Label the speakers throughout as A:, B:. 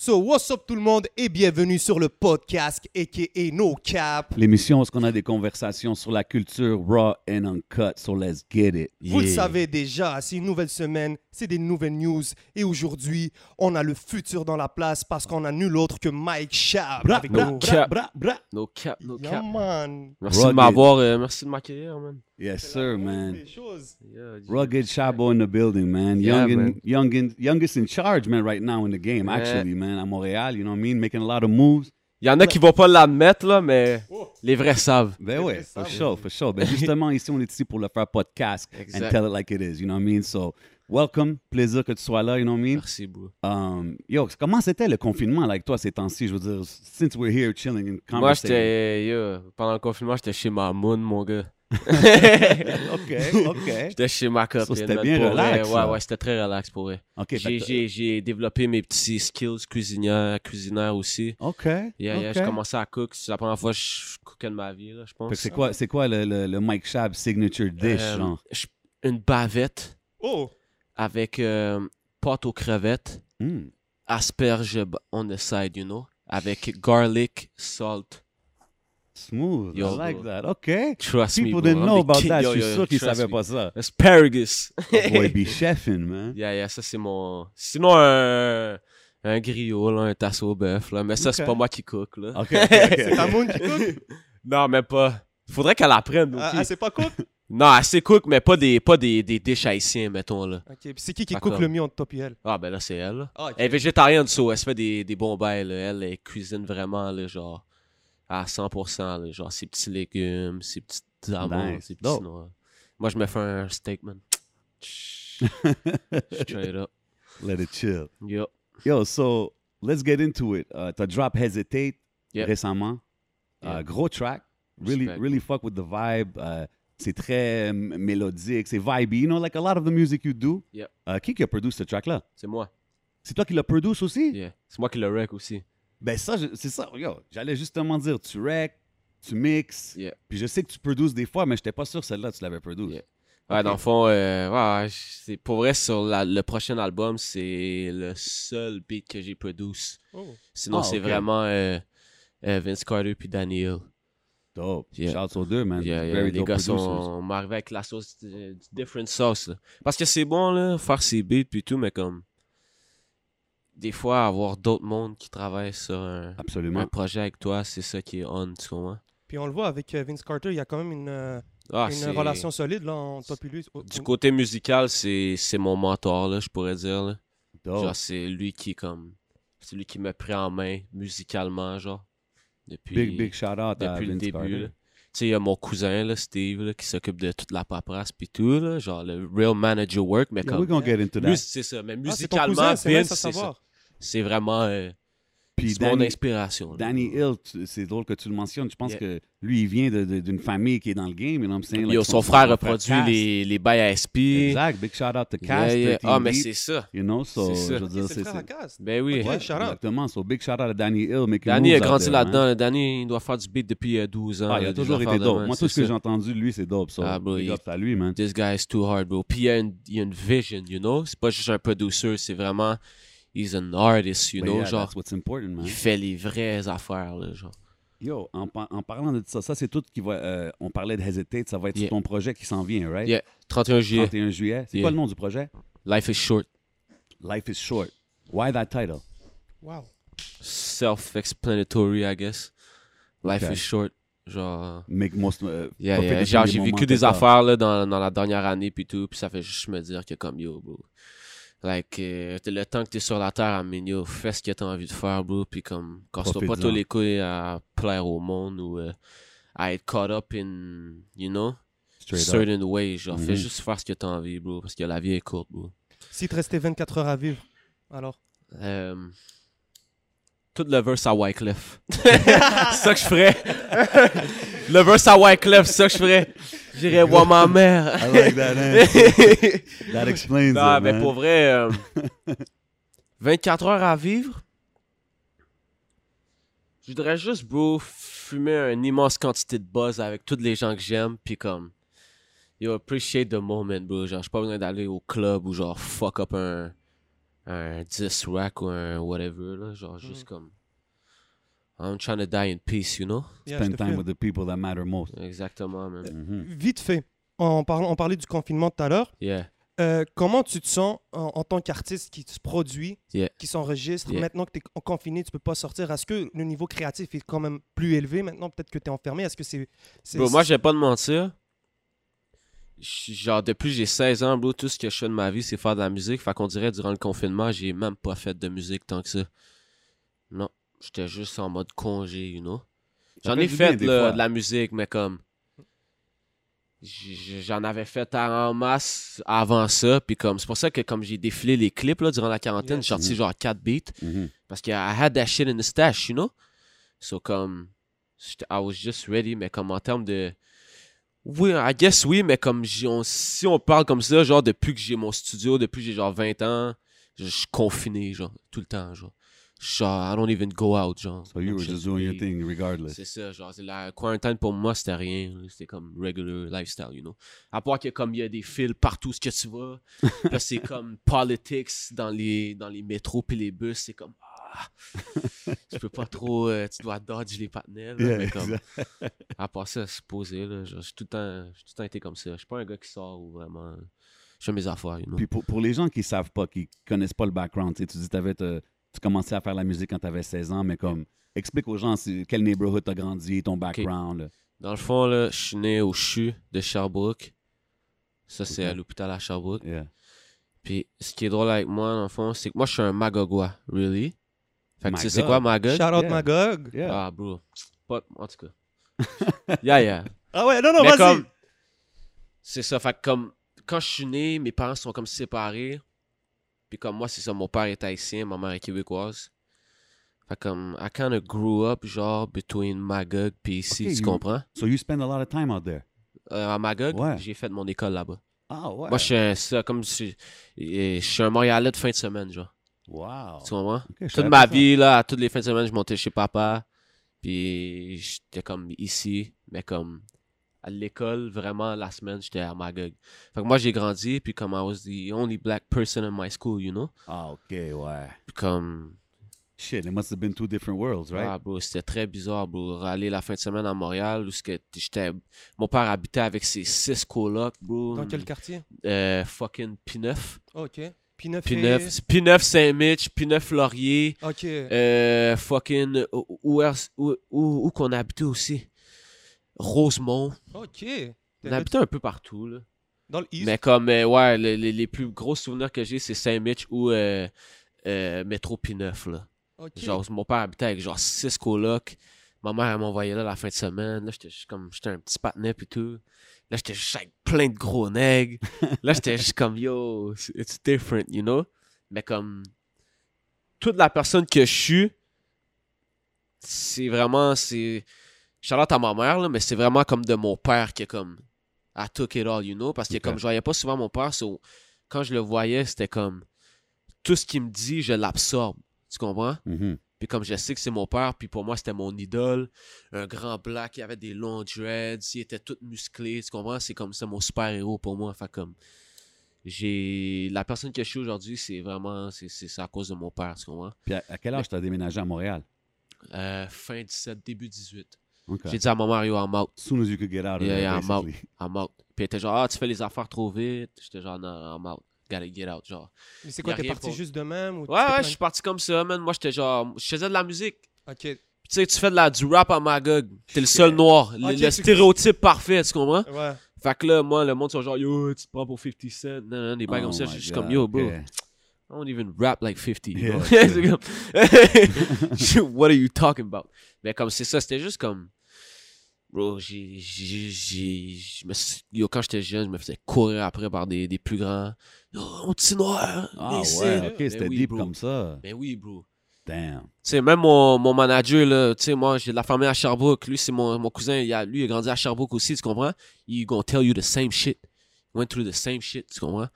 A: So, what's up tout le monde et bienvenue sur le podcast a.k.a. No Cap.
B: L'émission où est-ce qu'on a des conversations sur la culture raw and uncut, so let's get it.
A: Vous le savez déjà, c'est une nouvelle semaine, c'est des nouvelles news et aujourd'hui, on a le futur dans la place parce qu'on a nul autre que Mike Schaab.
B: Bra,
A: avec
B: bra,
A: nous.
B: bra,
C: cap.
B: bra, bra.
C: No cap, no
A: Yeah,
C: cap.
A: man.
C: Merci
B: Rugged.
C: de m'avoir, euh, merci de m'accueillir, man.
B: Yes, sir, man.
A: Des choses.
C: Yeah, G.
B: Rugged Chabo in the building, man.
C: Yeah,
B: Young, and,
C: man.
B: young and, youngest in charge, man, right now in the game,
C: Yeah.
B: actually, man. À Montréal, you know what I mean? Making a lot of moves.
C: Il y en a qui vont pas l'admettre, là, mais
A: Oh,
C: les vrais savent.
B: Ben ouais,
A: ça,
B: for sure, for sure. Ben justement, ici, on est ici pour le faire podcast and
C: Exact.
B: tell it like it is, you know what I mean? So, welcome. Plaisir que tu sois là, you know what I mean?
C: Merci, bro.
B: Um, yo, comment c'était le confinement, like toi, ces temps-ci? Je veux dire, since we're here chilling and
C: Moi,
B: conversating.
C: j'étais, yo, pendant le confinement, j'étais chez ma moon, mon gars.
B: OK, OK.
C: J'étais chez ma copine.
B: c'était
C: man,
B: bien
C: pour vrai.
B: relax, ça.
C: Ouais, ouais, c'était très relax pour vrai.
B: OK, fait
C: J'ai-
B: que-
C: J'ai j'ai développé mes petits skills cuisinières, cuisinaires aussi.
B: OK,
C: Yeah, yeah,
B: OK.
C: j'ai commencé à cook. C'est la première fois que je cookais de ma vie, là, je
B: Fait que
C: pense.
B: c'est quoi, c'est quoi le, le, le Mike Shab signature dish,
C: Euh,
B: genre?
C: je- Une bavette
A: Oh,
C: avec euh, pâte aux crevettes.
B: Hmm.
C: asperge b- on the side, you know, avec garlic, salt.
B: Smooth, I
C: Yo,
B: like
C: bro.
B: that. OK.
C: Trust me,
B: People
C: bro.
B: didn't
C: I'm
B: know
C: the
B: about
C: king.
B: that.
C: Yo,
B: Je
C: yo,
B: suis sûr qu'ils
C: trust
B: savaient
C: me.
B: pas ça.
C: Asparagus.
B: Boy, be chefing, man.
C: yeah, yeah, ça c'est mon... Sinon, un, un griot, là, un tasseau au bœuf, là. Mais ça, c'est
B: Ok. Ah.
C: pas moi qui cook, là.
B: OK, OK,
A: c'est ta
B: OK.
A: moon qui cook?
C: Non, mais pas... Faudrait qu'elle apprenne,
A: Ah,
C: aussi.
A: ah, c'est pas cook?
C: Non, elle sait cook, mais pas des, pas des, des dishes haïtiens, mettons, là.
A: Ok, puis c'est qui qui
C: Pas
A: cook
C: comme.
A: le mieux entre toi et elle?
C: Ah, ben là, c'est elle, là.
A: Ah, ok.
C: Elle est végétarienne, so, elle se fait des, des bons bails, là. Elle, elle cuisine vraiment, là, genre, à 100%, là, genre, ses petits légumes, ses petites amandes,
B: Nice.
C: ses petits
B: Dope.
C: noix. Moi, je me fais un steak, man. Straight up.
B: Let it chill.
C: Yo.
B: Yo, so, let's get into it. Uh, T'as drop Hesitate
C: Yep.
B: récemment. Uh,
C: Yep.
B: gros track. Really,
C: Respect.
B: really fuck with the vibe. Uh, c'est très mm, mélodique, c'est vibey. You know, like a lot of the music you do.
C: Yep.
B: Uh, qui qui a produit ce track-là?
C: C'est moi.
B: C'est toi qui l'as produit aussi?
C: Yeah. C'est moi qui le rec aussi.
B: Ben ça, je- c'est ça. Yo, j'allais justement dire, tu rec, tu mixes.
C: Yeah.
B: Puis je sais que tu produces des fois, mais j'étais pas sûr celle-là, tu l'avais produite.
C: Yeah. Ouais,
B: Ok.
C: dans le fond, euh, ouais, ouais, c'est pour vrai, sur la- le prochain album, c'est le seul beat que j'ai produit.
A: Oh.
C: Sinon,
B: Ah,
C: c'est
B: ok.
C: vraiment euh, euh, Vince Carter puis Daniel.
B: Dope.
C: Yeah.
B: Shout out aux deux, man.
C: Yeah, yeah,
B: Very
C: les
B: dope
C: gars
B: producers.
C: sont arrivés avec la sauce, euh, du different sauce. là. Parce que c'est bon, là, faire ses beats puis tout, mais comme. Des fois, avoir d'autres mondes qui travaillent sur un, un
B: Absolument.
C: projet avec toi, c'est ça qui est on, tu comprends?
A: Puis on le voit avec euh, Vince Carter, il y a quand même une, euh,
C: Ah,
A: une
C: c'est-
A: relation solide là, entre toi et lui. Oh,
C: Du
A: oh.
C: côté musical, c'est c'est mon mentor, là, je pourrais dire. là.
B: Dope.
C: Genre, c'est lui qui, comme. C'est lui qui me prend en main musicalement, genre. Depuis,
B: Big, big shout out à
C: depuis le
B: Ah, ben, Vince
C: début.
B: Carter.
C: là. Tu sais, il y a mon cousin, là, Steve, là, qui s'occupe de toute la paperasse puis tout, là, genre le real manager work, mais
B: Yeah,
C: comme...
B: we're gonna get into that.
C: Mus- c'est ça, mais
A: Ah, c'est ton cousin,
C: musicalement,
A: c'est nice
C: Vince,
A: à
C: c'est ça.
A: savoir.
C: C'est vraiment euh,
B: Puis
C: c'est mon
B: Danny,
C: inspiration. là.
B: Danny Hill, tu- c'est drôle que tu le mentionnes. Je pense
C: Yeah.
B: que lui, il vient de- de- d'une famille qui est dans le game. You know what I'm saying?
C: Yo,
B: Like,
C: son, frère a
B: Cass.
C: produit les, les bails à SP.
B: Exact. Big shout out to
C: Yeah,
B: Cass.
C: yeah.
B: 13
C: Ah, mais
B: Deep,
C: c'est ça.
B: You know, so,
C: C'est ça.
B: je veux
A: Ok,
B: dire,
A: c'est le
B: c'est...
A: frère à
B: c'est-
A: Cass.
C: Ben oui.
A: Ouais, shout out.
B: Exactement. So, big shout out à Danny Hill. making
C: Danny a
B: moves out
C: grandi
B: there,
C: là-dedans.
B: man.
C: Danny, il doit faire du beat depuis euh, 12 ans.
B: hein. Ah, il
C: là,
B: a
C: des
B: toujours été
C: affaires de
B: dope.
C: même,
B: Moi, tout ce
C: c'est
B: que j'ai
C: ça.
B: entendu de lui, c'est dope. So,
C: Ah, bro,
B: big
C: il-
B: up à lui, man.
C: This guy is too hard, bro. Puis il y a une, il y a une vision, you know? C'est pas juste un producer, c'est vraiment... He's an artist, you
B: But
C: know?
B: yeah,
C: genre,
B: that's what's important, man.
C: il fait les vraies affaires, là, genre.
B: Yo, en, par- en parlant de ça, ça, c'est tout qui va... euh, on parlait de Hesitate. Ça va être sur
C: Yeah.
B: ton projet qui s'en vient, right?
C: Yeah. 31 juillet,
B: 31 juillet. C'est
C: Yeah.
B: quoi le nom du projet?
C: Life is Short.
B: Life is Short. Why that title?
A: Wow.
C: Self-explanatory, I guess. Life
B: Ok.
C: is short. Genre...
B: Make most, euh,
C: Yeah,
B: profiter
C: yeah.
B: des
C: Genre, j'ai
B: moments
C: vécu des
B: que t'as.
C: affaires là, dans, dans la dernière année puis tout, puis ça fait juste me dire que comme yo, bro. Like, euh, t'es- le temps que t'es sur la terre, à yo, fais ce que t'as envie de faire, bro. Puis comme, quand tu pas
B: Profite-en.
C: tous les couilles à plaire au monde ou euh, à être caught up in, you know,
B: Straight up.
C: certain way. Genre,
B: Mhm.
C: fais juste faire ce que t'as envie, bro, parce que la vie est courte, bro.
A: S'il te restait 24 heures à vivre, alors.
C: Euh, tout le verse à Wyclef. c'est ça que je ferais. le verse à Wyclef, c'est ça que je ferais. J'irais voir ma mère.
B: I like that answer. That explains
C: non,
B: it,
C: mais
B: man.
C: pour vrai, euh, 24 heures à vivre. Je voudrais juste, bro, fumer une immense quantité de buzz avec toutes les gens que j'aime, puis comme, yo, appreciate the moment, bro. Genre, j'ai pas besoin d'aller au club ou genre fuck up un, un 10 rack ou un whatever, là, genre juste comme. I'm trying to die in peace, you know?
A: Yeah, je
B: Spend
A: te
B: time
A: filme.
B: with the people that matter most.
C: Exactement, man.
B: Mhm.
A: Vite fait, on, parle- on parlait du confinement tout à l'heure.
C: Yeah.
A: Euh, comment tu te sens en, en tant qu'artiste qui se produit,
C: Yeah.
A: qui s'enregistre
C: Yeah.
A: Maintenant que tu es confiné, tu peux pas sortir. Est-ce que le niveau créatif est quand même plus élevé maintenant Peut-être que tu es enfermé. Est-ce que c'est. c'est-
C: Bro, moi, je vais pas te mentir. J- Genre, depuis que j'ai 16 ans, bro, tout ce que je fais de ma vie, c'est faire de la musique. Fait qu'on dirait, durant le confinement, j'ai même pas fait de musique tant que ça. Non, j'étais juste en mode congé, you know.
B: Ça
C: J'en
B: fait
C: ai
B: du
C: fait
B: bien, des
C: là,
B: fois.
C: de la musique, mais comme. j- j- J'en avais fait en masse avant ça. Puis comme, c'est pour ça que, comme j'ai défilé les clips là, durant la quarantaine,
A: Yes.
C: j'ai
B: Mm.
C: sorti genre 4 beats.
B: Mhm.
C: Parce que I had that shit in the stash, you know? So, comme, j'étais- I was just ready, mais comme en termes de. Oui, I guess oui, mais comme j'ai- on- si on parle comme ça, genre depuis que j'ai mon studio, depuis que j'ai genre 20 ans, je je suis confiné, genre, tout le temps, genre. Genre, I don't even go out, genre.
B: So you
C: Comme
B: were
C: je
B: just doing your
C: suis-
B: thing regardless.
C: C'est ça, genre, c'est la quarantaine pour moi, c'était rien. C'était comme regular lifestyle, you know. À part que comme il y a des fils partout ce que tu vas, puis là, c'est comme politics dans les, dans les métros puis les bus, c'est comme. ah, tu peux pas trop. euh, tu dois dodge les patinets, là,
B: Yeah,
C: mais comme,
B: exact.
C: à part ça, se poser, là, genre, j'ai tout, le temps- j'ai tout le temps été comme ça. Je suis pas un gars qui sort ou vraiment. Je fais mes affaires, you know.
B: Puis pour, pour les gens qui savent pas, qui connaissent pas le background, tu sais, tu dis t'avais te- tu commençais à faire la musique quand tu avais 16 ans, mais comme explique aux gens c'est- quel neighborhood t'as grandi, ton background. là.
C: Dans le fond, là, je suis né au CHU de Sherbrooke. Ça, c'est
B: Ok.
C: à l'hôpital à Sherbrooke.
B: Yeah.
C: Puis ce qui est drôle avec moi, dans le fond, c'est que moi, je suis un magogois, really. Fait que tu sais,
B: Magog.
C: c'est quoi magog?
A: Shout out
B: Yeah.
A: Magog.
B: Yeah.
C: Ah, bro. Pas- en tout cas. yeah, yeah.
A: Ah ouais, non, non,
C: Mais
A: vas-y.
C: comme- C'est ça. Fait que comme, quand je suis né, mes parents sont comme séparés. Puis comme moi, c'est ça, mon père est haïtien, ma mère est québécoise. Fait que comme, I kind of grew up, genre, between Magog puis ici,
B: Ok,
C: tu
B: you-
C: comprends?
B: So you spend a lot of time out there.
C: Euh, à Magog,
B: Ouais.
C: j'ai fait mon école là-bas.
B: Ah ouais.
C: Moi, je suis un, ça, comme si, je suis un Montréalais de fin de semaine, genre.
B: Wow.
C: Tu comprends?
B: Ok, je
C: Toute
B: savais
C: ma
B: pas ça.
C: vie, là, à toutes les fins de semaine, je montais chez papa. Puis j'étais comme ici, mais comme à l'école, vraiment, la semaine, j'étais à Magog. Fait que moi, j'ai grandi, puis comme I was the only black person in my school, you know?
B: Ah ok ouais.
C: Puis comme,
B: Shit, it must have been two different worlds, right?
C: ah, bro, c'était très bizarre, bro. Aller la fin de semaine à Montréal, où ce que t- j'étais. Mon père habitait avec ses six colocs, bro.
A: Dans quel quartier
C: Euh, fucking P9.
A: Ok. P9.
C: P9, P9 Saint-Mitch, P9 Laurier.
A: Ok.
C: Euh, fucking. Où, où, est- où, où- où qu'on habitait aussi? Rosemont.
A: Ok.
C: On habitait un peu partout, là.
A: Dans le East.
C: Mais comme, euh, ouais, les, les- les plus gros souvenirs que j'ai, c'est Saint-Mitch ou euh, euh, Métro P9, là.
A: Ok.
C: Genre, mon père habitait avec genre six colocs. Ma mère, elle m'envoyait là la fin de semaine. Là, j'étais juste comme, j'étais un petit patinet pis tout. Là, j'étais juste avec plein de gros nègres. là, j'étais juste comme, yo, it's different, you know? Mais comme, toute la personne que je suis, c'est vraiment, c'est... Charlotte à ma mère, là, mais c'est vraiment comme de mon père qui est comme, I took it all, you know? Parce que
B: Ok.
C: comme, je voyais pas souvent mon père, so, quand je le voyais, c'était comme, tout ce qu'il me dit, je l'absorbe. Tu comprends?
B: Mhm.
C: Puis comme je sais que c'est mon père, puis pour moi, c'était mon idole. Un grand black, il avait des longs dreads, il était tout musclé, tu comprends? C'est comme ça mon super-héros pour moi. Fait comme, j'ai... La personne que je suis aujourd'hui, c'est vraiment... C'est, c'est, c'est à cause de mon père, tu comprends?
B: Puis à, à quel âge t'as déménagé à Montréal?
C: Euh, fin 17, début 18.
B: Okay.
C: J'ai dit à ma mère, yo, I'm out,
B: As soon as you could get out of
C: Yeah,
B: there,
C: yeah, I'm out.
B: basically.
C: I'm out. Puis elle était genre, ah, tu fais les affaires trop vite. J'étais genre, non, I'm out. Gotta get out, genre.
A: Mais c'est quoi,
C: y a
A: t'es
C: rien
A: parti
C: pour-
A: juste de même ou tu
C: Ouais,
A: t'es
C: ouais,
A: plein-
C: je suis parti comme ça, man. Moi, j'étais genre... Je faisais de la musique.
A: Ok.
C: Puis tu sais, tu fais de la, du rap à Magog. T'es le seul noir. Le,
A: Ok,
C: le
A: tu-
C: stéréotype parfait, tu comprends?
A: Ouais.
C: Fait que là, moi, le monde sont genre, yo, tu te prends pour 50 Cent. Non, non, des
B: Oh
C: bagues comme ça.
B: my
C: Je suis juste
B: God,
C: comme, yo, bro,
B: ok.
C: I don't even rap like 50. you
B: Yeah,
C: know?
B: okay.
C: C'est comme, Yo, What are you talking about? Mais comme c'est ça, c'était juste comme, bro, j'ai. j'ai- j'ai- je me suis- Yo, quand j'étais jeune, je me faisais courir après par des, des plus grands. Yo, mon petit noir.
B: Ah
C: ici.
B: ouais, ok,
C: Ben
B: c'était
C: oui,
B: deep
C: bro.
B: comme ça.
C: Ben oui, bro.
B: Damn.
C: Tu sais, même mon, mon manager, là, tu sais, moi, j'ai de la famille à Sherbrooke. Lui, c'est mon, mon cousin. Il a, lui, il a grandi à Sherbrooke aussi, tu comprends? He gonna tell you the same shit. He went through the same shit, tu comprends?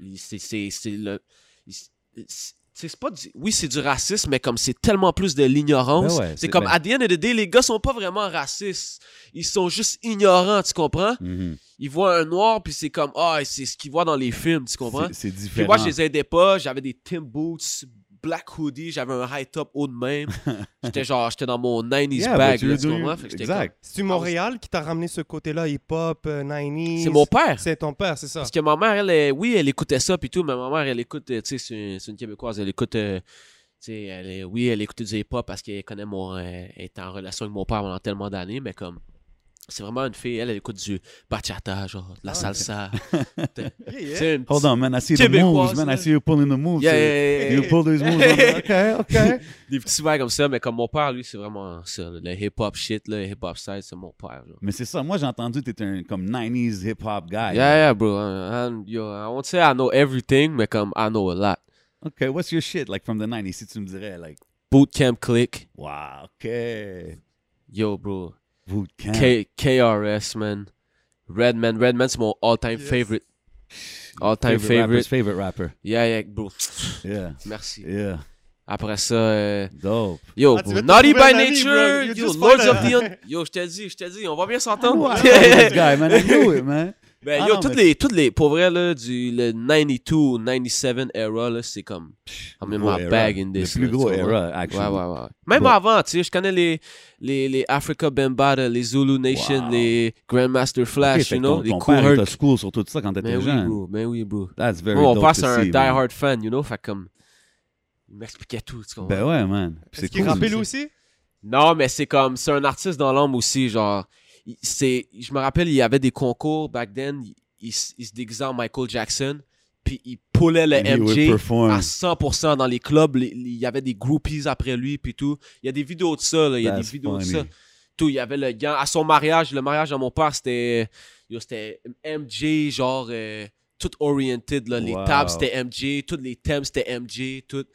C: Il- C'est, c'est, c'est le... il- c'est- c'est c'est pas du- oui c'est du racisme mais comme c'est tellement plus de l'ignorance
B: Ben ouais,
C: c'est
B: c'est-
C: comme
B: ben-
C: à the end of the day, les gars sont pas vraiment racistes ils sont juste ignorants tu comprends
B: Mhm.
C: ils voient un noir puis c'est comme ah c'est ce qu'ils voient dans les films tu comprends
B: C'est- C'est
C: puis
B: différent.
C: moi je les aidais pas j'avais des Tim boots black hoodie j'avais un high top haut de même j'étais genre j'étais dans mon 90s
B: Yeah, but
C: bag
B: you
C: là, tu
B: do-
C: comprends Fait que j'étais
B: Exact.
A: C'est Montréal qui t'a ramené ce côté-là, hip-hop, euh,
C: comme-
A: 90s.
C: c'est mon père
A: C'est ton père, c'est ça.
C: Parce que ma mère, elle, est- oui, elle écoutait ça puis tout, mais ma mère, elle écoute, euh, tu sais, c'est une, c'est une Québécoise, elle écoute, euh, tu sais, elle est- oui, elle écoute du hip-hop parce qu'elle connaît mon, euh, elle est en relation avec mon père pendant tellement d'années, mais comme, c'est vraiment une fille, elle, elle écoute du bachata, genre, de la
A: Ah, ok.
C: salsa.
A: Yeah,
C: Tu
A: yeah.
C: sais, une
B: Hold on, man. I see the
C: Québécoise,
B: moves, man.
C: là.
B: I see you pulling the
C: petite-
B: moves.
C: Yeah, yeah, yeah, yeah.
B: You pull those moves. OK, OK.
C: Des petits verres comme ça, mais comme mon père, lui, c'est vraiment ça, le hip-hop shit, là, le hip-hop side, c'est mon père, genre.
B: Mais c'est ça. Moi, j'ai entendu que t'es un comme 90s hip-hop guy.
C: Yeah, yeah, bro. I, I- yo, I won't say I know everything, mais comme I know a lot.
B: OK, what's your shit, like, from the 90s? Si tu me dirais, like,
C: Bootcamp Click,
B: wow, OK.
C: yo, bro.
B: Bootcamp.
C: K- KRS, man. Redman. Redman, c'est mon all-time
A: Yes.
C: favorite. All-time
B: Favorite rapper's
C: favorite.
B: favorite rapper.
C: Yeah, yeah, bro.
B: Yeah,
C: Merci.
B: yeah.
C: Après ça, euh,
B: Dope.
C: yo,
A: Ah, tu
C: bro,
A: veux te
C: Naughty
A: trouver
C: by
A: un ami, bro.
C: Nature.
A: You
C: Yo,
A: just
C: Lords
A: found
C: of
A: a-
C: the Un- Yo, je te dis, je te dis, on va bien s'entendre.
B: I know this guy, man. I knew it, man.
C: ben,
B: Ah
C: yo,
B: non,
C: toutes
B: mais-
C: les, toutes les, pour vrai, là, du le 92 ou 97 era, là, c'est comme, I'm in
B: Gros
C: my
B: era.
C: bag in this.
B: Le plus
C: là,
B: gros
C: tu comprends?
B: era,
C: Ouais, ouais,
B: actually.
C: ouais. Même
B: Bon.
C: avant, tu sais, je connais les, les, les Africa Bambata, les Zulu Nation,
B: Wow.
C: les Grandmaster
B: Ok,
C: Flash,
B: fait
C: you
B: que
C: know,
B: ton,
C: les
B: ton
C: cool
B: père
C: Herc.
B: était school sur tout ça quand
C: Mais
B: t'étais
C: oui,
B: jeune.
C: bro. Mais oui, bro.
B: That's very
C: Moi, mon
B: dope
C: père,
B: to
C: c'est un
B: see, man.
C: die-hard fan, you know? Fait comme... Il m'expliquait tout, tu comprends?
B: Ben ouais, man.
A: Est-ce
B: Puis C'est
A: qu'il
B: cool.
A: rappelle
C: ça.
A: aussi?
C: Non, mais c'est comme... C'est un artiste dans l'ombre aussi, genre... il- C'est... Je me rappelle, il y avait des concours back then. Il, il s- il se déguisait en Michael Jackson. Puis il poulait le
B: He would
C: MJ à
B: perform.
C: 100% dans les clubs. Les- les- Il y avait des groupies après lui, puis tout. Il y a des vidéos de ça, là. Il y a
B: That's
C: des vidéos
B: funny.
C: de ça. tout, il y avait le gant. À son mariage, le mariage de mon père, c'était yo, c'était MJ, genre euh, tout oriented. Là. Les
B: Wow.
C: tables, c'était MJ. Tous les thèmes, c'était MJ. Tout.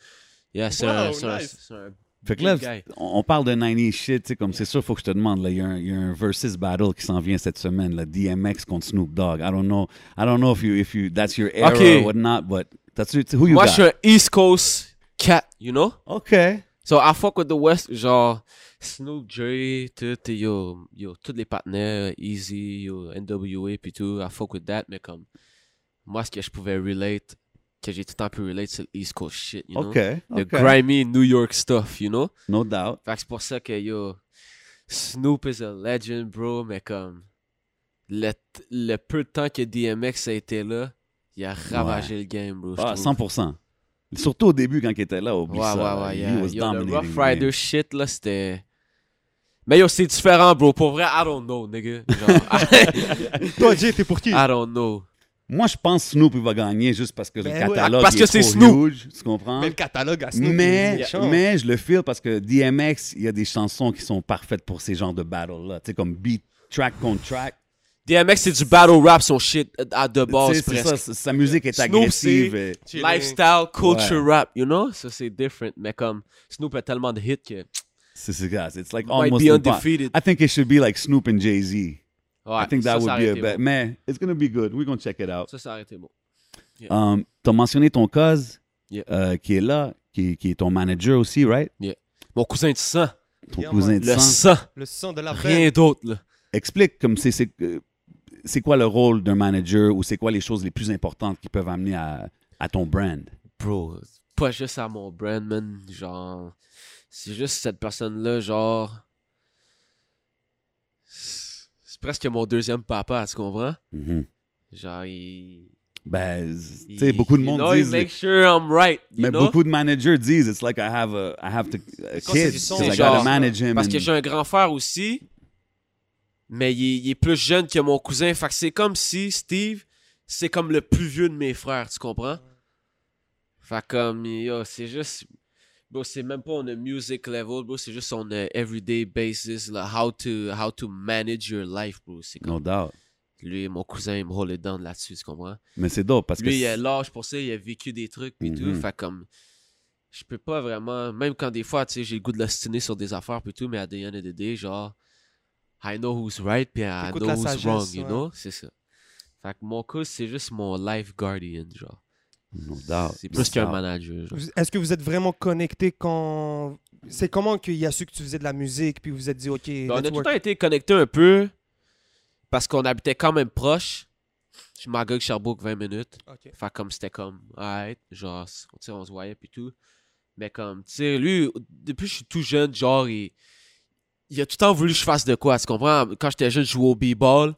C: Yeah, c'est un,
A: Wow,
C: c'est un-
A: nice.
C: c'est un-
B: Fait que là,
C: Good guy.
B: on on parle de 90 shit, tu sais, comme c'est sûr, faut que je te demande, là, il y, a un- il y a un versus battle qui s'en vient cette semaine, là, DMX contre Snoop Dogg. I don't know, I don't know if you, if you, that's your era
C: Ok.
B: or whatnot, but that's your, who you
C: Moi, je
B: got?
C: suis un East Coast cat, you know?
B: Ok.
C: So, I fuck with the West, genre Snoop Dre, tout, et yo, yo, tous les partenaires, Easy, yo, NWA, puis tout. I fuck with that, mais comme, moi, ce que je pouvais relate, que j'ai tout le temps pu relate, c'est le East Coast shit, you
B: Ok.
C: know? Le
B: ok.
C: grimy New York stuff, you know?
B: No doubt.
C: Fait que c'est pour ça que yo, Snoop is a legend, bro, mais comme le, t- le peu de temps que DMX a été là, il a ravagé le game, bro. je
B: Ah,
C: trouve.
B: 100%. Surtout au début quand il était là, oublie
C: Ouais,
B: ça.
C: ouais,
B: là.
C: ouais.
B: He
C: yeah.
B: was
C: Yo, le
B: dominating
C: Rough
B: the game.
C: Rider shit, là, c'était. Mais yo, c'est différent, bro. Pour vrai, I don't know, nigga. Genre,
A: Toi, Jay, t'es pour qui?
C: I don't know.
B: Moi, je pense que Snoop il va gagner juste parce que
A: Ben
B: le
A: ouais.
B: catalogue
C: Ah, Parce
B: il
C: que
B: est
C: c'est
B: trop
C: Snoop.
B: huge, tu
C: hein.
B: comprends?
A: Même catalogue à Snoop. il est
B: Mais,
A: méchant.
B: mais je le feel parce que DMX, il y a des chansons qui sont parfaites pour ces genres de battles-là. Tu sais, comme beat, track contre track.
C: DMX, c'est du battle rap, son shit, à de
B: Tu
C: base,
B: sais, c'est hein.
C: presque.
B: ça, c'est- sa musique est
C: Snoop,
B: agressive.
C: c'est-
B: et-
A: Chilling.
C: Lifestyle, culture rap, you know? Ça, c'est different. Mais comme, Snoop a tellement de hits que.
B: C'est c'est ça. It's like
C: Might
B: almost
C: be
B: impo-
C: undefeated.
B: I think it should be like Snoop and Jay-Z.
C: Ouais,
B: I think
C: ça,
B: that
C: ça
B: would
C: aurait
B: be a
C: été
B: bet.
C: bon.
B: Mais it's gonna be good. We're gonna check it out.
C: Ça, ça aurait été bon.
B: Um, T'as mentionné ton cause
C: Yeah.
B: euh, qui est là, qui, qui est ton manager aussi, right?
C: Mon cousin du sang.
B: Ton
A: Yeah,
B: cousin
A: man.
B: de
C: Le
B: sang.
C: sang.
A: Le sang de la veine.
C: Rien d'autre, là.
B: Explique comme c'est c'est euh, c'est quoi le rôle d'un manager ou c'est quoi les choses les plus importantes qui peuvent amener à, à ton brand.
C: Bro, pas juste à mon brand, man. Genre, c'est juste cette personne-là, genre. C'est c'est presque mon deuxième papa, tu comprends?
B: Mhm.
C: Genre, il.
B: Ben, z- tu
C: il-
B: sais, beaucoup de monde
C: you know,
B: disent,
C: he make sure I'm right. you
B: mais
C: know?
B: beaucoup de managers disent, it's like I have a, I have to a
A: Ça, c'est
B: kid,
A: du son,
B: 'cause I
C: genre,
B: gotta manage him.
C: Parce
B: and-
C: que j'ai un grand frère aussi, mais il est, il est plus jeune que mon cousin. Fait que c'est comme si Steve, c'est comme le plus vieux de mes frères, tu comprends? Fait que comme, yo, c'est juste. Bro, c'est même pas on a music level, bro, c'est juste on a everyday basis, là, how to, how to manage your life, bro. C'est comme,
B: No doubt.
C: lui, mon cousin, il me roule down là-dessus, tu comprends?
B: Mais c'est dope parce
C: lui,
B: que
C: il a
B: c'est-
C: l'âge pour ça, il a vécu des trucs puis tout.
B: Mhm.
C: Fait comme, je peux pas vraiment, même quand des fois, tu sais, j'ai le goût de l'ostiner sur des affaires puis tout, mais à the end of the day, genre, I know who's right puis I
A: T'écoutes
C: know
A: la
C: who's
A: sagesse,
C: wrong, you
A: ouais.
C: know? C'est ça. Fait que mon cas, c'est juste mon life guardian, genre.
B: No doubt.
C: C'est
B: no
C: plus qu'un
B: doubt.
C: manager. genre.
A: Vous- Est-ce que vous êtes vraiment connecté quand. C'est comment qu'il y a su que tu faisais de la musique, puis vous vous êtes dit, OK,
C: Ben, on a
A: let's
C: tout le
A: work.
C: temps été connectés un peu parce qu'on habitait quand même proche. Je suis Magog Sherbrooke 20 minutes.
A: Ok.
C: Fait comme c'était comme, alright, genre, c- tu sais, on se voyait puis tout. Mais comme, tu sais, lui, depuis que je suis tout jeune, genre, il, il a tout le temps voulu que je fasse de quoi, tu comprends? Quand j'étais jeune, je jouais au b-ball.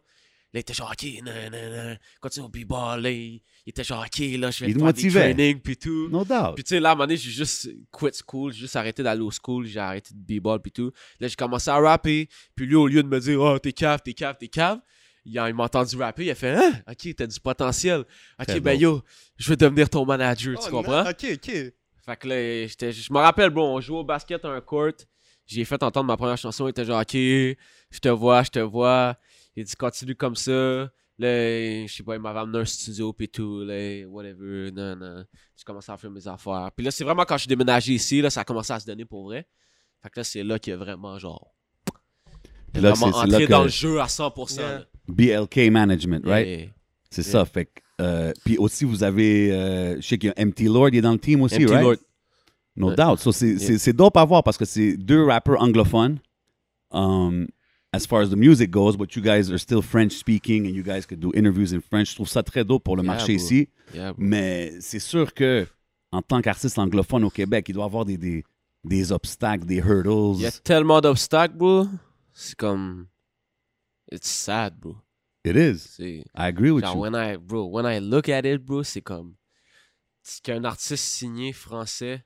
C: Là, il était genre, ok, nan, nan, nan, continue au b-ball. Là, il, il était genre, ok, là, je vais
B: Il te
C: te faire des
B: motivait.
C: trainings puis tout.
B: No doubt.
C: Puis tu sais, là, à un moment donné, j'ai juste quit school, j'ai juste arrêté d'aller au school, j'ai arrêté de b-ball puis tout. Là, j'ai commencé à rapper, puis lui, au lieu de me dire « Oh, t'es cave, t'es cave, t'es cave », il a- il m'a entendu rapper, il a fait « Hein? Ok, t'as du potentiel. Ok,
B: Très
C: ben
B: bon.
C: yo, je veux devenir ton manager, tu
A: Oh,
C: comprends?
A: na- OK, OK.
C: Fait que là, j'étais- je me rappelle, bon, on jouait au basket à un court. J'ai fait entendre ma première chanson. Il était genre, OK, je te vois, je te vois. Il dit, continue comme ça. Là, je sais pas, il m'avait amené un studio pis tout, là, whatever, non, non. J'ai commencé à faire mes affaires. Puis là, c'est vraiment quand je suis déménagé ici, là, ça a commencé à se donner pour vrai. Fait que là, c'est là qu'il y a vraiment, genre,
B: Puis là,
C: vraiment
B: c'est c'est là
C: entré
B: que
C: dans le jeu à 100%.
A: Yeah.
C: là.
B: BLK Management, right?
C: Et-
B: C'est
C: Yeah.
B: ça, fait que, euh, Puis aussi, vous avez. euh, je sais qu'il y a MT Lord, il est dans le team aussi,
C: MT
B: right?
C: Lord.
B: No
C: Ouais.
B: doubt. So, c'est c'est- c'est dope à voir parce que c'est deux rappeurs anglophones. Um, as far as the music goes, but you guys are still French speaking and you guys could do interviews in French. Je trouve ça très dope pour le
C: Yeah,
B: marché
C: bro.
B: ici.
C: Yeah, bro.
B: Mais c'est sûr que en tant qu'artiste anglophone au Québec, il doit avoir des, des, des obstacles, des hurdles.
C: Il y a tellement d'obstacles, bro. C'est comme. It's sad, bro.
B: It is.
C: C'est.
B: I agree with
C: Genre,
B: you.
C: when I, bro, when I look at it, bro, c'est comme ce qu'un artiste signé français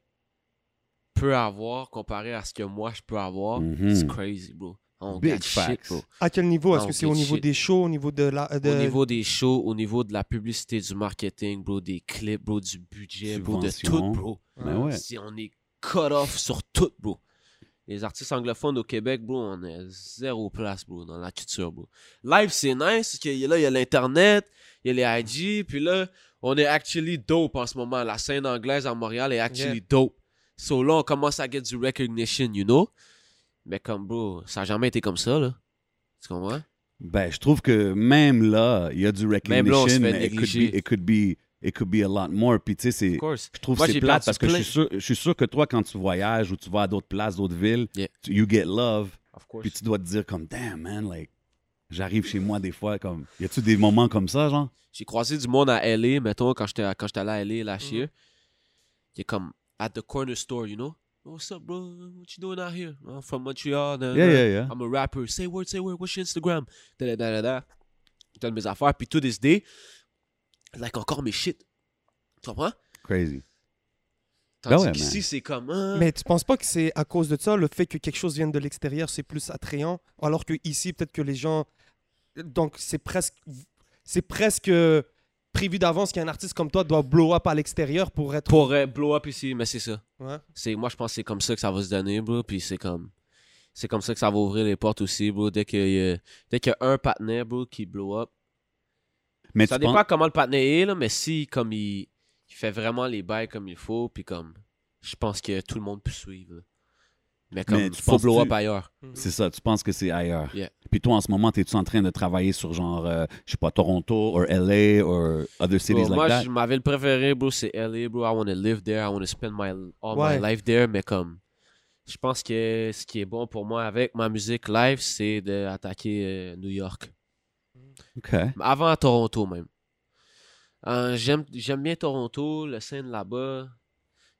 C: peut avoir comparé à ce que moi je peux avoir,
B: Mhm.
C: c'est crazy, bro. On
B: Big
C: get shit,
B: facts.
C: bro.
A: À quel niveau Est-ce
C: Non,
A: que c'est
C: ok,
A: au niveau
C: shit.
A: des shows, au niveau de la. de-
C: Au niveau des shows, au niveau de la publicité, du marketing, bro, des clips, bro, du budget, bro, de tout,
B: Subvention.
C: bro.
A: Ah.
B: Ben ouais.
C: Si on est cut off sur tout, bro. Les artistes anglophones au Québec, bro, on est zéro place, bro, dans la culture, bro. Live, c'est nice, parce que là, il y a l'Internet, il y a les IG, puis là, on est actually dope en ce moment. La scène anglaise à Montréal est actually dope. So là, on commence à get du recognition, you know? Mais comme, bro, ça n'a jamais été comme ça, là. Tu comprends?
B: Ben, je trouve que même là, il y a du
C: Même là, on se
B: recognition,
C: fait
B: mais it could,
C: négliger.
B: be, it, could be, it could be a lot more. Puis tu sais, c'est-
C: Of course.
B: je trouve
C: Moi,
B: que c'est
C: j'ai
B: plate
C: perdu
B: parce que je
C: plein-
B: suis, sûr, je suis sûr que toi, quand tu voyages ou tu vas à d'autres places, d'autres villes,
C: Yeah.
B: tu- you get love.
C: Of course.
B: Puis tu dois te dire comme, damn, man, like, j'arrive chez moi des fois, comme, y a-tu des moments comme ça, genre?
C: j'ai croisé du monde à LA, mettons, quand j'étais quand j'étais allé à LA, last
A: Mhm.
C: year. Il est comme, at the corner store, you know? What's up, bro? What you doing out here? I'm from Montreal. nah,
B: Yeah,
C: nah.
B: yeah, yeah.
C: I'm a rapper. Say word, say word. What's your Instagram? Da, da, da, da, da. Je donne mes affaires. Puis tout this day, like encore mes shit. Tu comprends?
B: Crazy.
C: Tandis
B: Ben ouais,
C: qu'ici,
B: man.
C: c'est comme, ah,
A: Mais tu penses pas que c'est à cause de ça, le fait que quelque chose vienne de l'extérieur, c'est plus attrayant, alors que ici, peut-être que les gens, donc c'est presque, c'est presque euh, prévu d'avance qu'un artiste comme toi doit blow up à l'extérieur pour être. hein?
C: pour euh, blow up ici, mais c'est ça.
A: Ouais.
C: c'est moi je pense que c'est comme ça que ça va se donner bro puis c'est comme c'est comme ça que ça va ouvrir les portes aussi bro dès que euh, dès qu'il y a un partenaire bro qui blow up
B: Mais
C: ça
B: tu penses-
C: dépend comment le partenaire est là mais si comme il, il fait vraiment les bails comme il faut puis comme je pense que tout le monde peut suivre là. mais comme
B: Mais tu
C: faut blow up
B: penses-tu-
C: ailleurs
A: Hmm.
B: C'est ça, tu penses que c'est ailleurs.
C: Yeah.
B: Puis toi, en ce moment, es-tu en train de travailler sur genre, euh, je sais pas, Toronto ou LA ou other cities
C: Bro,
B: like
C: moi
B: that?
C: je- ma ville préférée bro c'est LA bro I want to live there I want to spend my all
A: Ouais.
C: my life there mais comme je pense que ce qui est bon pour moi avec ma musique live c'est d'attaquer euh, New York
B: OK.
C: Avant à Toronto même. Euh, j'aime, j'aime bien Toronto, le scène là-bas,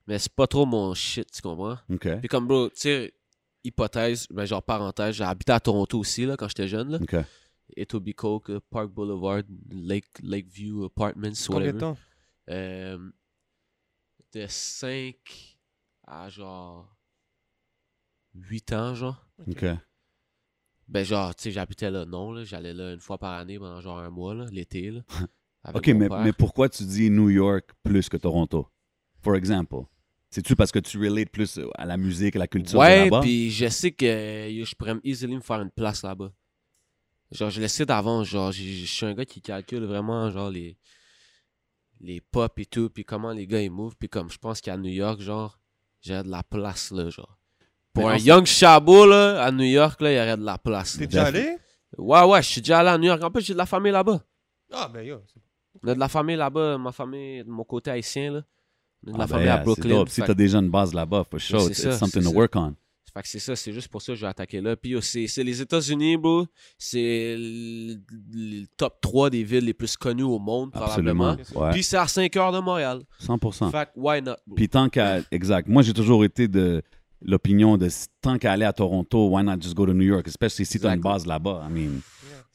C: mais c'est pas trop mon shit, tu comprends?
B: OK.
C: Puis comme bro, tu sais, hypothèse, ben genre parenthèse, j'ai habité à Toronto aussi là, quand j'étais jeune, là.
B: OK.
C: Etobicoke, euh, Park Boulevard, Lake, Lakeview Apartments,
A: Combien de
C: whatever.
A: temps
C: Euh, de 5 à genre 8 ans, genre.
B: OK.
C: Ben genre, tu sais, j'habitais là, non, là, j'allais là une fois par année pendant genre un mois, là, l'été, là. avec
B: OK,
C: mon
B: mais,
C: père.
B: mais pourquoi tu dis New York plus que Toronto? For example. C'est-tu parce que tu relates plus à la musique, à la culture de
C: Ouais,
B: là-bas?
C: puis je sais que euh, je pourrais easily me faire une place là-bas. Genre, je le sais d'avance, genre, j'ai- je suis un gars qui calcule vraiment, genre, les, les pop et tout, puis comment les gars ils move, puis comme je pense qu'à New York, genre, j'ai de la place, là, genre. Pour
B: Mais
C: un
B: en-
C: Young Chabot, là, à New York, là, il y aurait de la place. là.
A: T'es déjà allé
C: Ouais, ouais, je suis déjà allé à New York. En plus, j'ai de la famille là-bas.
A: Ah ben yo. c'est-
C: On a de la famille là-bas, ma famille, de mon côté haïtien, là. On a de la
B: Ah, ben,
C: famille
B: yeah,
C: à
B: c'est
C: Brooklyn.
B: dope. Si
C: fait
B: t'as déjà une base là-bas, for sure,
C: c'est
B: it's
C: ça,
B: something
C: c'est
B: to
C: ça.
B: work on.
C: Fait que c'est ça, c'est juste pour ça que j'ai attaqué là. Puis yo, c'est c'est les États-Unis, bro. C'est le le top 3 des villes les plus connues au monde,
B: Absolument.
C: probablement.
B: Ouais.
C: Puis c'est à 5 heures de Montréal.
B: 100%.
C: Fait que why not, bro?
B: Puis tant qu'à. Exact. Moi, j'ai toujours été de l'opinion de si- tant qu'à aller à Toronto, why not just go to New York? Especially si t'as une
C: Exactly.
B: base là-bas. I mean,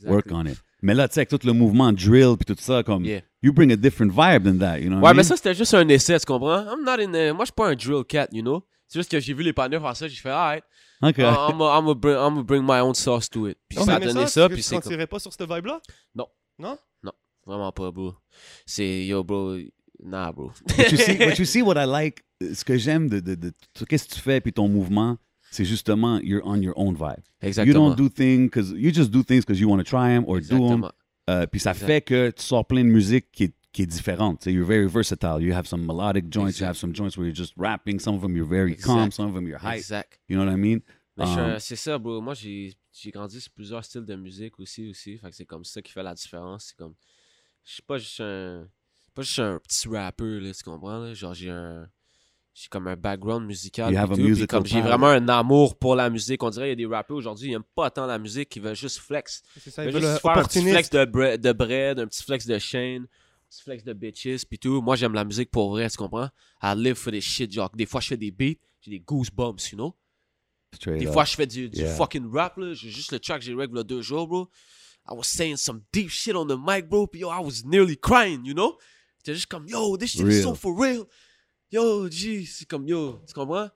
C: Exactly.
B: work on it. Mais là, tu sais, avec tout le mouvement drill puis tout ça, comme.
C: Yeah.
B: You bring a different vibe than that, you know? what I
C: Ouais,
B: mean?
C: mais ça, c'était juste un essai, tu comprends? I'm not in a- Moi, je suis pas un drill cat, you know? C'est juste que j'ai vu les panneaux faire ça, ah, j'ai fait, alright,
B: Ok.
C: I'm gonna I'm gonna bring, I'm gonna bring my own sauce to it. Puis
A: Non,
C: ça a
A: mais
C: donné ça,
A: tu
C: puis
A: te
C: c'est comme-
A: sentirais pas sur cette vibe-là?
C: Vraiment pas, bro. C'est yo, bro. Nah, bro.
B: But you see, but you see what I like, euh, ce que j'aime de, de, de, tout- qu'est-ce que tu fais puis ton mouvement, c'est justement you're on your own vibe.
C: Exactement.
B: You don't do things because you just do things because you want to try them or do them.
C: Exactement.
B: Euh, puis ça
C: Exact.
B: fait que tu sors plein de musique qui est, qui est différente. Tu sais, you're very versatile. You have some melodic joints, you
C: Exact.
B: have some joints where you're just rapping. Some of them you're very
C: Exact.
B: calm, some of them you're hype.
C: Exact.
B: You know what I mean?
C: Mais je suis un-
B: Um,
C: c'est ça, bro. Moi, j'ai j'ai grandi sur plusieurs styles de musique aussi, aussi. Fait que c'est comme ça qui fait la différence. C'est comme. Je suis pas juste un. Pas juste un petit rappeur, là, tu comprends? Là? Genre, j'ai un. J'ai comme un background musical.
B: You
C: puis
B: have a
C: tout, puis
B: musical
C: comme j'ai
B: palate.
C: vraiment un amour pour la musique. On dirait qu'il y a des rappeurs aujourd'hui, ils aiment pas tant la musique, ils veulent juste flex.
A: C'est ça,
C: Mais
A: ils
C: juste
A: veulent
C: faire un petit flex
A: opportuniste.
C: de, bre- de bread, un petit flex de chaîne, un petit flex de bitches, pis tout. Moi, j'aime la musique pour vrai, tu comprends? I live for this shit, genre. Des fois, je fais des beats, j'ai des goosebumps, you know?
B: straight
C: Des
B: up.
C: fois, je fais du, du
B: Yeah.
C: fucking rap, là. J'ai juste le track, que j'ai règle deux jours, bro. I was saying some deep shit on the mic, bro, pis yo, I was nearly crying, you know? J'étais juste comme, yo, this shit is so
B: Real.
C: for real. Yo, G, c'est comme, yo, tu comprends?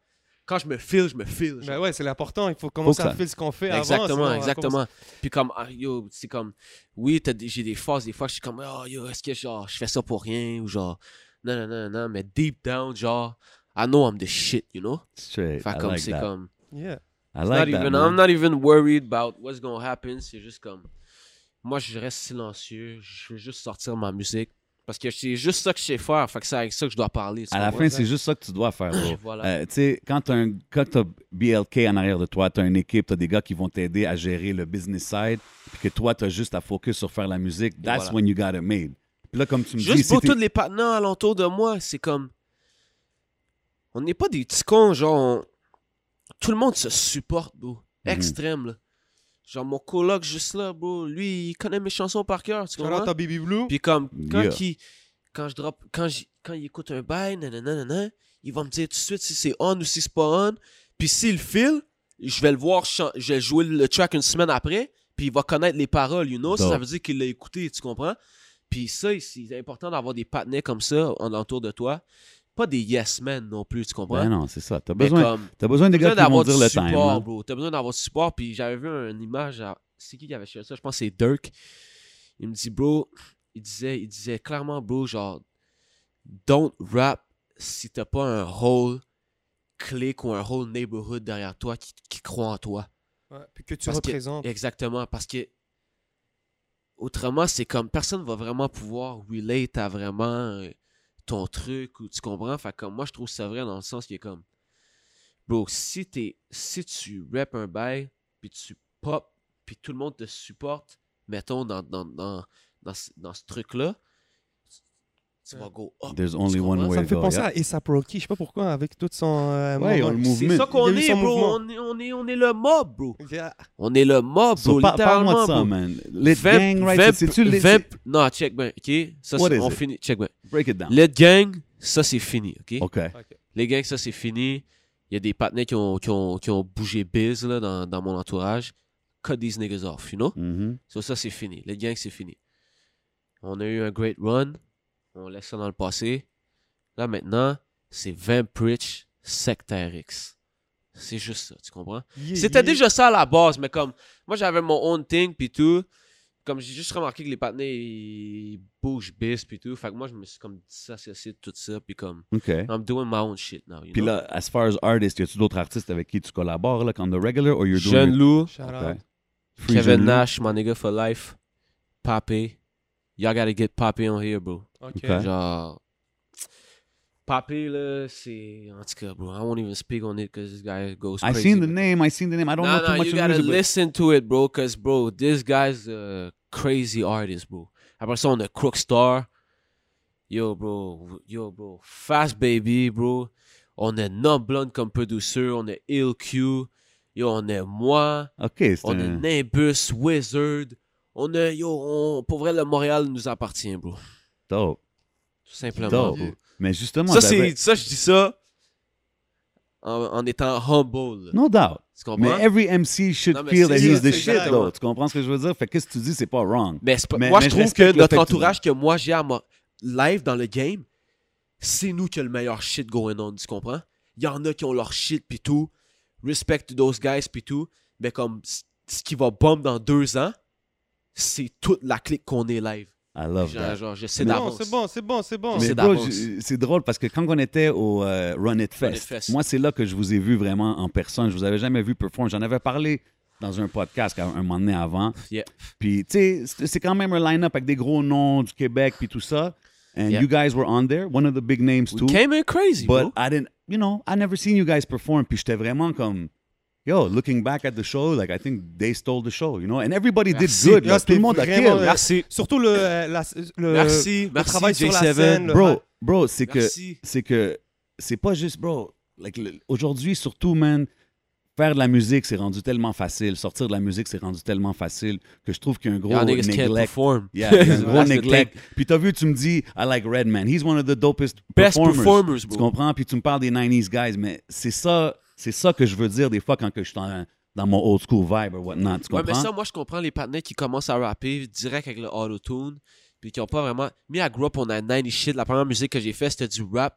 C: Quand je me feel, je me feel. genre.
A: Ben ouais, c'est l'important. Il faut commencer
B: Faut que
A: à
B: ça-
A: faire ce qu'on fait avant. sinon on
C: Exactement,
A: va
C: exactement. Puis comme, ah, yo, c'est comme, oui, t'as des- j'ai des phases, des fois, je suis comme, oh, yo, est-ce que genre, je fais ça pour rien ou genre, non, non, non, non, mais deep down, genre, I know I'm the shit, you know?
B: Straight.
C: Fait
B: I
C: comme,
B: like
C: c'est
B: that.
C: comme,
A: commencer- Yeah.
B: I like
C: it's not
B: that,
C: even,
B: man.
C: I'm not even worried about what's gonna happen, c'est juste comme, moi, je reste silencieux, je veux juste sortir ma musique parce que c'est juste ça que je sais faire, fait que c'est avec ça que je dois parler. tu
B: À la
C: comprends?
B: fin, c'est juste ça que tu dois faire, bro.
C: Voilà.
B: Euh, tu sais, quand t'as un- quand t'as BLK en arrière de toi, t'as une équipe, t'as des gars qui vont t'aider à gérer le business side, puis que toi, t'as juste à focus sur faire la musique, that's
C: voilà.
B: when you got it made. Puis là, comme tu me dis,
C: Juste
B: si
C: pour
B: t'es-
C: tous les partenaires alentour de moi, c'est comme. On n'est pas des petits cons, genre. on- Tout le monde se supporte, bro.
B: Mhm.
C: Extrême, là. Genre, mon coloc juste là, bro, lui, il connaît mes chansons par cœur, tu
A: Shout out
C: comprends?
A: à Baby Blue.
C: Puis comme, quand,
B: Yeah.
C: il, quand je drop, quand, j'y- quand il écoute un bail, nanana, nanana, il va me dire tout de suite si c'est on ou si c'est pas on. Puis s'il file, je vais le voir, chan- je vais jouer le track une semaine après, puis il va connaître les paroles, you know? Ça,
B: Dope.
C: ça veut dire qu'il l'a écouté, tu comprends? Puis ça, c'est important d'avoir des partenaires comme ça en entour de toi. Pas des yes men non plus, tu comprends?
B: Ben non, c'est ça. T'as
C: Mais
B: besoin,
C: comme,
B: t'as besoin des
C: T'as
B: gars qui
C: besoin
B: vont
C: d'avoir du
B: dire le
C: support,
B: time. hein.
C: bro. T'as besoin d'avoir du support. Puis j'avais vu une image. à- C'est qui qui avait fait ça? Je pense que c'est Dirk. Il me dit, bro, il disait, il disait clairement, bro, genre, don't rap si t'as pas un rôle clique ou un rôle neighborhood derrière toi qui, qui croit en toi.
A: Ouais, puis que tu
C: Parce que-
A: représentes.
C: Exactement, parce que autrement, c'est comme personne va vraiment pouvoir relate à vraiment euh, ton truc ou tu comprends. Fait que comme moi, je trouve ça vrai dans le sens qui est comme, bro, si t'es, si tu rap un bail, puis tu pop, puis tout le monde te supporte, mettons dans dans dans dans, ce- dans ce truc là, tu vas
A: Ouais.
C: go up.
B: There's
C: tu
B: only one
C: comprends?
B: way
A: Ça me fait
B: to go,
A: penser
B: yeah.
A: à Esa Rocky. Je sais pas pourquoi, avec tout son. euh,
B: Ouais, on
A: moment.
B: le
C: C'est ça
B: mouvement.
C: qu'on
A: Il y a eu
C: est,
A: son mouvement.
C: bro. On est, on est on est le mob, bro.
A: Yeah.
C: On est le mob,
B: So,
C: bro.
B: pa- Parle-moi
C: littéralement,
B: de ça,
C: bro.
B: man. Lit
C: Vamp-
B: gang, right?
C: Vamp-
B: C'est- C'est-tu lit-
C: Vamp- Non, check bien, OK? Ça,
B: What
C: c'est-
B: is
C: on
B: it?
C: finit. Check bien.
B: c'est- Break it down.
C: Let Gang, ça, c'est fini, OK?
B: OK.
C: Les gangs, ça, c'est fini. Il y a des partenaires qui ont, qui ont, qui ont bougé biz là, dans, dans mon entourage. Cut these niggas off, you know?
B: Mhm.
C: So, ça, c'est fini. Let Gang, c'est fini. On a eu un great run. On laisse ça dans le passé. Là, maintenant, c'est Vamprich Sectaire X. C'est juste ça, tu comprends?
A: Yeah,
C: C'était
A: yeah.
C: déjà ça à la base, mais comme moi j'avais mon own thing puis tout. Comme j'ai juste remarqué que les partenaires ils bougent bis puis tout. Fait que moi je me suis comme disassocié de tout ça puis comme
B: OK.
C: I'm doing my own shit now. You
B: Puis
C: know?
B: là, as far as artists, y a-tu d'autres artistes avec qui tu collabores, là, comme The Regular, or you're doing
C: Jeune
B: your-
C: Lou,
A: Shout
B: Ok.
A: out.
B: Free Jeune
C: uh, Kevin
B: Lou.
C: Nash, my nigga for life, Papé. Y'all gotta get Papé on here, bro.
A: Ok.
B: Ok. Hein?
C: Genre. Papé là, c'est. En tout cas, bro, I won't even speak on it because this guy goes
B: I
C: crazy.
B: seen the
C: man.
B: name, I seen the name. I don't
C: No,
B: know too
C: no,
B: much
C: you
B: of
C: gotta
B: music, but-
C: listen to it, bro, because bro, this guy's a crazy artist, bro. Après ça, on a Crookstar. Yo, bro. Yo, bro. Fast Baby, bro. On a Non Blonde comme producer. On a Ill Q. Yo, on a moi.
B: OK, c'est
C: On a
B: un...
C: Nimbus, Wizard. On a, yo, on- pour vrai, le Montréal nous appartient, bro.
B: Dope.
C: Tout simplement.
B: Dope.
C: bro.
B: Mais justement,
C: Ça,
B: t'avais-
C: c'est, ça, je dis ça en, en étant humble. là.
B: No doubt.
C: Tu comprends?
B: Mais
C: Mais,
B: every MC should
C: Non, mais
B: feel
C: c'est
B: that
A: ça,
B: he's the
A: c'est
B: shit,
A: exactement.
B: though. Tu comprends ce que je veux dire? Fait que qu'est-ce que tu dis, c'est pas wrong.
C: c'est pas-
B: Mais-
C: moi,
B: mais
C: je
B: je
C: trouve que
B: respecte le
C: notre
B: fait que tu
C: entourage que moi j'ai à moi, live dans le game, c'est nous qui a le meilleur shit going on, tu comprends? Il y en a qui ont leur shit pis tout. Respect to those guys pis tout. Mais comme c- ce qui va bomber dans deux ans, c'est toute la clique qu'on est live.
B: I love
C: Genre,
B: that.
C: genre je sais
A: C'est bon,
C: d'avance.
A: c'est bon, c'est bon, c'est bon.
C: Mais-
B: Mais
C: c'est
B: bro,
C: d'avance.
B: je- c'est drôle parce que quand on était au euh, Run It
C: Run It
B: Fest,
C: Fest.
B: moi, c'est là que je vous ai vu vraiment en personne. Je vous avais jamais vu performer. J'en avais parlé dans un podcast à un moment donné avant.
C: Yeah.
B: Puis, tu sais, c'est c'est quand même un line-up avec des gros noms du Québec puis tout ça. And
C: Yeah.
B: you guys were on there, one of the big names
C: We
B: too.
C: came in crazy,
B: But
C: bro.
B: I didn't, you know, I never seen you guys perform. Puis j'étais vraiment comme, yo, looking back at the show, like I think they stole the show, you know. And everybody
C: Merci.
B: did good.
A: Là,
B: Like, tout le
A: c'était
B: monde a
A: vraiment,
B: kill.
A: euh,
C: Merci.
A: Surtout le, euh, la- le-
C: Merci,
A: le
C: merci,
A: travail sur la
C: J7.
A: scène. le-
B: Bro, bro, c'est que,
C: Merci.
B: c'est que, c'est pas juste, bro. Like le- aujourd'hui, surtout, man, faire de la musique, c'est rendu tellement facile. Sortir de la musique, c'est rendu tellement facile que je trouve qu'il y a un gros
C: Y'all niggas can't
B: neglect.
C: perform.
B: Yeah, il y a un gros
C: That's the
B: neglect.
C: thing.
B: Puis t'as vu, tu me dis, I like Redman. He's one of the dopest
C: Best
B: performers.
C: performers,
B: Tu
C: bro.
B: comprends? Puis tu me parles des 90s guys, mais c'est ça, c'est ça que je veux dire des fois quand que je suis dans, dans mon old school vibe ou whatnot. Tu
C: Ouais, mais
B: comprends?
C: ça, moi, je comprends les partenaires qui commencent à rapper direct avec le auto-tune, puis qui ont pas vraiment. Me, I grew up on a 90 shit. La première musique que j'ai fait, c'était du rap.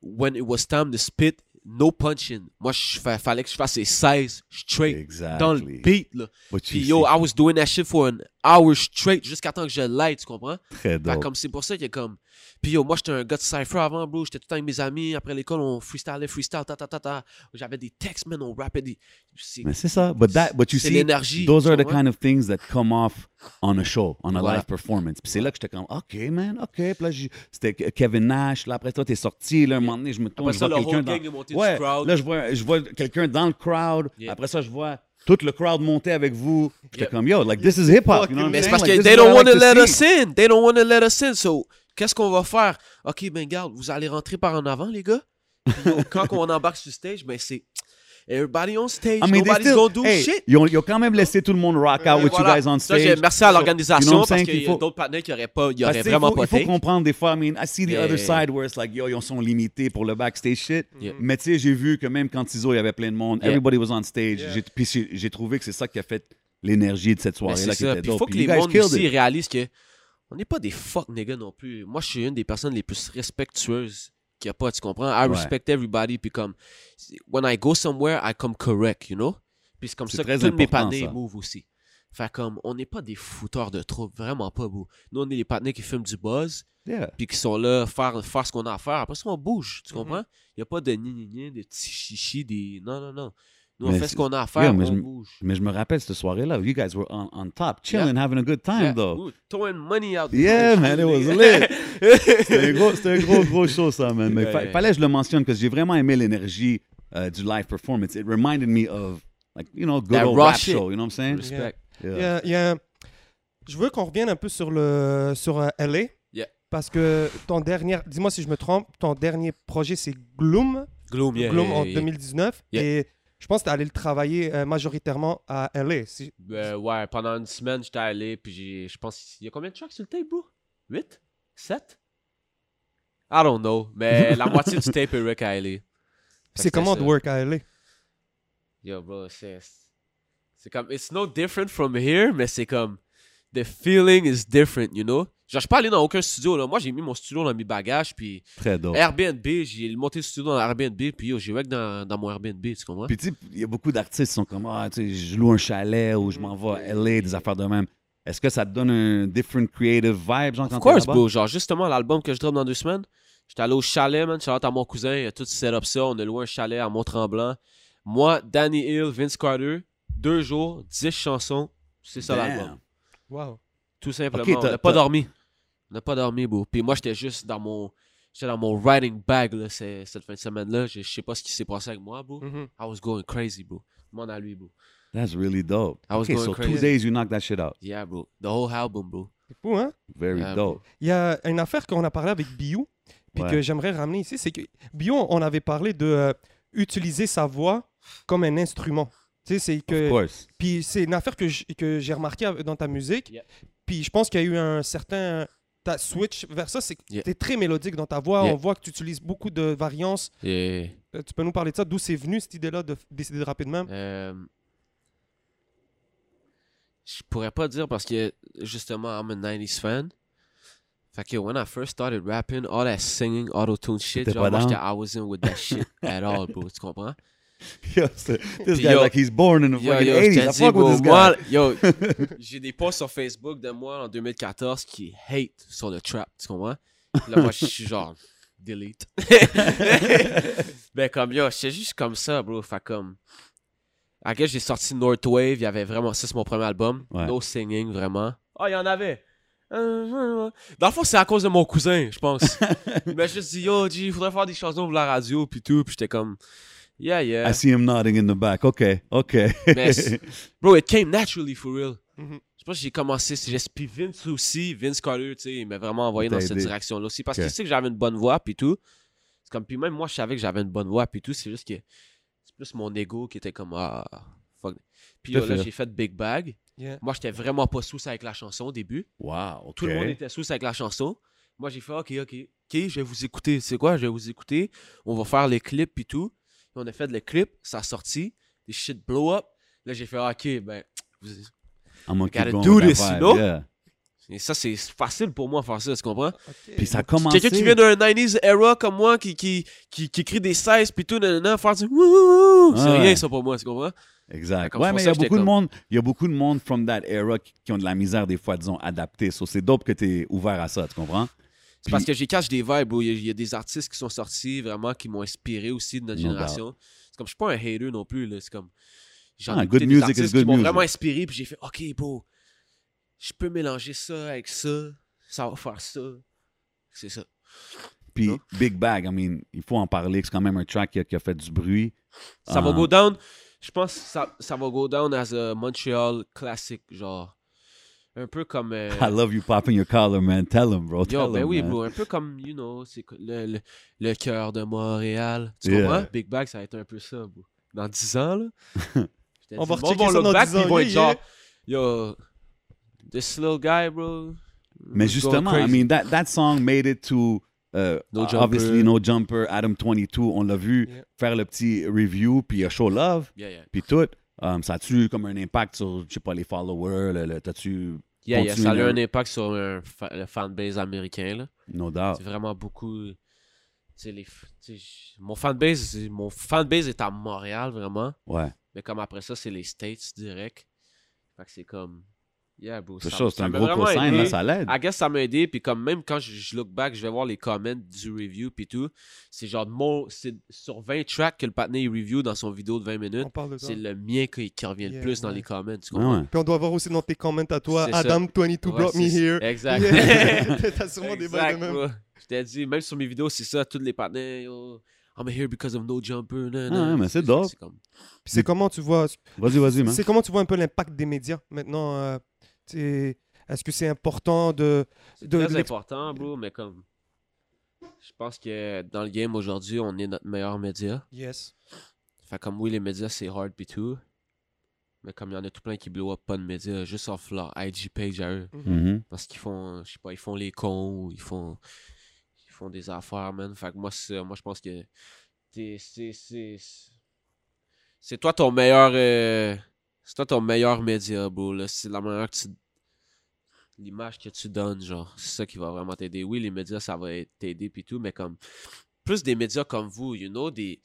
C: When it was time to spit, no punching. Moi, je fa- fallait que je fasse les 16 straight
B: Exactly.
C: dans le beat, là.
B: But you
C: Puis yo,
B: see,
C: I was doing that shit for an hour straight jusqu'à temps que je l'aille, tu comprends?
B: très
C: Fait
B: dope.
C: comme c'est pour ça qu'il y a comme. Puis yo, moi j'étais un gars de cypher avant, bro. J'étais tout le temps avec mes amis. Après l'école, on freestylait, freestyle, ta ta ta ta. J'avais des textes, man, on rappait des. c'est-
B: Mais c'est ça. But that, but you
C: C'est
B: see,
C: l'énergie,
B: those
C: tu
B: are the
C: comprends?
B: kind of things that come off on a show, on a
C: Voilà.
B: live performance. Puis c'est là que j'étais comme, OK, man, OK. Puis là, j'ai- c'était Kevin Nash. Là, après toi, t'es sorti. Là, un moment donné, je me tourne,
C: Après
B: je
C: ça,
B: vois
C: le
B: quelqu'un
C: whole
B: dans...
C: gang est monté
B: Ouais,
C: du crowd.
B: là, je vois, je vois quelqu'un dans le crowd.
C: Yeah.
B: Après ça, je vois tout le crowd monter avec vous. J'étais
C: Yeah.
B: comme, yo, like, this is hip-hop. You know what I'm
C: Mais c'est
B: saying?
C: parce
B: Like,
C: que
B: this
C: they
B: is
C: don't
B: what
C: want
B: I
C: to
B: like
C: let
B: to
C: us
B: see.
C: in. They don't want to let us in. So, qu'est-ce qu'on va faire? OK, ben garde, vous allez rentrer par en avant, les gars. Puis, yo, quand on embarque sur stage, ben c'est everybody on stage.
B: I mean, they
C: Nobody's
B: still-
C: gonna do
B: hey,
C: shit.
B: Ils ont, ils ont quand même laissé tout le monde rock out with
C: Voilà.
B: you guys on
C: Ça,
B: stage.
C: j'ai- merci à l'organisation
B: You know what I'm
C: parce
B: saying,
C: qu'il y
B: qu'il
C: a
B: faut-
C: d'autres partenaires qui n'auraient pas, ils
B: Parce
C: auraient
B: que
C: vraiment
B: il faut,
C: pas
B: il faut
C: take.
B: comprendre des fois. I mean, I see the
C: Yeah,
B: other
C: yeah, yeah.
B: side where it's like, yo, ils sont limités pour le backstage shit.
C: Yeah.
B: Mais tu sais, j'ai vu que même quand ISO, il y avait plein de monde.
C: Yeah.
B: Everybody was on stage.
A: Yeah.
B: J'ai- Puis j'ai j'ai trouvé que c'est ça qui a fait l'énergie de cette
C: Mais Ben, c'est
B: soirée-là qui
C: ça.
B: était
C: Puis il faut
B: dope.
C: que
B: Puis
C: les
B: you guys
C: mondes
B: killed
C: ici
B: it.
C: réalisent que on n'est pas des fuck niggas non plus. Moi, je suis une des personnes les plus respectueuses qu'il n'y a pas, tu comprends? I
B: Ouais.
C: respect everybody. Puis comme, when I go somewhere, I come correct, you know? Puis c'est comme
B: C'est
C: ça que
B: très
C: tous mes
B: important,
C: partenaires
B: ça.
C: move aussi. Fait comme, on n'est pas des fouteurs de troubles, vraiment pas, beau. Nous, on est les partenaires qui fument du buzz,
B: Yeah.
C: puis qui sont là, faire, faire ce qu'on a à faire. Après ça, on bouge, tu
A: Mhm.
C: comprends? Il n'y a pas de ni-ni-ni, de petits chichis, des. Non, non, non. Nous, on
B: Mais
C: fait ce
B: c'est-
C: qu'on a à faire,
B: Yeah, mais
C: on
B: je me-
C: bouge.
B: Mais je me rappelle cette soirée-là. You guys were on, on top, chilling, having a good time,
C: Yeah,
B: though.
C: we were throwing money out the
B: Yeah,
C: place,
B: man, it
C: nigga.
B: was lit. C'était un gros, c'était un gros, gros show, ça, man. Mais fa-
C: Ouais.
B: fallait que je le mentionne parce que j'ai vraiment aimé l'énergie euh, du live performance. It reminded me of, like, you know, good
C: That
B: old
C: raw
B: rap
C: shit.
B: show. You know what I'm saying?
C: Respect.
A: Il y a- il y a- Je veux qu'on revienne un peu sur, le, sur euh, LA.
C: Yeah.
A: Parce que ton dernier, dis-moi si je me trompe, ton dernier projet c'est Gloom,
C: Gloom, yeah,
A: Gloom
C: yeah,
A: en
C: yeah.
A: 2019.
C: Yeah.
A: Et je pense que tu allé le travailler euh, majoritairement à LA. si-
C: Euh, ouais, pendant une semaine, j'étais allé, puis j'ai, je pense, il y a combien de tracks sur le tape, bro? 8? 7? I don't know, mais la moitié du tape est Rick Haley. Fait
A: C'est
C: que
A: comment
C: c'était
A: de
C: ça.
A: work à LA
C: Yo, bro, c'est... C'est comme, it's no different from here, mais c'est comme, the feeling is different, you know? Genre, je suis pas allé dans aucun studio, là. Moi, j'ai mis mon studio dans mes bagages, puis
B: Très dope.
C: Airbnb, j'ai monté le studio dans Airbnb, puis yo, j'ai rec dans, dans mon Airbnb, tu comprends?
B: Puis, tu sais, il y a beaucoup d'artistes qui sont comme, ah, tu sais, je loue un chalet ou je m'en vais à LA, des affaires de même. Est-ce que ça te donne un different creative vibe, genre, quand
C: Of
B: t'es
C: course,
B: là-bas?
C: bro. Genre, justement, l'album que je drop dans deux semaines, j'étais allé au chalet, man. Shout out à mon cousin. Il a tout set up ça. On a loué un chalet à Mont-Tremblant. Moi, Danny Hill, Vince Carter, deux jours, dix chansons. C'est ça
B: Damn.
C: l'album.
A: Wow.
C: Tout simplement.
B: Ok,
C: on
B: t'as-
C: n'a pas
B: t'as-
C: dormi. On n'a pas dormi, bro. Puis moi, j'étais juste dans mon. J'étais dans mon riding bag, là, c'est- cette fin de semaine-là. Je je sais pas ce qui s'est passé avec moi, bro.
A: Mhm.
C: I was going crazy, bro. Demande à lui, bro.
B: That's really dope.
C: I was
B: okay,
C: going
B: so
C: crazy.
B: two days, you knock that shit out.
C: Yeah, bro. The whole album, bro.
A: C'est fou, hein?
B: Very
C: Yeah.
B: dope.
A: Il y a une affaire qu'on a parlé avec Biou, puis
B: Ouais.
A: que j'aimerais ramener ici, c'est que Biou, on avait parlé de euh, utiliser sa voix comme un instrument. Tu sais, c'est
B: Of
A: que
B: course.
A: Puis c'est une affaire que j- que j'ai remarqué av- dans ta musique.
C: Yeah.
A: Puis je pense qu'il y a eu un certain ta switch vers ça, c'est que
C: Yeah.
A: t'es très mélodique dans ta voix.
C: Yeah.
A: On voit que tu utilises beaucoup de variances.
C: Et,
A: Euh, Tu peux nous parler de ça D'où c'est venu cette idée-là de f- décider de rapper de même
C: euh, je pourrais pas dire parce que, justement, I'm a 90s fan. Fait que, when I first started rapping, all that singing, auto-tune shit,
B: T'étais
C: genre,
B: pas
C: moi,
B: down?
C: j'étais, I wasn't with that shit at all, bro. Tu comprends?
B: Yo, c'est- this
C: Puis
B: guy,
C: yo-
B: like, he's born in the
C: Yo,
B: fucking
C: yo, je
B: 80s.
C: te
B: I
C: dis,
B: fuck
C: bro,
B: with this
C: moi,
B: guy.
C: yo, j'ai des posts sur Facebook de moi en 2014 qui hate sur le trap, tu comprends? Puis Là, moi, je suis genre, delete. ben, comme, yo, c'est juste comme ça, bro. Fait comme, à quel j'ai sorti North Wave, il y avait vraiment, ça c'est mon premier album,
B: Ouais.
C: no singing, vraiment. Oh, il y en avait! Dans le fond, c'est à cause de mon cousin, je pense. Il m'a juste dit, yo, G, il faudrait faire des chansons pour la radio, puis tout, puis j'étais comme, yeah, yeah.
B: I see him nodding in the back. OK, OK.
C: Mais c'est- bro, it came naturally for real.
A: Mhm.
C: Je pense que j'ai commencé, c'est juste. Puis Vince aussi, Vince Carter, tu sais, il m'a vraiment envoyé
B: Il t'a
C: dans cette
B: aidé.
C: direction-là aussi. Parce
B: Ok.
C: qu'il sait que j'avais une bonne voix, puis tout. C'est comme, puis même moi, je savais que j'avais une bonne voix, puis tout. C'est juste que c'est plus mon ego qui était comme, ah, fuck. Puis
B: Tout à
C: yo, là,
B: fait.
C: j'ai fait Big Bag.
A: Yeah.
C: Moi, j'étais vraiment pas sous avec la chanson au début.
B: Wow, OK.
C: Tout le monde était sous avec la chanson. Moi, j'ai fait, ok, ok, ok, je vais vous écouter. C'est quoi, je vais vous écouter. On va faire les clips, puis tout. Puis on a fait le clip, ça a sorti. Des shit blow up. Là, j'ai fait, ok, ben, vous-
B: I'm gonna
C: Gotta
B: keep going
C: do
B: with that
C: this, you
B: vibe,
C: know?
B: yeah.
C: Et ça, c'est facile pour moi de faire ça, tu comprends?
B: Puis ça a commencé.
C: Quelqu'un qui vient d'un 90s era comme moi, qui, qui, qui, qui écrit des 16 puis tout, nanana, faire du wouhou, c'est
B: Ouais.
C: rien ça pour moi, tu comprends?
B: Exact.
C: Comme
B: Ouais,
C: c'est pour
B: mais il y
C: ça
B: a
C: que j'étais
B: beaucoup de
C: comme-
B: monde, il y a beaucoup de monde from that era qui, qui ont de la misère des fois, disons, adaptée. So, c'est dope que tu es ouvert à ça, tu comprends?
C: C'est parce que j'ai catch des vibes, bro. Il y a- il y, a des artistes qui sont sortis vraiment qui m'ont inspiré aussi de notre
B: No
C: génération. C'est comme, je suis pas un hater non plus, là. C'est comme, j'en
B: Ah,
C: ai
B: good
C: écouté des
B: music is
C: artistes
B: good
C: qui m'ont
B: music.
C: vraiment inspiré, puis j'ai fait, ok, bro, je peux mélanger ça avec ça, ça va faire ça. C'est ça.
B: Puis
C: Non.
B: Big Bag, I mean, il faut en parler. C'est quand même un track qui a, qui a fait du bruit.
C: Ça va
B: Ah.
C: go down. Je pense que ça, ça va go down as a Montreal classic, genre. Un peu comme. euh,
B: I love you popping your collar, man. Tell him, bro. Tell
C: yo, ben
B: him,
C: oui,
B: man.
C: bro. Un peu comme, you know, c'est que le, le, le cœur de Montréal. Tu
B: Yeah.
C: comprends? Big Bag, ça va être un peu ça, bro. Dans 10 ans, là. je te
A: On
C: dis,
A: va
C: bon,
A: rechecker
C: bon,
A: ça
C: look
A: dans
C: back,
A: 10
C: puis
A: ans,
C: ils vont être
A: yeah,
C: genre, yo, this little guy, bro.
B: Mais
C: is
B: justement,
C: going
B: I
C: crazy.
B: mean, that, that song made it to, euh,
C: No
B: uh,
C: Jumper.
B: obviously, No Jumper, Adam 22. On l'a vu
A: Yeah.
B: faire le petit review, puis euh, Show Love,
C: Yeah, yeah.
B: puis tout. Um, ça a-tu eu comme un impact sur, je sais pas, les followers? Le, le- T'as-tu,
C: Yeah, yeah, ça a eu
B: Continuez.
C: un impact sur un fa- le fanbase américain, là.
B: no doubt.
C: C'est vraiment beaucoup. tu sais, les, f- tu sais, j- mon fanbase, c'est- mon fanbase est à Montréal vraiment,
B: Ouais.
C: mais comme après ça, c'est les States direct. Fait que c'est comme, yeah, bro.
B: C'est
C: ça-
B: chaud, c'est
C: ça
B: un
C: m'a
B: gros
C: Ah, ben, vraiment
B: cosign,
C: aidé.
B: là, ça l'aide.
C: I guess ça m'a aidé, puis comme même quand je, je look back, je vais voir les comments du review puis tout, c'est genre mon, c'est sur 20 tracks que le patiné il review dans son vidéo de 20 minutes,
A: On parle de ça.
C: c'est
A: Puis
C: le mien qui, qui revient
A: Yeah,
C: le plus dans
A: ouais.
C: les comments, tu
B: Ouais,
C: comprends?
B: Ah ouais.
A: on doit voir aussi dans tes comments à toi
C: C'est ça.
A: Adam22
C: Ouais,
A: brought me
C: c'est-
A: here.
C: Exact.
A: Yeah. T'as sûrement des bails de
C: Exact,
A: même.
C: bro. Je t'ai dit, même sur mes vidéos, c'est ça, tous les partenaires, yo, I'm here because of no jumper. nan, nan.
B: Ouais, mais c'est dope.
C: comme-
A: Puis c'est comment tu vois
B: Vas-y, vas-y, man.
A: C'est comment tu vois un peu l'impact des médias maintenant euh, tu sais, Est-ce que c'est important de.
C: C'est
A: De-
C: très
A: de l'ex-
C: important, bro, mais comme. Je pense que dans le game aujourd'hui, on est notre meilleur média.
A: Yes.
C: Fait comme oui, les médias, c'est hard pis tout. Mais comme il y en a tout plein qui blow up pas de médias, juste off leur IG page à eux.
B: Mhm.
C: Parce qu'ils font, je sais pas, ils font les cons, ou ils font, ils font des affaires, man. Fait que moi, c'est- moi je pense que t'es- c'est, c'est, c'est- c'est toi ton meilleur, euh, c'est toi ton meilleur média, bro. là. C'est la manière que tu, l'image que tu donnes, genre, c'est ça qui va vraiment t'aider. Oui, les médias, ça va être- t'aider puis tout, mais comme plus des médias comme vous, you know, des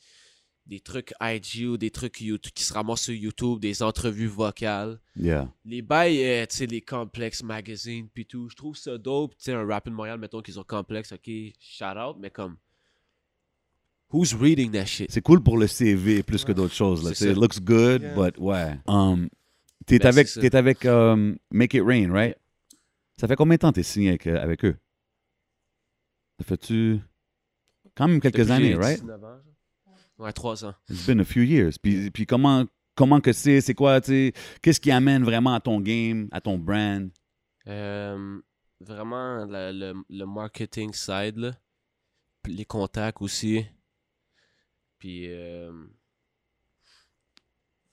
C: des trucs IG ou des trucs YouTube qui se ramassent sur YouTube, des entrevues vocales
B: Yeah.
C: les bails, euh, tu sais, les complexes magazines puis tout, je trouve ça dope. Tu sais, un rap de Montréal, mettons qu'ils ont complexe, ok, shout out, mais comme. Who's reading that shit?
B: C'est cool pour le CV plus que
A: Ouais.
B: d'autres choses. Là.
C: C'est
B: Tu sais,
C: ça.
B: It looks good,
A: Yeah.
B: but ouais. Um, t'es
C: Ben,
B: avec,
C: c'est ça.
B: t'es avec um, Make It Rain, right?
C: Yeah.
B: Ça fait combien de temps t'es signé avec, euh, avec eux? Ça fait-tu quand même quelques
C: Depuis
B: années,
C: j'ai
B: right?
C: 19 ans, genre. Ouais, 3 ans.
B: It's been a few years. Puis, puis comment, comment que c'est? C'est quoi, tu sais? Qu'est-ce qui amène vraiment à ton game, à ton brand?
C: Euh, vraiment la- le, le marketing side, là. Puis les contacts aussi. Puis euh,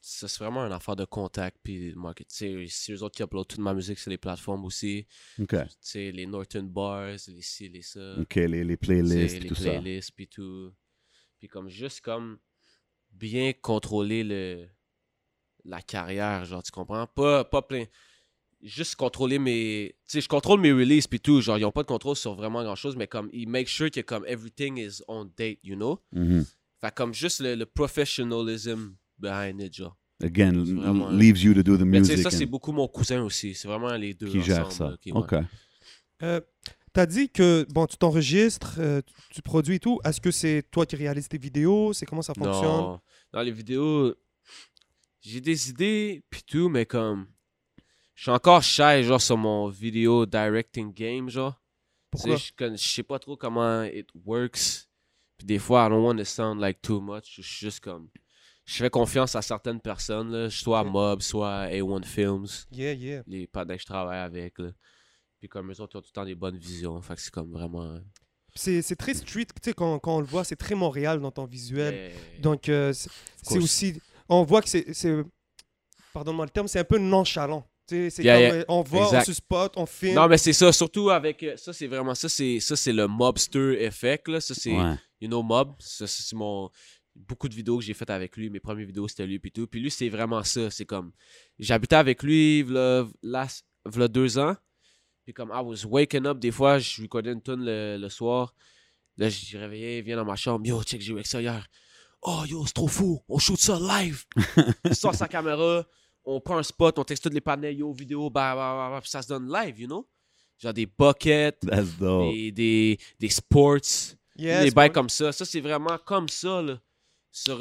C: ça, c'est vraiment une affaire de contact. Puis de marketing. Tu sais, Si eux autres qui uploadent toute ma musique sur les plateformes aussi,
B: OK.
C: tu sais, les Norton Bars, les ci, les ça.
B: OK, les, les
C: C'est
B: playlists et
C: les
B: tout
C: playlists puis tout. Puis comme juste comme bien contrôler le la carrière, genre tu comprends Pas pas plein juste contrôler mes tu sais je contrôle mes releases puis tout, genre ils ont pas de contrôle sur vraiment grand-chose mais comme ils make sure que comme everything is on date, you know
B: ça. Mhm.
C: Fait comme juste le, le professionalism behind it genre.
B: Again,
C: C'est vraiment-
B: leaves you to do the
C: Mais tu sais
B: music
C: ça c'est
B: and-
C: beaucoup mon cousin aussi, c'est vraiment les deux
B: qui gère ça.
C: ensemble, là, qui- ouais.
B: OK.
A: Euh, T'as dit que bon, tu t'enregistres, euh, tu- tu produis et tout. Est-ce que c'est toi qui réalises tes vidéos C'est comment ça fonctionne
C: Non, dans les vidéos, j'ai des idées, puis tout, mais comme. Je suis encore shy, genre, sur mon vidéo directing game, genre. Tu sais,
A: Pourquoi
C: Je con- je sais pas trop comment it works. Puis des fois, I don't want to sound like too much. Je suis juste comme. Je fais confiance à certaines personnes, là, soit à
A: Ok.
C: Mob, soit à A1 Films,
A: Yeah, yeah.
C: les padins que je travaille avec. Là. Puis comme eux autres, ils ont tout le temps des bonnes visions. Fait que c'est comme vraiment.
A: C'est c'est très street, tu sais, quand, quand on le voit, c'est très Montréal dans ton visuel.
C: Yeah.
A: Donc, euh, c'est c'est
C: course.
A: aussi. On voit que c'est. c'est- Pardonne-moi le terme, c'est un peu nonchalant. Tu sais, C'est
C: Yeah,
A: comme, euh,
C: yeah.
A: on voit, on
C: Exact.
A: se spot, on filme.
C: Non, mais c'est ça, surtout avec. euh, Ça, c'est vraiment. Ça, c'est ça c'est le mobster effect. Là. Ça, c'est.
B: Ouais.
C: You know, mob. Ça, c'est mon. Beaucoup de vidéos que j'ai faites avec lui. Mes premières vidéos, c'était lui, puis tout. Puis lui, c'est vraiment ça. C'est comme. J'habitais avec lui, v'là, last- v'là deux ans. Puis comme, I was waking up. Des fois, je lui connais une tonne le, le soir. Là, je lui réveillais, il vient dans ma chambre. Yo, check, j'ai joué avec ça hier. Oh, yo, c'est trop fou. On shoot ça live. il sort sa caméra. On prend un spot, on texte tous les panels, yo, vidéo, bah, bah, bah, bah, puis ça se donne live, you know? Genre des buckets,
B: That's dope.
C: des, des, des sports
A: Yes,
C: les
A: bon.
C: bails comme ça. Ça, c'est vraiment comme ça, là. Sur euh,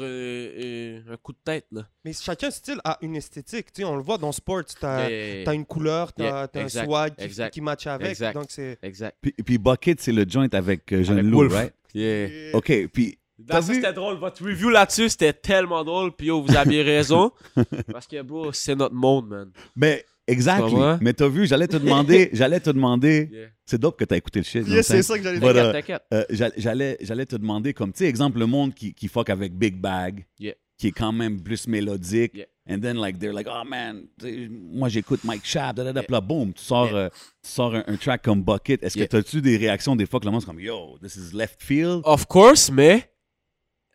C: euh, un coup de tête, là.
A: Mais chacun style a une esthétique. Tu sais, on le voit dans Sports, t'as
C: Yeah, yeah, yeah.
A: t'as une couleur, t'as
C: Yeah,
A: t'as un
C: exact,
A: swag qui,
C: exact,
A: qui match avec.
C: exact.
A: Donc, c'est.
C: Exact.
B: Puis, puis Bucket, c'est le joint avec euh, Jeune
C: Avec
B: Lou,
C: Wolf.
B: right?
C: Yeah.
A: Yeah.
B: OK, puis T'as
C: Dans ça,
B: vu?
C: c'était drôle. Votre review là-dessus, c'était tellement drôle. Puis yo, vous aviez raison. parce que, bro, c'est notre monde, man.
B: Mais exactly.
C: Tu comprends?
B: Mais t'as vu, j'allais te demander, j'allais te demander.
C: Yeah.
B: C'est dope que t'as écouté le shit.
A: Yeah,
B: dans le
A: c'est
B: sens-
A: ça que j'allais dire.
B: Voilà.
C: T'inquiète, t'inquiète.
B: Euh, j'a- j'allais, j'allais te demander comme tu sais exemple le monde qui, qui fuck avec Big Bag,
C: Yeah.
B: qui est quand même plus mélodique.
C: Yeah.
B: And then like they're like oh man, tu sais, moi j'écoute Mike Schaap, da, da, da.
C: Yeah.
B: Puis là, boom, tu sors,
C: Yeah.
B: euh, tu sors un, un track comme Bucket. Est-ce
C: Yeah.
B: que t'as-tu des réactions des fois que le monde est comme yo, this is left field?
C: Of course, mais,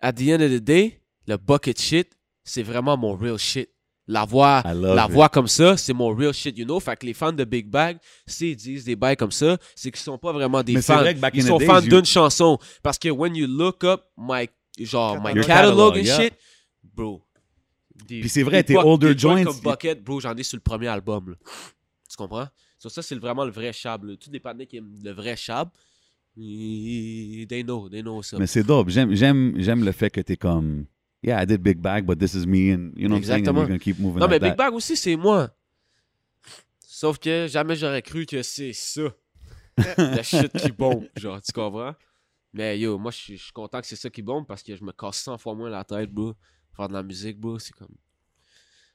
C: at the end of the day, le bucket shit, c'est vraiment mon real shit. La voix,
B: I love
C: la
B: it.
C: voix comme ça, c'est mon real shit, you know. Fait que les fans de Big Bag, s'ils disent des bails comme ça, c'est qu'ils sont pas vraiment des
B: Mais c'est
C: fans.
B: vrai que back
C: Ils
B: in the
C: sont
B: days,
C: fans
B: you-
C: d'une chanson. Parce que when you look up my, genre, my
A: Your
C: catalog,
B: catalog,
C: and
B: yeah.
C: shit, bro. des-
B: Puis c'est vrai,
C: des
B: tes
C: buck-
B: older
C: des joints
B: joints,
C: comme Bucket, bro, j'en ai sur le premier album. là. Tu comprends? So, ça, c'est vraiment le vrai chab. là. Tous les panneaux qui aiment le vrai chab, ils- they know, they know ça.
B: Mais c'est dope. J'aime, j'aime, j'aime le fait que t'es comme yeah I did Big Bag but this is me and you know what I'm saying and
C: Exactement.
B: we're gonna keep moving
C: Non, mais
B: like
C: Big
B: that.
C: Bang aussi, c'est moi. Sauf que jamais j'aurais cru que c'est ça. la shit qui bombe, genre, tu comprends? Mais yo, moi, je suis- je suis content que c'est ça qui bombe parce que je me casse 100 fois moins la tête, bro. Faire de la musique, bro, c'est comme...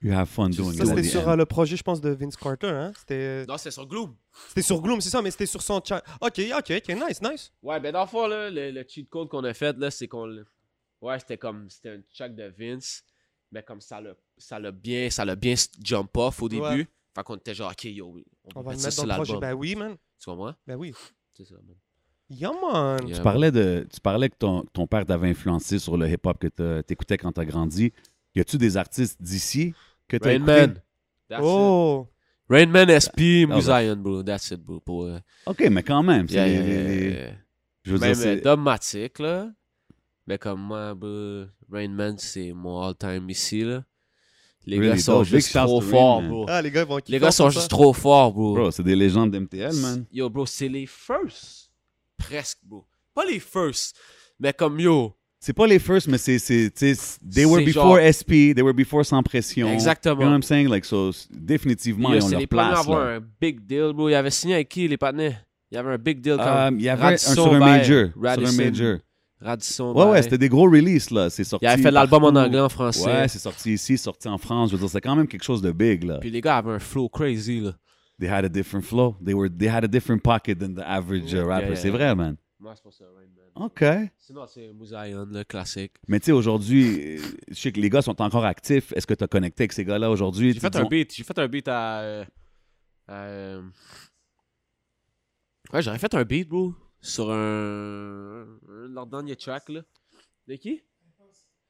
B: You have fun
C: Ça,
B: doing
A: Ça,
B: it.
A: c'était
B: at the
A: sur
B: end.
A: euh, le projet, je pense, de Vince Carter. Hein? C'était
C: Non, c'est sur Gloom.
A: c'était sur Gloom, c'est ça, mais c'était sur son chat. Ok, ok, ok, nice, nice.
C: Ouais, ben dans le fond, là, le, le cheat code qu'on a fait, là, c'est qu'on... le- Ouais, c'était comme... C'était un check de Vince, mais comme ça l'a ça l'a bien, ça l'a bien jump off au début.
A: Ouais.
C: Fait qu'on était genre, OK, yo, on,
A: On
C: peut
A: va le
C: mettre ça
A: mettre
C: sur
A: dans le projet.
C: l'album.
A: Ben oui, man.
C: Tu comprends?
A: Ben oui.
C: C'est ça, man.
A: Yeah, man.
C: Yeah,
B: Tu parlais, de, tu parlais que ton, ton père t'avait influencé sur le hip-hop que t'as- t'écoutais quand t'as grandi. Y a-tu des artistes d'ici que t'as
C: Rain
B: écouté?
C: Man. That's it.
A: Oh.
C: Rain Man SP,
B: that-
C: Musayan, bro. That's it, bro. Pour, euh,
B: OK, mais quand même. c'est
C: yeah,
B: les-
C: yeah,
B: les-
C: yeah,
B: les-
C: yeah.
B: Je veux
C: Même
B: dire,
C: euh,
B: c'est...
C: Dogmatic, là. Mais comme moi, bro, Rain Man, c'est mon all-time ici, là. Les
B: Really
C: gars sont
B: dope. Big
C: juste
B: shouts
C: trop
B: to Rain
C: forts,
B: Man.
C: bro.
A: Ah, les gars, ils vont kiffer
C: Les gars sont
A: pour ça.
C: juste trop forts, bro.
B: Bro, c'est des légendes d'MTL, man.
C: Yo, bro, c'est les first. Presque, bro. Pas les first, mais comme yo.
B: C'est pas les first, mais c'est... c'est tu sais, c'est- they were
C: C'est
B: before
C: genre-
B: SP, they were before Sans Pression.
C: Exactement.
B: You know what I'm saying? Like, so, c'est- définitivement,
C: Yo,
B: ils ont
C: c'est
B: leur
C: les premiers à
B: place,
C: avoir
B: là.
C: un big deal, bro. Ils avaient signé avec qui, les partenaires? Il y avait un big deal
B: Euh,
C: quand
B: Il y avait un
C: Radisson
B: sur un
C: Vert,
B: major. Sur un
C: Radisson.
B: major.
C: Radisson.
B: Ouais, ouais,
C: Barré.
B: c'était des gros releases, là. C'est sorti
C: Il avait fait l'album en
B: partout.
C: anglais, en français.
B: Ouais, c'est sorti ici, sorti en France. Je veux dire, c'est quand même quelque chose de big, là.
C: Puis les gars avaient un flow crazy, là.
B: They had a different flow. They were they had a different pocket than the average uh,
C: Yeah,
B: rapper.
C: yeah,
B: c'est
C: yeah.
B: vrai, man.
C: Moi, c'est pour ça, Rain Man.
B: OK.
C: Sinon, c'est Mousaïon, le classique.
B: Mais tu sais, aujourd'hui, euh, je sais que les gars sont encore actifs. Est-ce que tu as connecté avec ces gars-là aujourd'hui?
C: J'ai fait
B: Dis-
C: un beat. J'ai fait un beat à. euh, à, euh, Ouais, j'aurais fait un beat, bro. Sur un. un de leurs derniers tracks, là. De qui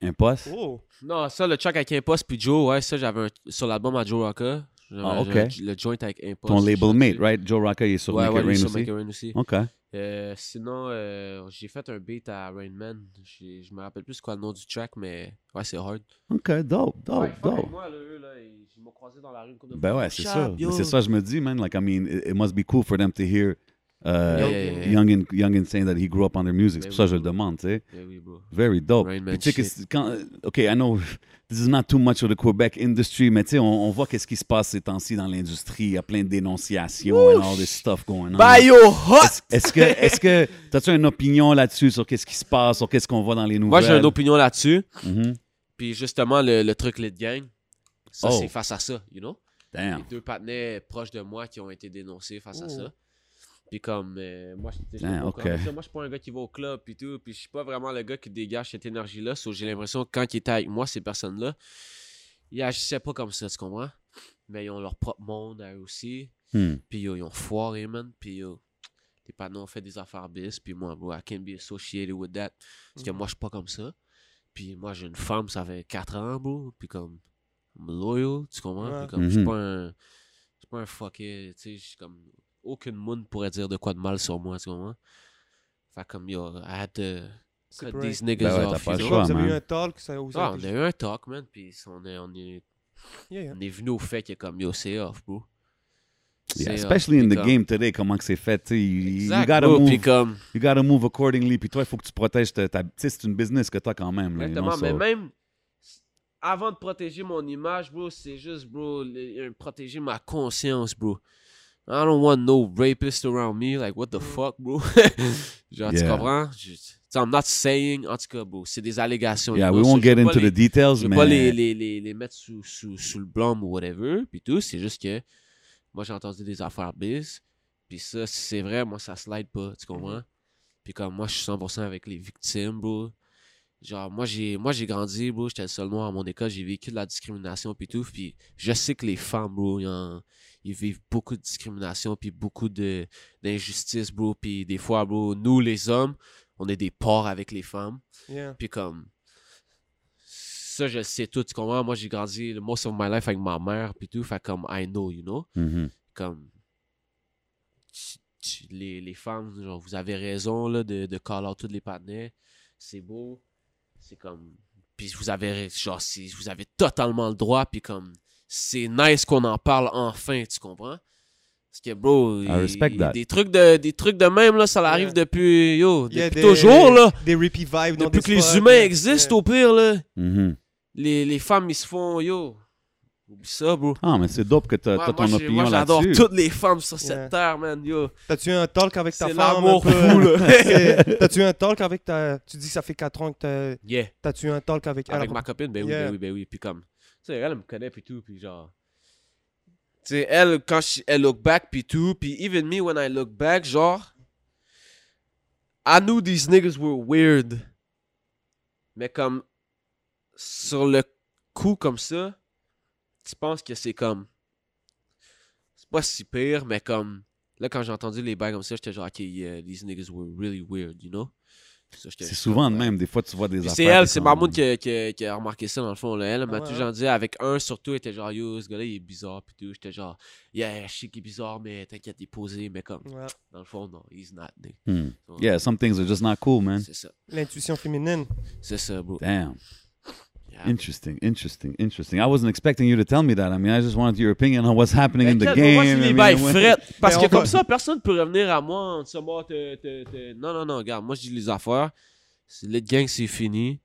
B: Un poste?
A: Oh,
C: Non, ça, le track avec Impost puis Joe, ouais, ça, j'avais un. Sur l'album à Joe Rocca. j'avais
B: Ah, ok.
C: un- Le joint avec Impost.
B: Ton
C: j'ai
B: label
C: fait-
B: mate, right? Joe Rocca il est sur
C: ouais,
B: Make
C: ouais,
B: It
C: lui,
B: Rain
C: sur
B: aussi. Ah.
C: Make It Rain aussi.
B: OK.
C: Euh, sinon, euh, j'ai fait un beat à Rain Man. J'ai- Je me rappelle plus c'est quoi le nom du track, mais ouais, c'est hard.
B: OK, dope, dope,
C: Ouais, fuck
B: Oh, dope.
C: avec moi, là, eux, là, ils ils m'ont croisé dans la rue une couple de
B: Ben
C: fois.
B: ouais, c'est
C: Shop,
B: ça.
C: yo.
B: Mais C'est ça, je me dis, man. Like, I mean, it, it must be cool for them to hear uh,
C: Yeah, yeah, yeah.
B: young, and, young and saying that he grew up on their music. C'est
C: Ben
B: pour ça que je
C: oui.
B: le demande, tu sais.
C: Ben oui, bro.
B: Very dope.
C: Rain Man
B: Puis tu sais que c'est- quand, euh, OK, I know this is not too much of the Quebec industry, mais tu sais, on, on voit qu'est-ce qui se passe ces temps-ci dans l'industrie. Il y a plein de dénonciations and all this stuff going on.
C: Biohot!
B: Est-ce que, est-ce que, t'as-tu une opinion là-dessus sur qu'est-ce qui se passe, sur qu'est-ce qu'on voit dans les
C: Moi,
B: nouvelles?
C: j'ai une opinion là-dessus.
B: Mhm.
C: Puis justement, le, le truc Lit Gang, ça,
B: Oh.
C: c'est face à ça, you know?
B: Damn.
C: Les deux partenaires proches de moi qui ont été dénoncés face à
A: Oh.
C: ça. Puis comme, euh, moi, je- je suis
B: Ah,
C: pas au
B: ok.
C: courant de ça. Moi, je suis pas un gars qui va au club puis tout. Puis je suis pas vraiment le gars qui dégage cette énergie-là. So, j'ai l'impression que quand ils étaient avec moi, ces personnes-là, ils agissaient pas comme ça, tu comprends? Mais ils ont leur propre monde à eux aussi.
B: Hmm.
C: Puis yo, ils ont foiré, man. Puis yo, les panneaux ont fait des affaires bis. Puis moi, bro, I can't be associated with that. Parce que
A: Mhm.
C: moi, je suis pas comme ça. Puis moi, j'ai une femme, ça fait 4 ans, bro. Puis comme, I'm loyal, tu comprends?
A: Ouais.
C: Puis comme, je suis
B: Mhm.
C: pas un. Je suis pas un fucké, tu sais, je suis comme. Aucune moune pourrait dire de quoi de mal sur moi, tu comprends? Fait comme, yo, I had to
A: c'est
C: cut
A: vrai.
C: these
A: Je
C: niggas
B: Ben ouais,
C: off,
B: t'as pas
C: you
B: le
A: sais
C: know?
B: choix.
A: pas, Vous avez
B: man.
A: eu un talk, ça vous
C: Ah,
A: a
C: on a
A: été-
C: eu un talk, man, puis on est, on est,
A: Yeah, yeah.
C: on est venu au fait que comme, yo, c'est off, bro.
B: Yeah,
C: C'est off,
B: especially in
C: puis
B: the
C: comme-
B: game today, comment que c'est fait, tu sais, you, you
C: euh, Exact, Oh,
B: gotta
C: bro,
B: move,
C: puis comme,
B: you gotta move accordingly, puis toi, il faut que tu protèges ta, ta- tu sais, c'est une business que t'as quand même, là, you know,
C: Exactement, mais
B: so-
C: même s- avant de protéger mon image, bro, c'est juste, bro, le- euh, protéger ma conscience, bro. I don't want no rapist around me, like what the fuck, bro. Genre, tu
B: Yeah.
C: comprends? Je- tu sais, I'm not saying, en tout cas, bro, c'est des allégations.
B: Yeah,
C: you
B: we
C: know,
B: won't
C: so je
B: get
C: veux pas
B: into
C: les-
B: the details,
C: Je veux
B: mais
C: pas les, les, les, les mettre sous, sous, sous le blâme ou whatever, puis tout, c'est juste que moi j'ai entendu des affaires bis, puis ça, si c'est vrai, moi ça slide pas, tu
B: Mhm.
C: comprends? Puis comme moi je suis 100% avec les victimes, bro. Genre, moi j'ai moi j'ai grandi, bro, j'étais le seul noir à mon école, j'ai vécu de la discrimination, puis tout, puis je sais que les femmes, bro, ils, en- ils vivent beaucoup de discrimination, puis beaucoup de- d'injustice, bro, puis des fois, bro, nous les hommes, on est des porcs avec les femmes.
A: yeah.
C: Puis comme. Ça, je le sais tout, tu comprends? Moi, j'ai grandi le most of my life avec ma mère, puis tout. Fait comme, I know, you know?
B: Mhm.
C: Comme. tu- tu- les, les femmes, genre, vous avez raison, là, de, de call out toutes les partenaires. C'est beau. C'est comme. Puis vous avez, ra- genre, c'est- vous avez totalement le droit, puis comme. C'est nice qu'on en parle enfin, tu comprends? Parce que, bro, il-
B: respect that.
C: des trucs de, des trucs de même, là, ça arrive
A: Yeah.
C: depuis, yo,
A: Il y a
C: depuis
A: des-
C: toujours, là.
A: Des rippy vibes dans
C: Depuis
A: des
C: que les
A: spots,
C: humains
A: yeah,
C: existent,
A: yeah.
C: au pire, là
B: Mhm.
C: les, les femmes, ils se font yo. Oublie ça, bro.
B: Ah, mais c'est dope que t'as
C: Ouais,
B: t'as
C: moi,
B: ton
C: j'ai- moi,
B: opinion
C: j'adore
B: là-dessus.
C: toutes les femmes sur cette
A: Ouais.
C: terre, man. Yo,
A: T'as-tu eu un talk avec ta
C: c'est
A: femme? un
C: l'amour
A: peu?
C: fou, là.
A: C'est- T'as-tu eu un talk avec ta. Tu dis que ça fait 4 ans que t'as.
C: yeah.
A: T'as-tu eu un talk avec elle?
C: Avec ma copine, ben oui,
A: Yeah.
C: ben oui, ben oui. Puis comme, tu sais, elle, elle me connaît, puis tout, puis genre. Tu sais, elle, quand je- elle look back, puis tout, puis even me, when I look back, genre. I knew these niggas were weird. Mais comme, sur le coup comme ça, tu penses que c'est comme. C'est pas si pire, mais comme. Là, quand j'ai entendu les bails comme ça, j'étais genre, ok, yeah, these niggas were really weird, you know? Ça, j'étais
B: C'est
C: juste
B: souvent
C: comme,
B: de même, des fois, tu vois des
C: puis
B: affaires.
C: c'est elle,
B: qui
C: c'est
B: sont-
C: Mahmoud qui, a- qui a- qui a remarqué ça dans le fond. Là. Elle m'a
A: Ah ouais,
C: toujours dit, avec un surtout, elle était genre, yo, ce gars-là, il est bizarre, puis tout. J'étais genre, yeah, je sais qu'il est bizarre, mais t'inquiète, il est posé, mais comme,
A: Ouais.
C: dans le fond, non, he's not. nigga.
B: Hmm.
C: So,
B: Yeah, some things are just not cool, man.
C: C'est ça,
A: L'intuition féminine.
C: c'est ça, bro.
B: Damn.
C: Yeah.
B: Interesting, interesting, interesting. I wasn't expecting you to tell me that. I mean, I just wanted your opinion on what's happening in the
C: T'inquiète, bro,
B: game. I
C: Ben, moi, c'est les
B: mean,
C: bails
B: when-
C: frettes, Parce
A: Ben,
C: que
A: on
C: comme
A: va-
C: ça, personne peut revenir à moi en disant, moi, te- te- te- non, non, non, regarde, moi, je dis les affaires. C'est- Lit gang, c'est fini.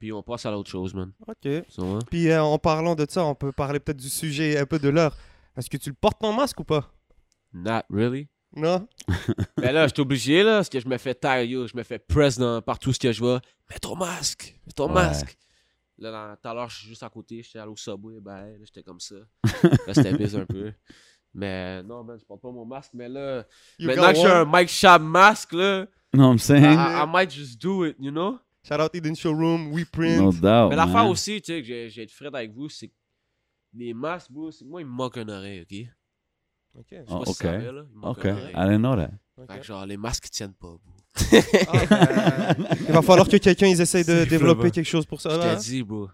C: Puis on passe à l'autre chose, man. hein?
A: Ok.
C: Tu vois?
A: Puis euh, en parlant de ça, on peut parler peut-être du sujet un peu de l'heure. Est-ce que tu le portes en masque ou pas?
C: Not really.
A: Non?
C: Mais là, je suis obligé, là, parce que je me fais taire, yo, je me fais press dans, partout ce que je vois. Mets ton masque, mets ton
B: Ouais.
C: masque. Là, dans- tout à l'heure, je suis juste à côté, j'étais allé au subway, ben, là, j'étais comme ça. Là, c'était bizarre un peu. Mais non, man, je porte pas mon masque. Mais là,
A: You
C: maintenant
A: got
C: que j'ai un
A: one. Hein?
C: Mike Shab masque, là,
B: You know what I'm
C: I,
B: saying?
C: I- I might just do it, you know?
A: Shout out Eden Showroom, We Print.
B: No doubt.
C: Mais l'affaire
B: Oh, man.
C: aussi, tu sais, que j'ai- j'ai de frais avec vous, c'est que les masques, bro, c'est- moi, ils me manquent un oreille, ok? Je sais
A: Ok.
B: Oh,
C: pas si tu
B: ok. Ah.
C: savais, là, ils me manquent
B: Okay,
C: un
B: I
C: oreille.
B: didn't know that.
A: ok.
C: Fait que genre, les masques, ils tiennent pas, bro.
A: Ah, ben,
C: Euh,
A: il va falloir que quelqu'un ils essayent de
D: C'est
A: développer
D: flagrant.
A: quelque chose pour ça.
C: hein.
A: hein?
C: Je
A: là.
C: t'ai dit, bro.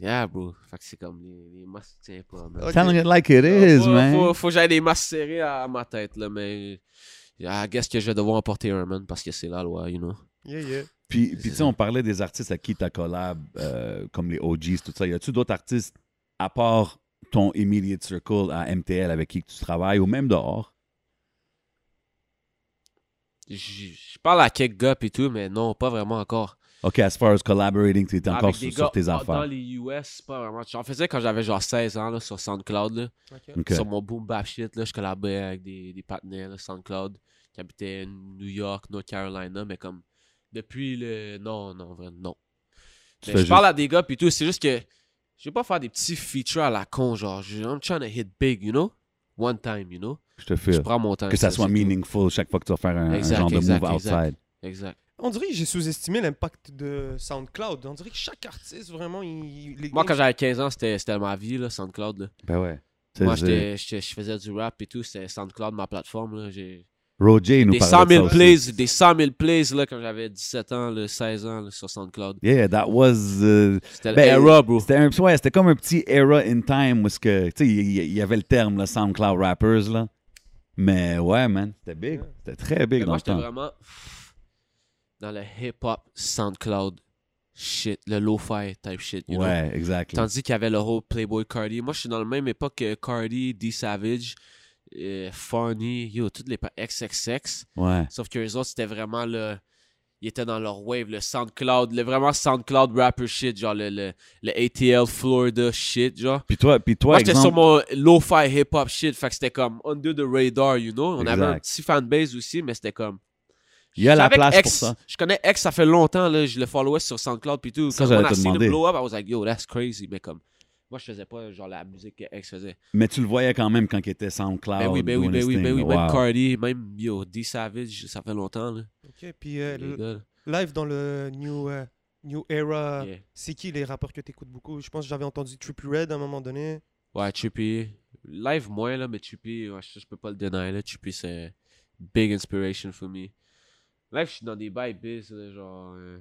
C: Yeah, bro. Fait que c'est comme les, les masques, ils tiennent pas, man.
A: Ok.
B: Telling it like it is,
C: faut,
B: man.
C: Faut, faut que j'aille des masques serrés à, à ma tête, là, mais. I guess que je vais devoir en porter un, man, parce que c'est la loi, you know.
A: Yeah, yeah.
B: Puis, puis
C: C'est
B: tu sais,
C: ça.
B: on parlait des artistes à qui t'as collab, euh, comme les OGs, tout ça. Y a-tu d'autres artistes, à part ton immediate circle à MTL avec qui que tu travailles, ou même dehors?
C: J- Je parle à quelques gars et tout, mais non, pas vraiment encore.
B: OK, as far as collaborating, tu es encore
C: Avec
B: sur,
C: des
B: sur
C: gars
B: tes
C: en- Dans
B: affaires.
C: les US, pas vraiment. J'en faisais quand j'avais genre 16 ans là, sur SoundCloud. Là.
A: Ok.
B: OK.
C: Sur mon boom bap shit, là, je collaborais avec des, des partenaires là, SoundCloud qui habitaient New York, North Carolina, mais comme depuis le. Non, non, vraiment, non.
B: Tu fais
C: Mais Ben, je
B: juste-
C: parle à des gars puis tout, c'est juste que je vais pas faire des petits features à la con, genre, je- I'm trying to hit big, you know? One time, you know?
B: Je te
C: Je
B: fais.
C: prends mon temps.
B: Que ça
C: c'est-
B: soit
C: c'est
B: meaningful chaque fois que tu vas faire un, un
C: Exact,
B: genre de
C: exact,
B: move
C: exact.
B: outside.
C: tout. Exact.
A: On dirait que j'ai sous-estimé l'impact de SoundCloud. On dirait que chaque artiste, vraiment, il. les-
C: Moi, quand j'avais 15 ans, c'était c'était ma vie, là, SoundCloud. Là.
B: Ben ouais.
C: Moi,
B: C'est-
C: j'étais- j'étais- je faisais du rap et tout, c'était SoundCloud, ma plateforme. Là. J'ai-
B: Roger nous
C: Des
B: parlait
C: 100
B: de ça
C: 000
B: aussi.
C: plays, des 100 000 plays, là, quand j'avais 17 ans, là, 16 ans, là, sur SoundCloud.
B: Yeah, that was... euh,
C: C'était
B: Ben,
C: l'era, bro.
B: C'était un, ouais, c'était comme un petit era in time où ce que, tu sais, il y, il y avait le terme, là, SoundCloud rappers, là. Mais ouais, man, c'était big.
A: Ouais.
B: C'était très big
C: Mais
B: dans
C: moi,
B: le
C: j'étais
B: temps.
C: vraiment dans le hip-hop SoundCloud shit, le lo-fi type shit, you know?
B: Ouais, exact.
C: Tandis qu'il y avait le whole Playboy Cardi. Moi, je suis dans la même époque que Cardi, D Savage, euh, Funny, yo, toutes les pa- XXX.
B: Ouais.
C: Sauf que les autres, c'était vraiment le. Ils étaient dans leur wave, le SoundCloud, le vraiment SoundCloud rapper shit, genre le, le, le ATL Florida shit, genre.
B: Puis toi, puis toi
C: Moi, j'étais
B: exemple,
C: sur mon lo-fi hip-hop shit, fait que c'était comme under the radar, you know. On avait un
B: Exact.
C: petit fanbase aussi, mais c'était comme.
B: il y a la
C: J'avais
B: place
C: X.
B: pour ça.
C: Je connais X, ça fait longtemps, là, je le followais sur SoundCloud puis tout.
B: Ça,
C: Quand on
B: j'allais
C: a
B: te
C: seen
B: demander.
C: le blow up, I was like, yo, that's crazy. Mais comme, moi, je faisais pas genre la musique que X faisait.
B: Mais tu le voyais quand même quand il était SoundCloud.
C: ben oui, ben oui,
B: doing
C: ben
B: his
C: oui,
B: thing,
C: ben oui.
B: là.
C: Même
B: Wow.
C: Cardi, même yo, D Savage, ça fait longtemps, là.
A: Ok, puis euh,
C: les
A: l-
C: gars, là.
A: live dans le New, euh, new Era,
C: Yeah.
A: c'est qui les rappeurs que t'écoutes beaucoup Je pense que j'avais entendu Trippie Red à un moment donné.
C: Ouais, Chippy. Live moins, là, mais Chippy, ouais, je, je peux pas le dénier, là. Chippy, c'est big inspiration for me. Live, je suis dans des bails biz, là, genre. euh,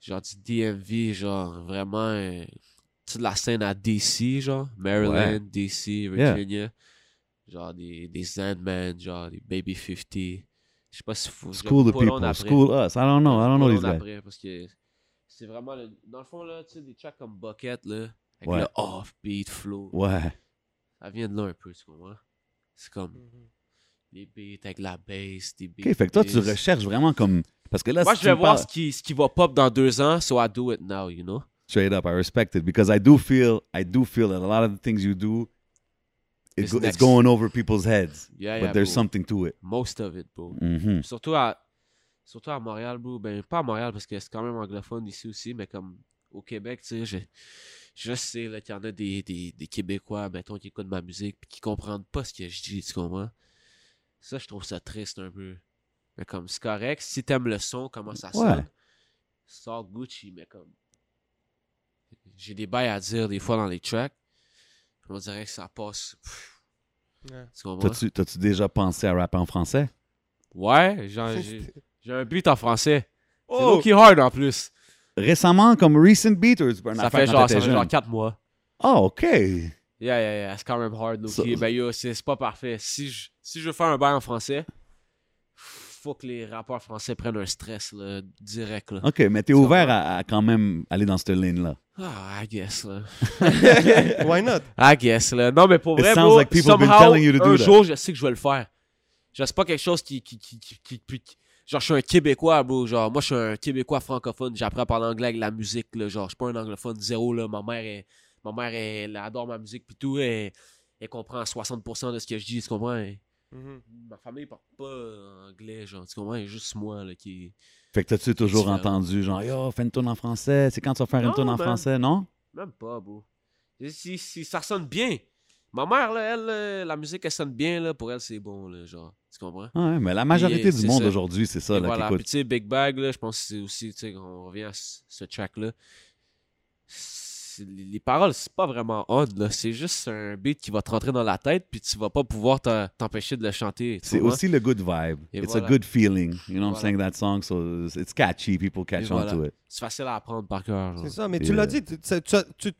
C: genre du DMV, genre, vraiment. euh, toute la scène à DC, genre. Maryland, DC,
B: Yeah.
C: Virginia. Genre des, des Sandman, genre des Baby 50. Je sais pas si faut.
B: School the
C: j'aime pas l'onde
B: people,
C: après.
B: school us. I don't know, I don't know
C: Pas
B: these
C: long
B: guys.
C: après, parce que c'est vraiment. le- dans le fond, là, tu sais, des tracks comme Bucket, là. Avec
B: Ouais.
C: le off-beat flow.
B: Ouais,
C: Ça vient de là un peu, tu comprends? C'est comme
A: Mm-hmm.
C: les beats avec la bass, des beats.
B: ok, fait que toi,
C: des-
B: tu recherches vraiment comme. Parce que là,
C: Moi,
B: si
C: je
B: tu
C: vais
B: me
C: voir
B: parles-
C: ce qui, ce qui va pop dans deux ans, so I do it now, you know?
B: straight up. I respect it because I do feel I do feel that a lot of the things you do it
C: It's
B: go, it's
C: next.
B: going over people's heads,
C: Yeah,
B: but
C: yeah,
B: there's
C: bro.
B: something to it.
C: Most of it, bro.
B: Mhm.
C: Surtout à, surtout à Montréal, bro. Ben, pas à Montréal, parce que c'est quand même anglophone ici aussi, mais comme au Québec, tu sais, je, je sais là, qu'il y en a des, des, des Québécois, mettons, qui écoutent ma musique puis qui comprennent pas ce que je dis, tu comprends? Ça, je trouve ça triste un peu. Mais comme, c'est correct. Si t'aimes le son, comment ça
B: Ouais.
C: sonne, sors Gucci, mais comme... J'ai des bails à dire des fois dans les tracks. On dirait que ça passe. Pff,
A: Ouais.
C: Tu comprends?
B: T'as-tu t'as-tu déjà pensé à rapper en français?
C: Ouais, genre, Ah, j'ai j'ai un but en français. C'est
A: Oh,
C: low-key hard en plus.
B: Récemment, comme recent beat ou c'est pas une
C: Ça
B: affaire
C: fait
B: quand
C: genre,
B: t'étais
C: ça fait genre
B: jeune?
C: 4 mois.
B: Ah, ok.
C: Yeah, yeah, yeah. C'est quand même hard, low
B: Ça-
C: key. Ben yo, c'est c'est pas parfait. Si je, si je veux faire un bail en français, faut que les rappeurs français prennent un stress là, direct. Là.
B: Ok, mais t'es
C: Ça
B: ouvert
C: va.
B: à, à quand même aller dans cette ligne-là.
C: Ah, I guess. Là.
A: why not
C: I guess. Là. Non, mais pour
B: It
C: vrai,
B: sounds
C: bro,
B: like people have been
C: somehow,
B: telling you to do
C: un
B: that.
C: jour, je sais que je vais le faire. Genre, c'est pas quelque chose qui, qui, qui, qui, qui- qui- Genre, je suis un Québécois, bro. Genre, moi, je suis un Québécois francophone. J'apprends à parler anglais avec la musique, là. Genre, je suis pas un anglophone zéro, là. Ma mère, est... Ma mère elle, elle adore ma musique, puis tout. Elle, elle comprend 60% de ce que je dis, tu comprends? Elle-
A: Mhm.
C: ma famille parle pas anglais, genre, tu comprends? Il y a juste moi, là, qui...
B: Fait que t'as-tu toujours
C: Différent. ben.
B: entendu genre Yo, fais une tourne en français, c'est quand tu vas faire une
C: Non,
B: tourne en
C: ben.
B: français, non?
C: Même pas, bro. Si, si ça sonne bien, Ma mère, là, elle, là, la musique, elle sonne bien, là, pour elle, c'est bon, là, genre. Tu comprends?
B: Ah ouais, mais la majorité
C: euh,
B: du
C: c'est
B: monde
C: ça.
B: aujourd'hui, c'est ça,
C: Et
B: là,
C: voilà.
B: qui
C: Puis,
B: écoute.
C: tu sais, Big Bag, là, je pense que c'est aussi, tu sais, on revient à ce, ce track-là. C'est- Les les paroles, c'est pas vraiment on, là. C'est juste un beat qui va te rentrer dans la tête, puis tu vas pas pouvoir t'en- t'empêcher de le chanter. tu
B: C'est
C: comprends?
B: aussi le good vibe.
C: Et
B: It's a
C: voilà.
B: good feeling. You know, I'm
C: Voilà.
B: saying that song, so it's catchy. People catch on
C: voilà.
B: to it.
C: C'est facile à apprendre par cœur. genre.
A: C'est ça, mais
B: Et,
A: tu l'as
B: euh,
A: dit, tu- ça- tu- tu-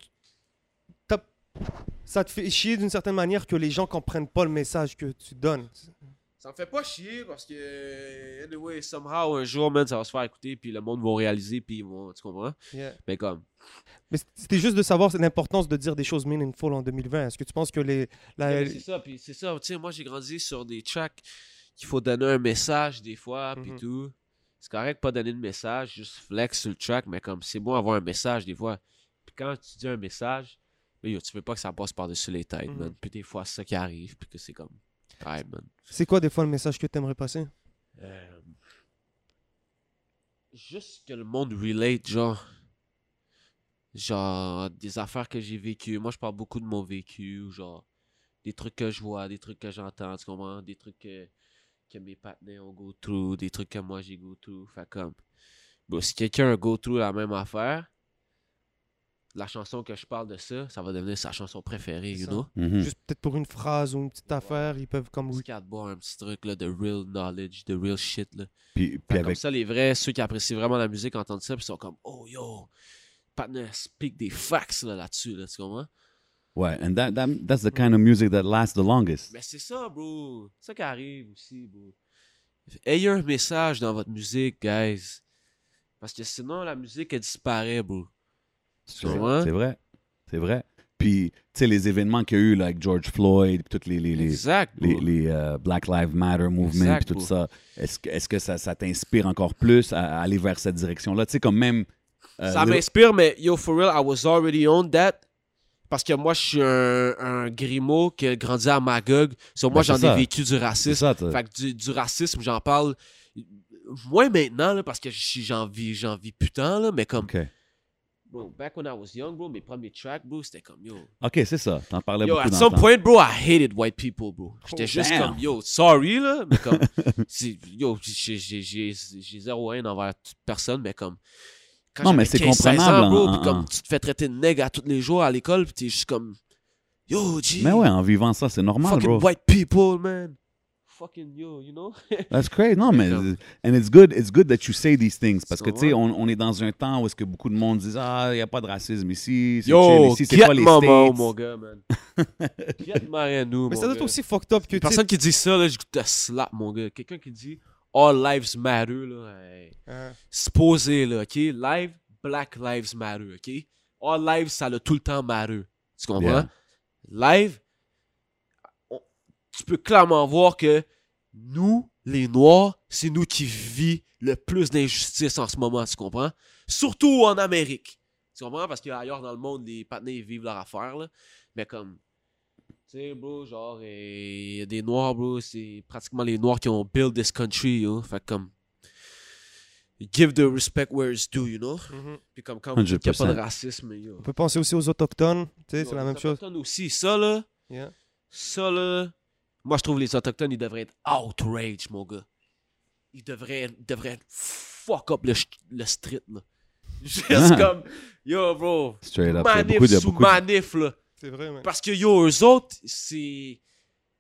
A: t'as- ça te fait chier d'une certaine manière que les gens comprennent pas le message que tu donnes.
C: Ça me fait pas chier parce que, anyway, somehow, un jour, man, ça va se faire écouter, puis le monde va réaliser, puis ils vont, tu comprends?
A: Yeah.
C: Mais comme,
A: Mais c'était juste de savoir l'importance de dire des choses meaningful en 2020. Est-ce que tu penses que les... la-
C: Mais Ben, C'est ça, puis c'est ça. Tu sais, moi, j'ai grandi sur des tracks qu'il faut donner un message des fois, puis
A: Mhm.
C: tout. C'est correct de pas donner de message, juste flex sur le track, mais comme c'est bon avoir un message des fois. Puis quand tu dis un message, mais yo, tu veux pas que ça passe par-dessus les têtes,
A: Mhm.
C: man. Puis des fois, c'est ça qui arrive, puis que c'est comme, ouais, man.
A: C'est quoi des fois le message que tu aimerais passer?
C: Euh, Juste que le monde relate, genre. Genre, des affaires que j'ai vécues. Moi, je parle beaucoup de mon vécu, ou genre. Des trucs que je vois, des trucs que j'entends, tu comprends? Des trucs que, que mes partenaires ont go through, des trucs que moi j'ai go through. Fait comme. Bon, si quelqu'un a go through la même affaire, la chanson que je parle de ça, ça va devenir sa chanson préférée,
A: C'est
C: you
A: ça.
C: know?
B: Mhm.
A: Juste peut-être pour une phrase ou une petite affaire, ils peuvent comme...
C: Parce qu'à te boire un petit truc, là, de real knowledge, de real shit, là.
B: Puis,
C: Fait
B: puis
C: Comme
B: avec,
C: ça, les vrais, ceux qui apprécient vraiment la musique entendent ça, puis ils sont comme, oh yo, partner speak des facts là, là-dessus, là, tu comprends?
B: ouais, and that, that, that's the kind of music that lasts the longest.
C: Mais c'est ça, bro. C'est ça qui arrive aussi, bro. Ayez un message dans votre musique, guys. Parce que sinon, la musique, elle disparaît, bro.
B: C'est
C: Ouais.
B: vrai. C'est vrai. C'est vrai. Puis, tu sais, les événements qu'il y a eu, là, avec George Floyd, puis toutes les, les, les,
C: exact, bro.
B: les, les, euh, Black Lives Matter movement,
C: Exact,
B: puis tout
C: bro.
B: ça, est-ce que, est que ça, ça t'inspire encore plus à, à aller vers cette direction-là? Tu sais, comme même... euh,
C: ça
B: Lil-
C: m'inspire, mais yo, for real, I was already on that. Parce que moi, je suis un, un grimaud qui a grandi à Magog. So,
B: Ben,
C: moi,
B: c'est
C: j'en
B: ça.
C: ai vécu du racisme.
B: c'est ça, t'as-
C: Fait que du, du racisme, j'en parle moins maintenant, là, parce que j- j'en vis, j'en vis putain, là, mais comme,
B: OK,
C: bro, back when I was young, bro, mes premiers tracks, bro, c'était comme, yo.
B: OK, c'est ça. T'en parlais
C: Yo,
B: beaucoup
C: at
B: dans
C: some
B: le temps.
C: point, bro, I hated white people, bro. J'étais
B: Oh,
C: juste
B: damn.
C: comme, yo, sorry, là, mais comme, c'est- yo, j'ai- j'ai j'ai- j'ai zéro haine envers toute personne, mais comme, quand
B: Non, mais c'est
C: j'avais 15, 16
B: comprenable,
C: Ans, bro,
B: hein,
C: puis comme,
B: hein.
C: tu te fais traiter de nègre à tous les jours à l'école, puis t'es juste comme, yo, G,
B: Mais ouais, en vivant ça, c'est normal,
C: fucking
B: bro.
C: white people, man. Fucking yo, you know?
B: That's great. Non, mais
C: Comme-
B: and it's good, it's good that you say these things parce que
C: Ça
B: tu sais,
C: va.
B: on, on est dans un temps où est-ce que beaucoup de monde disent ah, il y a pas de racisme ici, c'est
C: Yo,
B: chill ici, c'est
C: get
B: pas les
C: Maman,
B: States.
C: mon gars, man. get Mariano,
A: Mais
C: mon
A: ça doit
C: gars.
A: être aussi fucked up que...
C: Une
A: tu sais-
C: personne qui dit ça, là, je goûte à slap, mon gars. Quelqu'un qui dit All Lives Matter, là, hey.
A: Hein.
C: se poser, là, OK? Live, Black Lives Matter, OK? All lives, ça l'a tout le temps matter. Tu comprends?
B: Yeah.
C: Live, on- tu peux clairement voir que nous, les Noirs, c'est nous qui vit le plus d'injustice en ce moment, tu comprends? Surtout en Amérique. Tu comprends? Parce qu'ailleurs dans le monde, les partenaires ils vivent leur affaire, là. Mais comme, tu sais, bro, genre, il y a des Noirs, bro, c'est pratiquement les Noirs qui ont build this country, yo. Fait que comme, give the respect where it's due, you know?
A: Mhm.
C: Puis comme quand vous dites qu'il n'y a pas
B: 100%.
C: de racisme, yo.
A: On peut penser aussi aux autochtones, tu sais,
C: Yo,
A: c'est la
C: les
A: même chose.
C: Autochtones aussi, ça, là,
A: Yeah.
C: ça, là, moi, je trouve les Autochtones, ils devraient être outrage, mon gars. Ils devraient, ils devraient fuck up le, ch- le street, là. Juste
B: Ah.
C: comme, yo, bro,
B: Straight up, il y a
C: manif
B: beaucoup de
C: sous
B: beaucoup de-
C: manif, là.
A: C'est vrai, mais...
C: Parce que yo, eux autres, c'est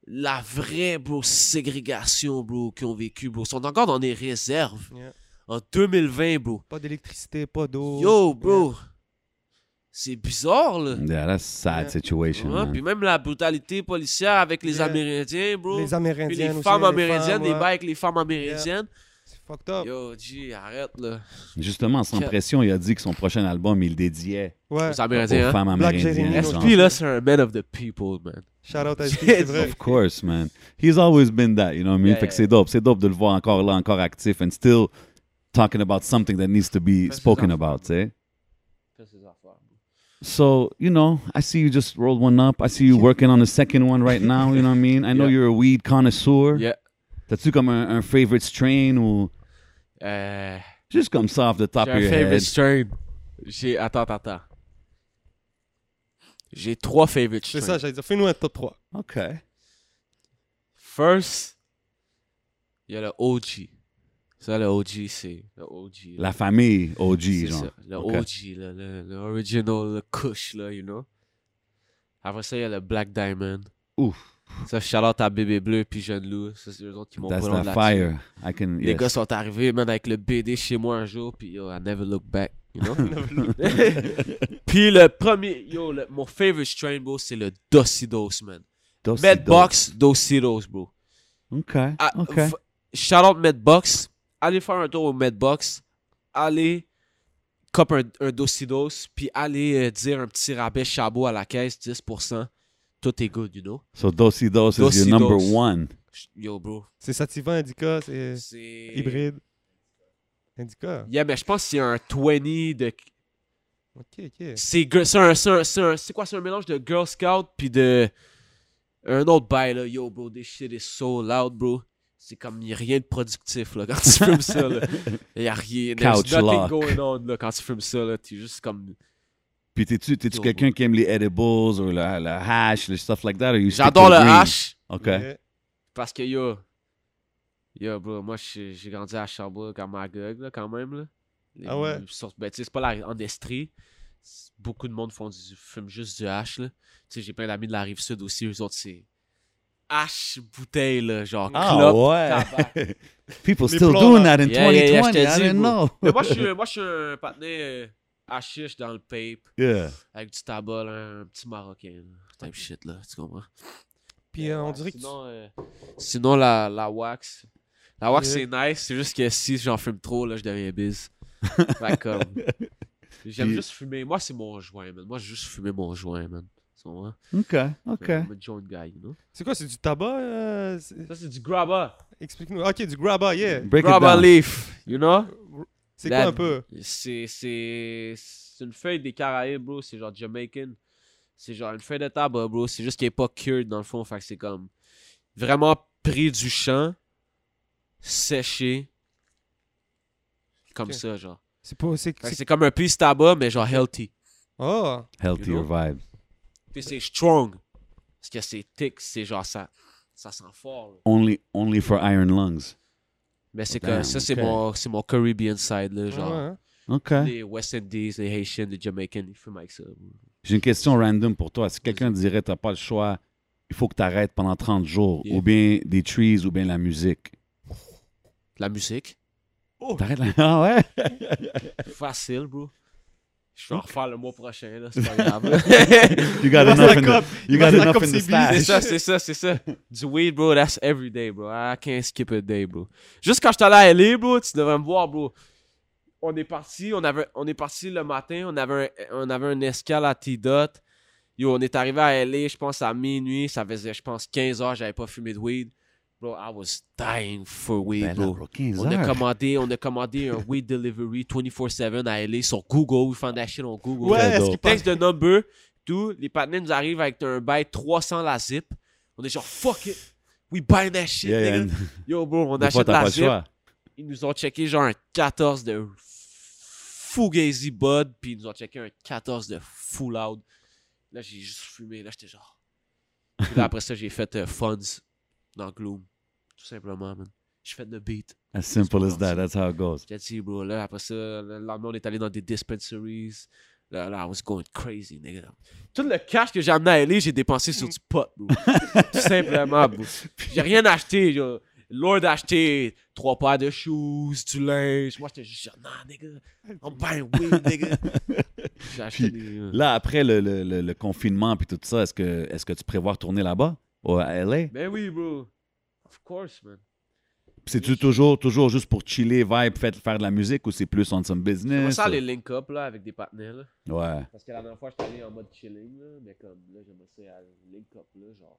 C: la vraie, bro, ségrégation, bro, qu'ils ont vécu, bro. Ils sont encore dans des réserves.
A: Yeah.
C: En 2020, bro.
A: Pas d'électricité, pas d'eau.
C: Yo, bro. C'est bizarre, là.
A: Mm,
B: Yeah, that's a sad
A: Yeah.
B: situation.
C: Ouais, Ah,
B: man.
C: puis même la brutalité policière avec les
A: Yeah.
C: Amérindiens, bro.
A: Les
C: Puis
A: Amérindiens
C: les
A: aussi,
C: femmes
A: les
C: amérindiennes,
A: femmes,
C: les
A: ouais.
C: bails avec les femmes amérindiennes.
A: C'est fucked up.
C: Yo, G, arrête, là.
B: Justement, sans
C: Quatre.
B: pression, il a dit que son prochain album, il le dédiait
A: Ouais.
C: Les
B: aux
C: Amérindiens, hein.
B: femmes
A: Black
B: amérindiennes.
A: Jeremy
B: genre.
C: SP, là, c'est un man of the people, man.
A: Shout out à SP, c'est vrai.
B: Of course, man. He's always been that, you know what I mean?
C: Yeah,
B: fait que
C: yeah.
B: c'est dope. C'est dope de le voir encore là, encore actif and still talking about something that needs to be
C: Parce que
B: spoken
C: ça-
B: about, tu sais?
C: Fais ses affaires, bro.
B: So, you know, I see you just rolled one up. I see you working on the second one right now, you know what I mean? I know
C: Yeah.
B: you're a weed connoisseur.
C: Yeah.
B: T'as-tu comme un, un favorite strain ou
C: Euh,
B: juste comme ça off the top
C: J'ai
B: of
C: un
B: your
C: favorite
B: head?
C: strain. J'ai. Attends, attends, attends. J'ai trois favorites.
A: C'est ça, j'allais dire. Fais-nous un top 3.
B: OK.
C: First, il y a le OG. Ça, le OG, c'est le OG. là.
B: La famille
C: C'est
B: OG, genre.
C: ça, Le
B: Ok.
C: OG, là, le, le original, le Kush, là, you know. Après ça, il y a le Black Diamond.
B: Ouf.
C: Ça, shout-out à Bébé Bleu puis Jeune Lou. Ça, c'est eux autres qui m'ont
B: That's
C: pas
B: the fire. I can.
C: Les
B: yes.
C: gars sont arrivés, man, avec le BD chez moi un jour, puis yo, I never look back, you know? puis le premier, yo, le- mon favorite strain, bro, c'est le Docidos, man.
B: Dossi
C: Medbox Docidos, bro.
B: Dos. OK.
C: Ah,
B: OK.
C: f- Shout out Medbox. Allez faire un tour au Medbox. Allez cop un, un Docidos. Puis allez euh, dire un petit rabais chabot à la caisse, 10%. Tout est good, you know.
B: So Dossi Dos is your
C: Dossi
B: number
C: Dos.
B: one.
C: Ch- Yo, bro.
A: C'est Sativa, Indica, c'est
C: C'est.
A: hybride. Indica.
C: Yeah, mais je pense qu'il y a un 20 de.
A: Ok, ok.
C: C'est gr- c'est un- c'est un- c'est un- c'est quoi? C'est un mélange de Girl Scout puis de. Un autre bail, là. Yo, bro, this shit is so loud, bro. C'est comme, il n'y a rien de productif, là, quand tu fumes ça, là. Il n'y a rien. There's
B: Couch
C: nothing
B: lock.
C: going on, là, quand tu fumes ça, là. T'es juste comme.
B: Puis t'es-tu t'es-tu
C: Yo,
B: quelqu'un qui aime les edibles ou le, le hash, le stuff like that? or you stick
C: J'adore
B: to
C: le
B: green?
C: hash
B: OK.
A: Ouais.
C: parce que, yo. Yo, bro, moi, j'ai j'ai grandi à Sherbrooke, à Magog, là, quand même, là. Les-
A: Ah ouais?
C: les sortes- ben, tu sais, c'est pas la en estrie. C'est- Beaucoup de monde font du, fument juste du hash, là. Tu sais, j'ai plein d'amis de la rive sud aussi, eux autres, c'est. Hash, bouteille, là, genre,
B: Ah
C: clope,
B: ouais.
C: tabac.
B: People
A: Les
B: still
A: plans,
B: doing
A: là.
B: that in
C: Yeah, yeah, yeah, je
B: 2020.
C: te
B: I
C: dis,
B: didn't
C: bro.
B: know.
C: Mais moi, je suis- moi, je suis un patiné euh, hashish dans le pape,
B: Yeah.
C: avec du tabac, là, un petit marocain, là. Type shit, là, tu comprends?
A: Puis euh, on
C: Ouais,
A: dirait que tu-
C: sinon, euh, sinon, la, la wax. La wax,
A: Yeah.
C: c'est nice. C'est juste que si j'en fume trop, là, je deviens bise. Fait que, comme, J'aime
B: Puis-
C: juste fumer. Moi, c'est mon joint, man. Moi, j'ai juste fumé mon joint, man. Tu comprends?
B: OK. OK.
C: I'm a joint guy, you know?
A: C'est quoi, c'est du tabac euh, c'est-
C: Ça, c'est du grabba.
A: Explique-nous. Ok, du grabba, yeah.
B: Break it
C: Grabba
B: down.
C: leaf, you know?
A: C'est
C: La-
A: quoi un peu
C: C'est, c'est, c'est une feuille des Caraïbes, bro. C'est genre Jamaican. C'est genre une feuille de tabac, bro. C'est juste qu'elle est pas cured dans le fond. Fait que c'est comme vraiment pris du champ, séché. Comme
A: Ok.
C: ça, genre.
A: C'est pas. C'est,
C: Fait que
A: c'est-
C: c'est comme un piece tabac, mais genre healthy.
A: Oh
B: Healthier
C: You know?
B: vibe.
C: Puis c'est strong. Parce que c'est thick, c'est genre ça. Ça sent fort. là.
B: Only, only for iron lungs.
C: Mais c'est
B: Oh,
C: comme
B: damn,
C: ça, c'est
B: ok.
C: mon, c'est mon Caribbean side, là, genre.
A: ouais, hein.
B: OK.
C: Les West Indies, les Haitians, les Jamaicans, ils fument avec ça. bro.
B: J'ai une question random pour toi. Si quelqu'un dirait t'as pas le choix, il faut que tu arrêtes pendant 30 jours,
C: Yeah.
B: ou bien des trees, ou bien la musique.
C: La musique.
B: T'arrêtes la... Ah ouais?
C: Facile, bro. Je vais en refaire le mois prochain, là, c'est pas grave.
B: You got
A: Il reste
B: enough
A: la
B: in the,
A: cop.
B: you
A: Il
B: got
A: reste la
B: enough
A: cop,
B: in the
A: c'est bizarre.
B: stash.
C: Ah, c'est ça, c'est ça, c'est ça. Du weed, bro, that's every day, bro. Ah, I can't skip a day, bro. Juste quand j'étais allé à LA, bro, tu devrais me voir, bro. On est parti, on, avait, on est parti le matin, on avait un, on avait un escale à T-Dot. Yo, on est arrivé à LA, je pense, à minuit. Ça faisait, je pense, 15 heures, j'avais pas fumé de weed. Bro, I was dying for weed,
B: Ben là,
C: bro.
B: bro, 15
C: On a
B: heures.
C: commandé, on a commandé un weed delivery 24/7 à LA sur Google. We found that shit on Google.
A: Ouais, est-ce
B: dope.
A: qu'il parle
C: Texte de number, tout. Les partenaires nous arrivent avec un bail 300 la zip. On est genre fuck it. We buy that shit,
B: Yeah, yeah.
C: nigga. Yo, bro, on
B: Des fois,
C: achète
B: t'as pas
C: la
B: le
C: zip.
B: choix.
C: Ils nous ont checké genre un 14 de Fugazi Bud, puis ils nous ont checké un 14 de Full Out. Là, j'ai juste fumé. Là, j'étais genre. Puis là, après ça, j'ai fait euh, Funds dans Gloom. Tout simplement, man. J'ai fait le beat.
B: As simple as that. That's how it goes.
C: J'ai dit, bro, là, après ça, le lendemain, on est allé dans des dispensaries. Là, là, I was going crazy, nigga. Tout le cash que j'ai amené à LA, j'ai dépensé sur du pot, bro. Tout simplement, bro. J'ai rien acheté, yo. Lord a acheté trois paires de shoes, du linge. Moi, j'étais juste genre, nah, nigga, I'm buying weed, nigga. J'ai acheté des... euh,
B: Là, après le, le, le, le confinement puis tout ça, est-ce que, est-ce que tu prévois retourner là-bas? Ou à LA?
C: Ben oui, bro. Of course, man.
B: C'est-tu toujours, toujours juste pour chiller, vibe, fait- faire de la musique ou c'est plus on some
C: On
B: business?
C: ça aller link up, là, avec des partenaires, là.
B: Ouais.
C: Parce que la dernière fois, j'étais allé en mode chilling, là, mais comme là, j'aimerais ça aller link up, là, genre.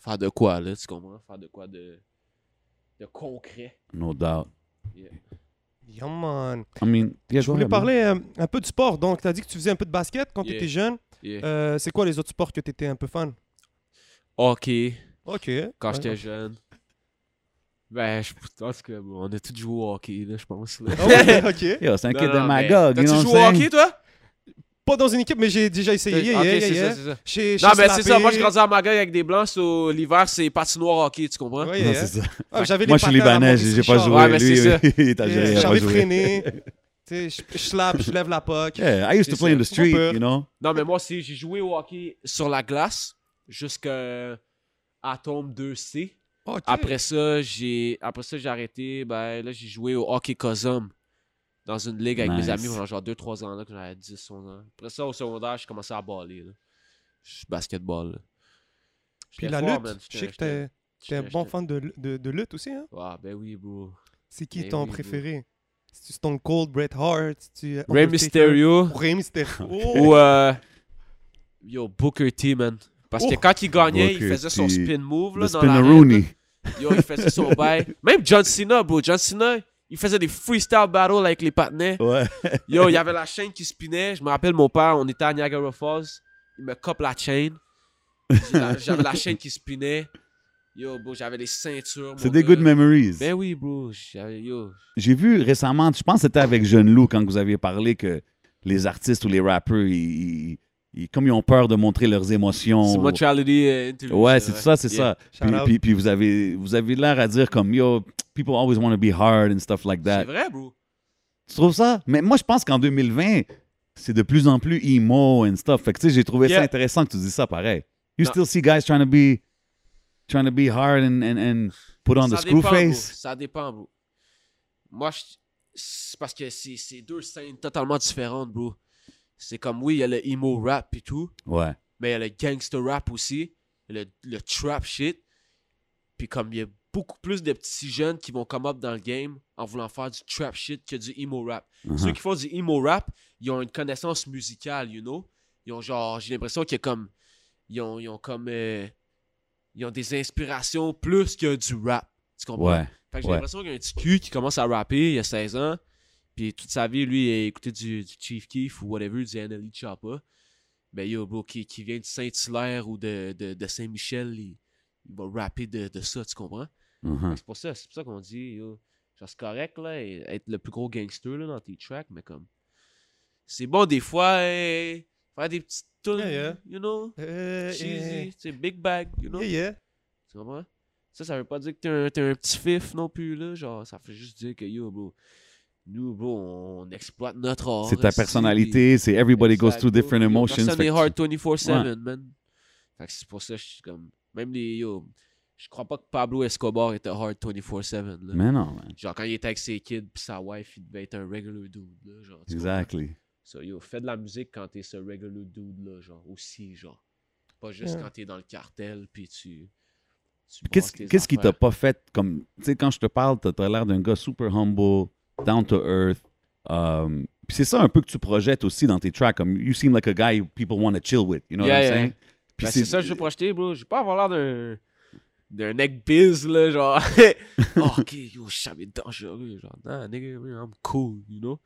C: Faire de quoi, là, tu comprends? Faire de quoi de, de concret.
B: No doubt.
C: Yeah.
A: Yeah, man.
B: I mean, yeah,
A: Je
B: go
A: voulais
B: ahead, man.
A: parler euh, un peu du sport. Donc, tu as dit que tu faisais un peu de basket quand
C: Yeah.
A: tu étais jeune.
C: Yeah.
A: Euh, c'est quoi les autres sports que tu étais un peu fan
C: Hockey,
A: Ok.
C: quand
A: Ouais.
C: j'étais jeune. Ben, je pense que on a tous joué au hockey, là, je pense. là.
A: Ah ouais, ok.
B: Yo, c'est un
C: Non,
B: kid
C: non,
B: de
C: mais
B: Magog, you
C: T'as-tu
B: know
C: joué au
B: what I'm
C: hockey,
B: saying?
C: toi?
A: Pas dans une équipe, mais j'ai déjà essayé. Yeah,
C: ok,
A: yeah,
C: c'est
A: yeah.
C: ça, c'est ça.
A: Chez-
C: Non,
A: chez
C: mais c'est ça.
A: Slappé.
C: Moi, je grandis à Magog avec des blancs. so, L'hiver, c'est patinoire hockey, tu comprends?
A: Ouais,
B: Non,
A: yeah.
B: c'est ça.
A: Ah, j'avais les
B: Moi, je suis
A: patins à la
B: Libanais,
A: Maurice
B: j'ai j'ai pas
A: Richard.
B: joué.
C: Ouais, mais
B: Lui,
C: hein, c'est ça.
B: il est algérien, il a pas
A: J'avais
B: joué.
A: freiné. Tu sais, je je slappe, je lève la poque.
B: Yeah, I used to
C: C'est
B: play
C: ça.
B: in the street,
A: Mon père.
B: you know.
C: Non, mais moi aussi, j'ai joué au hockey sur la glace jusqu'à Atom 2C.
A: Ok.
C: Après ça, j'ai après ça j'ai arrêté. Ben là, j'ai joué au hockey Cosum dans une ligue avec
B: Nice.
C: mes amis pendant genre 2-3 ans là, quand j'avais 10 11 ans. Après ça, au secondaire, j'ai commencé à baller. Là. Je- Basketball. là.
A: Puis
C: J'étais
A: la
C: fort,
A: lutte,
C: man. J'étais-
A: je sais que
C: j'étais-
A: t'es t'es un
C: j'étais-
A: bon
C: j'étais-
A: fan de, de, de lutte aussi. Hein?
C: Ah, ben oui, bro.
A: C'est qui
C: Ben
A: ton
C: oui, oui.
A: préféré Si tu Stone Cold, Bret Hart, si tu. euh,
C: Rey
A: Undertaker?
C: Mysterio
A: Rey Mysterio. Oh,
C: ou euh, Yo Booker T, man. Parce que
A: Oh.
C: quand il gagnait, il
B: Booker
C: faisait son
B: T.
C: spin move là,
B: Le
C: dans l'arène, là.
B: Spinneroonie.
C: Yo, il faisait son bail. Même John Cena, bro. John Cena, il faisait des freestyle battles avec les partenaires.
B: Ouais.
C: Yo, il y avait la chaîne qui spinait. Je me rappelle mon père, on était à Niagara Falls. Il me cope la chaîne. J'ai la- J'avais la chaîne qui spinait. Yo, bro, j'avais les ceintures.
B: C'est
C: mon
B: des
C: gars.
B: good memories.
C: Ben oui, bro. j'avais- Yo.
B: J'ai vu récemment, je pense que c'était avec Jeune Lou quand vous aviez parlé que les artistes ou les rappeurs, ils, ils- ils- comme ils ont peur de montrer leurs émotions.
C: C'est Mortality euh, Interview.
B: Oh. Ouais, c'est ça, c'est
C: Yeah.
B: ça.
A: Shout
B: Puis,
A: out.
B: puis- puis vous avez, vous avez l'air à dire comme yo, people always want to be hard and stuff like
C: C'est
B: that.
C: vrai, bro.
B: Tu trouves ça? Mais moi, je pense qu'en 2020, c'est de plus en plus emo and stuff. Fait que tu sais, j'ai trouvé
C: Yeah.
B: ça intéressant que tu dis ça pareil. You
C: Non.
B: still see guys trying to be, trying to be hard and, and, and put on
C: ça
B: the
C: dépend,
B: screw
C: bro.
B: face.
C: Ça dépend, bro. Moi, je... c'est parce que c'est c'est deux scènes totalement différentes, bro. C'est comme, oui, il y a le emo rap et tout.
B: Ouais.
C: Mais il y a le gangster rap aussi, le, le trap shit. Puis comme il y a beaucoup plus de petits jeunes qui vont come up dans le game en voulant faire du trap shit que du emo rap.
B: Uh-huh.
C: Ceux qui font du emo rap, ils ont une connaissance musicale, you know. Ils ont genre, j'ai l'impression qu'il y a comme, ils ont, ils ont comme, euh, ils ont des inspirations plus que du rap. Tu comprends?
B: Ouais.
C: Fait que j'ai
B: Ouais.
C: l'impression qu'il y a un petit cul qui commence à rapper il y a 16 ans, puis toute sa vie, lui, il a écouté du, du Chief Keef ou whatever, du NLE Choppa. Ben yo, bro, qui, qui vient de Saint-Hilaire ou de, de, de Saint-Michel, il, il va rapper de, de ça, tu comprends?
B: Uh-huh.
C: C'est pour ça, c'est pour ça qu'on dit, yo, genre, c'est correct, là, et- être le plus gros gangster, là, dans tes tracks, mais comme, c'est bon, des fois, euh, faire des petites tunes,
A: Yeah, yeah.
C: you know,
A: euh,
C: cheesy, tu sais, big bag, you know?
A: yeah, yeah.
C: Tu comprends? Ça, ça veut pas dire que t'es un, t'es un petit fif non plus, là. Genre, ça fait juste dire que yo, bro. Nous, bro, on exploite notre art.
B: C'est ta
C: esti,
B: personnalité, c'est
C: puis-
B: everybody goes
C: Exact,
B: through
C: bro.
B: different
C: Yo,
B: emotions.
C: Personne
B: fait
C: est
B: que
C: hard 24-7, man. Fait que c'est pour ça que je suis comme. Même les yo. Je crois pas que Pablo Escobar était hard 24-7,
B: tu-
C: là.
B: Mais non, man.
C: Genre, quand il était avec ses kids pis sa wife, il devait être un regular dude, là. Genre, tu
B: Exactly.
C: So, yo, fais de la musique quand t'es ce regular dude là, genre, aussi, genre. Pas juste
A: Ouais.
C: quand t'es dans le cartel, puis tu. tu
B: Puis
C: brasses tes
B: Qu'est-ce qu'est-ce qui t'a
C: affaires.
B: pas fait comme. Tu sais, quand je te parle, t'as as, l'air d'un gars super humble, down to earth. Um, puis c'est ça un peu que tu projettes aussi dans tes tracks. Comme, you seem like a guy people want to chill with. You know
C: Yeah,
B: what I'm
C: yeah.
B: saying? Puis
C: Ben, c'est ça que je veux projeter, bro. Je veux pas avoir l'air d'un. d'un neck biz, là, genre. oh, ok, yo, je savais dangereux, genre. Nah, nigga, I'm cool, you know.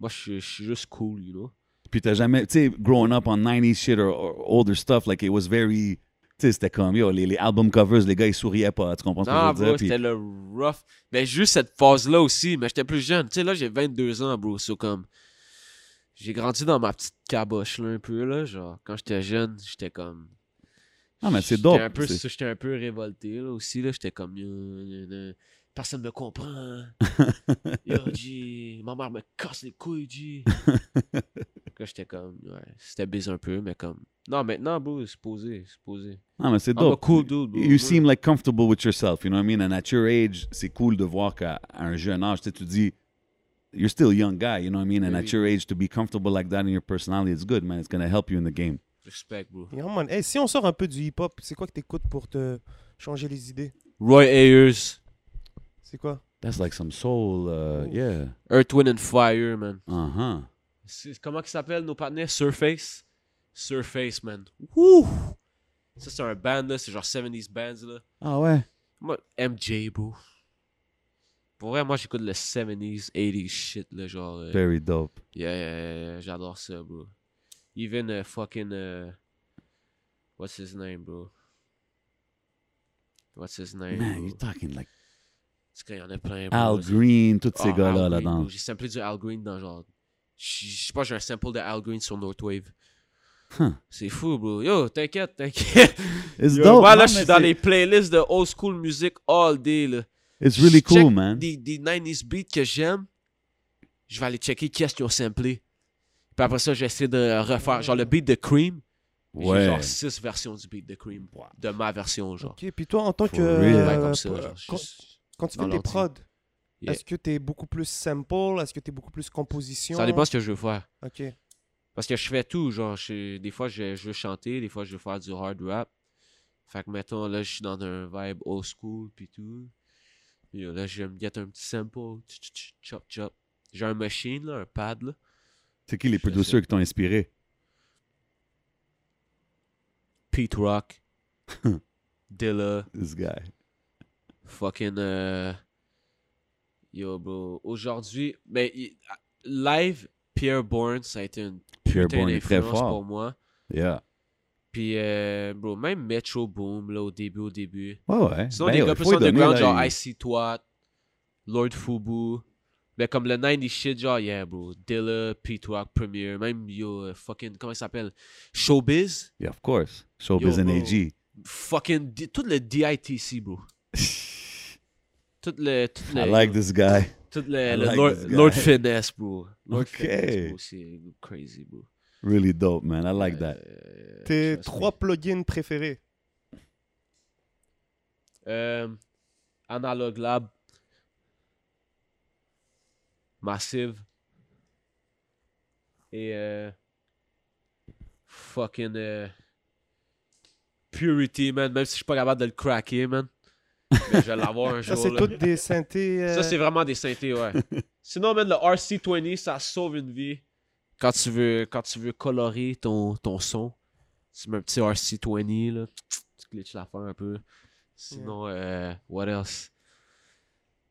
C: Moi, je suis- je suis juste cool, you know.
B: Puis t'as jamais, tu sais, growing up on 90s shit or, or older stuff, like it was very, tu sais, c'était comme, yo, les, les album covers, les gars, ils souriaient pas, tu comprends ce que
C: Non,
B: je veux
C: Ah, bro,
B: dire? Puis-
C: c'était le rough. Mais juste cette phase-là aussi, mais j'étais plus jeune. Tu sais, là, j'ai 22 ans, bro. So, comme. J'ai grandi dans ma petite caboche, là, un peu, là. Genre, quand j'étais jeune, j'étais comme.
B: Ah, mais c'est
C: J'étais
B: dope,
C: un peu-
B: c'est-
C: J'étais un peu révolté, là, aussi, là. J'étais comme. euh, euh, euh, Personne me comprend. Yo, G, ma mère me casse les couilles, G. Quand j'étais comme. Ouais, c'était bizarre un peu, mais comme. Non, maintenant, bro, c'est posé, c'est posé.
B: Non, mais c'est
C: I'm a
B: dope.
C: Ah, cool dude, bro.
B: You seem like comfortable with yourself, you know what I mean? And at your age, c'est cool de voir qu'à à un jeune âge, tu sais, tu dis, you're still a young guy, you know what I mean? And
C: Oui,
B: at
C: oui.
B: your age, to be comfortable like that in your personality, it's good, man. It's gonna help you in the game.
C: Respect, bro.
A: Yeah, man. Hey, si on sort un peu du hip-hop, c'est quoi que t'écoutes pour te changer les idées
C: Roy Ayers.
A: C'est quoi
B: That's like some soul, uh, yeah.
C: Earth, Wind and Fire, man.
B: Uh-huh.
C: C'est- Comment qu'ils s'appellent nos partenaires? Surface? Surface, man. Wouh! Ça, c'est un band, là. C'est genre 70s bands, là.
B: Ah ouais?
C: Moi, MJ, bro. Pour vrai, moi, j'écoute le 70s, 80s shit, là. Genre, euh,
B: Very dope.
C: yeah, yeah, yeah, j'adore ça, bro. Even euh, fucking... euh, what's his name, bro? What's his name,
B: Man,
C: bro?
B: you're talking like
C: Parce qu'il y en a plein, bro.
B: Al Green, tous
C: Ah,
B: ces gars-là
C: Al Green,
B: là-dedans.
C: bro. J'ai samplé du Al Green dans genre Je je sais pas, j'ai un sample de Al Green sur Northwave.
B: Huh.
C: C'est fou, bro. Yo, t'inquiète, t'inquiète.
B: It's
C: Yo,
B: dope.
C: moi,
B: Non,
C: là, je
B: mais
C: suis dans
B: c'est-
C: les playlists de old school music all day, là.
B: It's really
C: Je check
B: cool, man.
C: Des, des 90s beats que j'aime, je vais aller checker qui est-ce qu'ils ont samplé. Puis après ça, je vais essayer de refaire. Genre le beat de Cream, j'ai
B: Ouais.
C: genre 6 versions du beat de Cream. De ma version, genre.
A: Ok, puis toi, en tant
B: For
A: que.
B: real.
C: Ouais,
A: euh,
C: comme ça,
A: p-
C: genre.
A: quand,
C: juste-
A: quand tu
C: dans
A: fais tes
C: l'ordi.
A: prods,
C: Yeah.
A: est-ce que t'es beaucoup plus sample Est-ce que t'es beaucoup plus composition
C: Ça dépend Euh, ce que je veux faire.
A: Ok.
C: Parce que je fais tout, genre, je- des fois je, je veux chanter, des fois je veux faire du hard rap. Fait que mettons, là, je suis dans un vibe old school puis tout. Puis euh, là, je vais me get un petit sample, tch, tch, tch, chop chop. J'ai un machine, là, un pad, là.
B: C'est qui les
C: Je
B: producers qui t'ont inspiré?
C: Pete Rock, Dilla,
B: This guy.
C: fucking... euh, Yo, bro, aujourd'hui, mais il- ah, live, Pierre Bourne, ça a été une
B: Pierre
C: putain
B: Bourne est très
C: d'influence pour
B: fort.
C: moi.
B: Yeah.
C: Puis, euh, bro, même Metro Boom, là, au début, au début.
B: Ouais, ouais.
C: Sinon,
B: Ben,
C: des
B: yo,
C: gars
B: faut
C: plus
B: lui donner,
C: underground,
B: là,
C: genre
B: il-
C: Icy Twat, Lord Fubu. Mais comme le 90 shit, genre, yeah, bro. Dilla, P-Twat, Premier, même yo, euh, fucking, comment il s'appelle Showbiz,
B: Yeah, of course. Showbiz
C: Yo,
B: and
C: bro.
B: AG.
C: fucking, di- tout le DITC, bro. Tout le. Tout le,
B: I like this guy.
C: tout le,
B: I
C: le
B: like
C: Lord,
B: this guy.
C: Lord Finesse, bro. Lord
B: Ok.
C: Finesse, bro, c'est crazy, bro.
B: Really dope, man. I like that.
C: Euh,
A: Tes
C: je sais
A: trois plugins préférés
C: Euh, Analog Lab. Massive. Et euh, fucking euh, Purity, man. Même si je suis pas capable de le cracker, man. Mais je vais l'avoir un
A: Ça,
C: jour.
A: c'est
C: là.
A: toutes des synthés. euh,
C: Ça, c'est vraiment des synthés, ouais. Sinon, man, le RC20, ça sauve une vie. Quand tu veux, quand tu veux colorer ton, ton son, tu mets un petit RC20, là. Tu glitches l'affaire un peu. Sinon, euh, what else?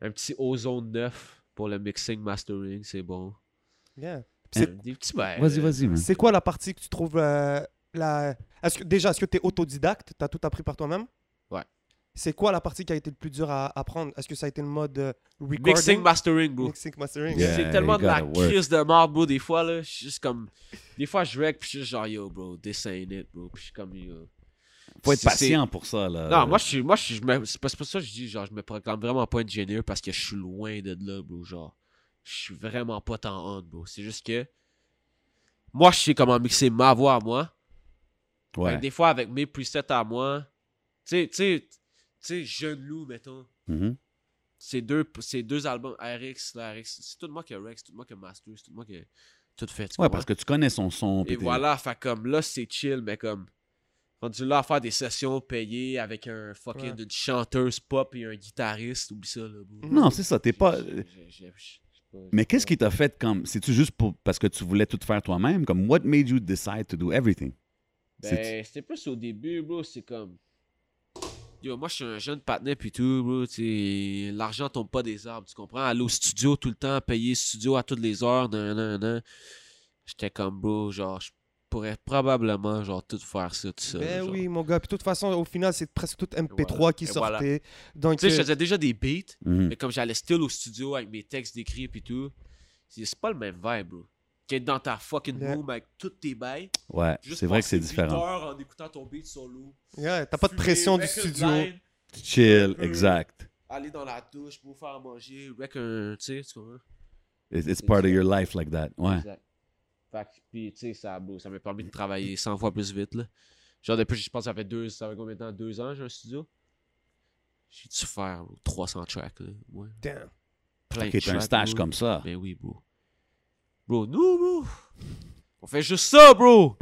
C: Un petit Ozone 9 pour le mixing, mastering, c'est bon.
A: yeah.
C: Euh,
A: C'est-
C: Des petits bails.
B: Vas-y,
C: euh,
B: vas-y, man.
A: C'est quoi la partie que tu trouves euh, la... Est-ce que, déjà, est-ce que tu es autodidacte Tu as tout appris par toi-même
C: Ouais.
A: C'est quoi la partie qui a été le plus dure à apprendre Est-ce que ça a été le mode euh, recording
C: Mixing, mastering, bro.
A: Mixing, mastering.
B: Yeah,
C: c'est tellement
B: you
C: de la
B: gotta work.
C: crise de mort, bro, des fois, là. Je suis juste comme. Des fois, je rec, puis je suis juste genre, yo, bro, this ain't it, bro. Puis je suis comme, yo.
B: Faut être
C: C'est- c'est-
B: patient pour ça, là.
C: Non, moi, je suis. Moi, je suis- je me- c'est pas- c'est pour ça que je dis, genre, je me proclame vraiment pas ingénieur parce que je suis loin de là, bro. Genre, je suis vraiment pas tant on, bro. C'est juste que. Moi, je sais comment mixer ma voix à moi. Fait que
B: Ouais.
C: des fois, avec mes presets à moi. Tu sais, tu sais, tu sais, Jeune Loup, mettons.
B: Mhm.
C: Ces deux, ces deux albums, RX, la RX, c'est tout moi qui a Rex, c'est tout moi qui a Master, c'est tout moi qui a tout fait. tu
B: Ouais,
C: comprends?
B: parce que tu connais son son. puis
C: Et
B: t'es-
C: voilà, fait comme là, c'est chill, mais comme rendu là à faire des sessions payées avec un fucking
A: Ouais.
C: une chanteuse pop et un guitariste, oublie ça là. bro.
B: Non, c'est ça. T'es pas.
C: J'ai- j'ai- j'ai- j'ai- j'ai pas-
B: Mais qu'est-ce qui t'a fait comme. C'est-tu juste pour... parce que tu voulais tout faire toi-même? Comme, what made you decide to do everything? c'est-
C: Ben, c'était plus au début, bro, c'est comme. Yo, moi, je suis un jeune patinet puis tout, bro, tu sais, l'argent tombe pas des arbres, tu comprends? Aller au studio tout le temps, payer studio à toutes les heures, nan, nan, nan. J'étais comme, bro, genre, je pourrais probablement, genre, tout faire ça, tout ça.
A: Ben
C: genre.
A: oui, mon gars. Puis de toute façon, au final, c'est presque tout MP3
C: voilà.
A: qui
C: Et
A: sortait.
C: voilà.
A: Donc,
C: Tu sais, je
A: euh,
C: faisais déjà des beats,
B: Mhm.
C: mais comme j'allais still au studio avec mes textes décrits et tout, c'est c'est pas le même vibe, bro. Qu'être dans ta fucking
A: Yeah.
C: room avec toutes tes bails.
B: Ouais,
C: juste
B: c'est vrai que
C: passer
B: c'est
C: huit
B: différent.
C: heures en écoutant ton beat solo.
A: yeah, t'as pas de
C: fumer,
A: pression du
C: rec une
A: studio.
C: line,
B: Tu Chill,
C: peu.
B: exact.
C: aller dans la douche pour faire à manger, rec un. Tu sais, tu comprends?
B: It's, it's part of your life like that. Ouais.
C: Exact. Fait que, pis, tu sais, ça, bro, ça m'a permis de travailler 100 fois plus vite, là. Genre, depuis, je pense, que ça fait deux, ça fait combien de temps? Deux ans, j'ai un studio? J'ai dû faire bro, 300 tracks, là. Ouais.
A: Damn.
C: Plein
B: Ok, t'as un
C: tracks,
B: stage
C: bro.
B: comme ça.
C: Ben oui, bro. Bro, nous, bro. On fait juste ça, bro.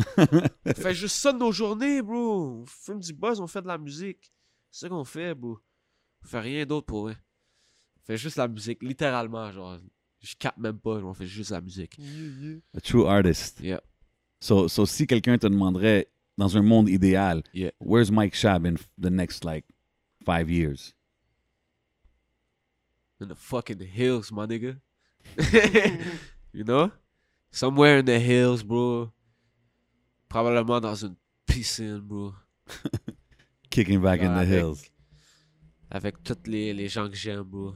C: on fait juste ça de nos journées, bro. On fume du buzz, on fait de la musique. C'est ça qu'on fait, bro. On fait rien d'autre pour eux. On fait juste la musique, littéralement, genre. Je capte même pas, genre, on fait juste la musique.
A: Yeah, yeah.
B: A true artist.
C: Yeah.
B: So, so si quelqu'un te demanderait, dans un monde idéal,
C: Yeah.
B: where's Mike Schaub in f- the next, like, five years?
C: In the fucking hills, my nigga. you know? Somewhere in the hills, bro. Probablement dans une piscine, bro.
B: Kicking back in the
C: Avec-
B: hills.
C: Avec tous les, les gens que j'aime, bro.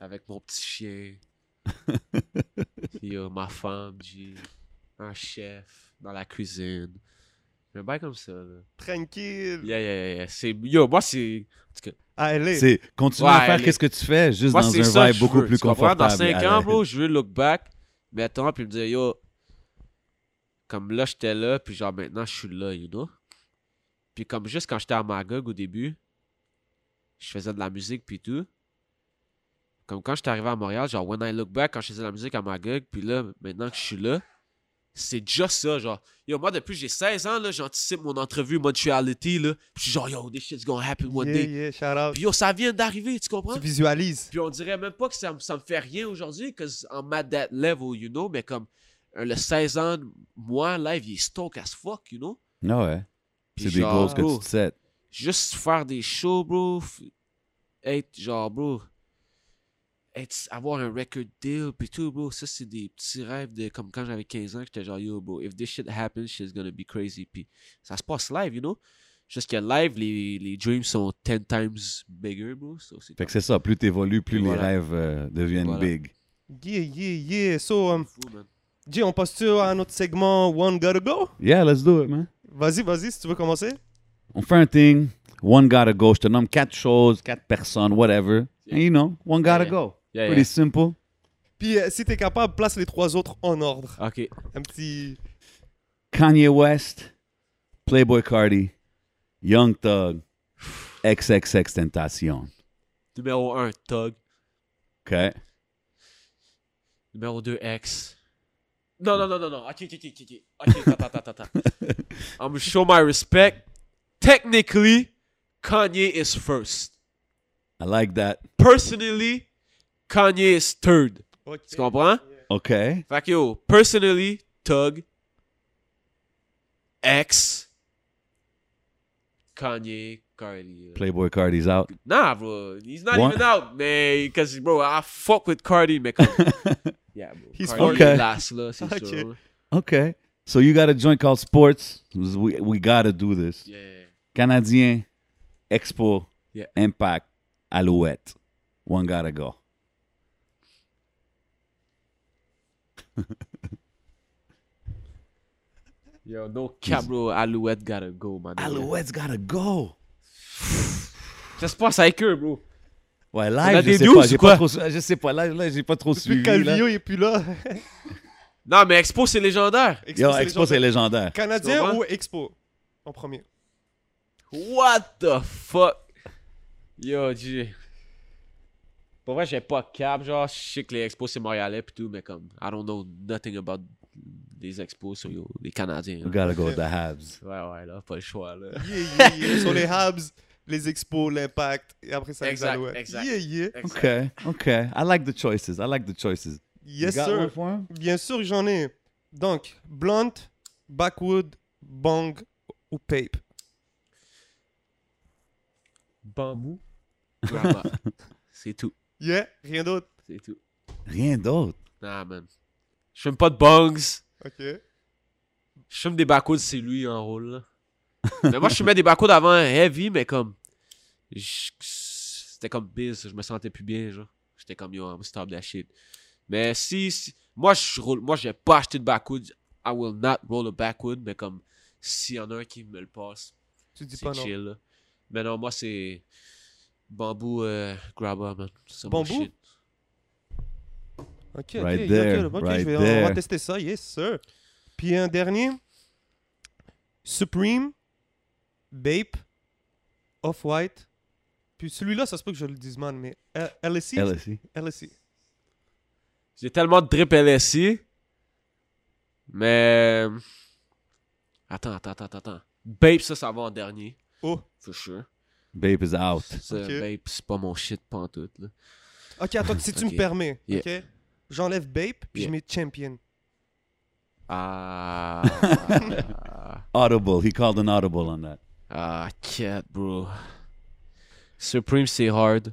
C: Avec mon petit chien. yo, euh, ma femme, j'ai un chef dans la cuisine. Un bail comme ça, là.
A: Tranquille. Ah,
C: Yeah, yeah, yeah, yeah. C'est, yo, moi, c'est.
A: À LA.
B: C'est continue à
C: Ouais,
B: faire
C: les-
B: qu'est-ce que tu fais, juste
C: Moi,
B: dans
C: c'est
B: un
C: ça que
B: vibe
C: je
B: beaucoup
C: veux,
B: plus
C: tu comprends?
B: confortable.
C: Dans 5
B: à la-
C: ans, bro, je veux look back, mettons, puis me dire, yo, comme là, j'étais là, puis genre maintenant, je suis là, you know? Puis comme juste quand j'étais à Magog au début, je faisais de la musique, puis tout. Comme quand j'étais arrivé à Montréal, genre, when I look back, quand je faisais de la musique à Magog, puis là, maintenant que je suis là, c'est déjà ça, genre. Yo, moi, depuis que j'ai 16 ans, là, j'anticipe mon entrevue Montreality, là. Puis je suis genre, yo, this shit's gonna happen one
A: Yeah,
C: day.
A: yeah, shout out.
C: Puis yo, ça vient d'arriver, tu comprends?
A: Tu visualises.
C: Puis on dirait même pas que ça, me- ça me fait rien aujourd'hui, cause I'm at that level, you know, mais comme euh, le 16 ans, moi, live, il est stoke as fuck, you know.
B: Ah ouais.
C: Puis
B: C'est des
C: genre,
B: goals que
C: bro,
B: tu te sets.
C: Juste faire des shows, bro. f- Être genre, bro. Être, avoir un record deal, puis tout, bro. Ça, c'est des petits rêves de comme quand j'avais 15 ans, que j'étais genre, yo, bro, if this shit happens, shit's gonna be crazy. Puis ça se passe live, you know. Juste que live, les, les dreams sont 10 times bigger, bro. So, c'est
B: Fait que c'est ça, plus t'évolues, plus
C: Et
B: les
C: voilà.
B: rêves euh, deviennent
C: Voilà.
B: big.
A: Yeah, yeah, yeah. So, um,
C: fou, man.
A: Jay, on passe-tu à notre segment One Gotta Go?
B: Yeah, let's do it, man.
A: Vas-y, vas-y, si tu veux commencer.
B: On fait un thing, one gotta go. Je te nomme quatre choses, quatre personnes, whatever. And you know, one gotta
C: Yeah,
B: go.
C: Yeah,
B: Pretty
C: yeah.
B: simple.
A: Puis, euh, si t'es capable, place les trois autres en ordre.
C: Ok.
A: Un petit...
B: Kanye West, Playboy Cardi, Young Thug, XXX Tentation.
C: Numéro 1, Tug.
B: OK?
C: Numéro 2, X. Non, non, non, non, non. Ok, ok, ok, ok. Ok, Ok, attends, attends, attends. I'm gonna show my respect. Technically, Kanye is first.
B: I like that.
C: Personally, Kanye is third.
A: Ok.
C: Tu comprends?
B: OK?
C: Fait que yo, personally, Tug. X. Kanye, Cardi.
B: Playboy Cardi's out.
C: Nah, bro. He's not
B: What?
C: even out, man. Because, bro, I fuck with Cardi, man. Come- yeah, bro.
A: He's
C: Cardi
B: fucked.
C: is last, là, c'est
A: Ok.
C: sûr, là.
B: OK. So you got a joint called Sports. We, we gotta do this.
C: Yeah.
B: Canadien, Expo,
C: Yeah.
B: Impact, Alouette. One gotta go.
C: Yo, no cap, bro. Alouette gotta go, man.
B: Alouette's gotta go.
C: Ça se passe avec eux, bro.
B: Ouais,
C: On a
B: live, je
C: des
B: sais,
C: news
B: pas,
C: ou
B: j'ai
C: quoi?
B: pas trop, su- je sais pas, live, là, j'ai pas trop
A: Depuis
B: suivi.
A: que
B: là.
A: Calvio est plus là.
C: Non, mais Expo, c'est légendaire.
B: Yo,
A: c'est
B: Expo, c'est
A: légendaire.
B: légendaire.
C: Tu
A: Canadien
C: comprends?
A: ou Expo? En premier.
C: What the fuck? Yo, G. Pour vrai, j'ai pas cap. Genre, je sais que les Expos, c'est Montréalais pis tout, mais comme, I don't know nothing about les Expos, so yo, les Canadiens.
B: We gotta go with the Habs.
C: Ouais, ouais, là, pas le choix, là.
A: Yeah, yeah, yeah. Sur les Habs, les Expos, l'Impact, et après ça, les
C: Exact,
A: Alouettes.
C: exact.
A: Yeah, yeah.
C: Exact.
B: Okay, okay. I like the choices. I like the choices.
A: Yes,
B: you got
A: sir.
B: one for him?
A: Bien sûr, j'en ai. Donc, Blunt, Backwood, Bang ou Pape.
C: Bambou. Grandma. c'est tout.
A: Yeah, rien d'autre.
C: C'est tout.
B: Rien d'autre.
C: Nah, man. Je fume pas de bongs.
A: Ok.
C: Je fume des backwoods, c'est lui en rôle. là. mais moi, je fumais des backwoods avant heavy, mais comme. je- C'était comme biz, je me sentais plus bien, genre. J'étais comme yo, I'm stop that shit. Mais si. si- moi, je roule. Moi, j'ai pas acheté de backwood. I will not roll a backwood, mais comme. S'il y en a un qui me le passe,
A: Tu dis pas
C: c'est
A: non.
C: chill, là. Mais non, moi, c'est. Bambou euh, grabber, man. C'est mon
A: Bambou?
C: shit.
A: Ok, ok,
B: Right
A: ok,
B: there,
A: ok,
B: right
A: je vais, on va
B: there.
A: tester ça, yes sir. Puis un dernier, Supreme, Bape, Off-White, puis celui-là, ça se peut que je le dise man, mais euh, LSI,
B: LSI.
A: LSI.
C: J'ai tellement de drip LSI. Mais. Attends, attends, attends, attends, attends. Bape, ça, ça va en dernier.
A: Oh,
C: For sure.
B: Babe is out.
C: Ça,
A: Ok.
C: Bape, c'est pas mon shit pantoute. Là.
A: ok, attends, si tu
C: Ok.
A: me permets,
C: Yeah.
A: ok, j'enlève Bape, puis
C: Yeah.
A: je mets Champion.
C: Ah.
B: Audible. He called an audible on that.
C: ah, cat, bro. Supreme, c'est hard.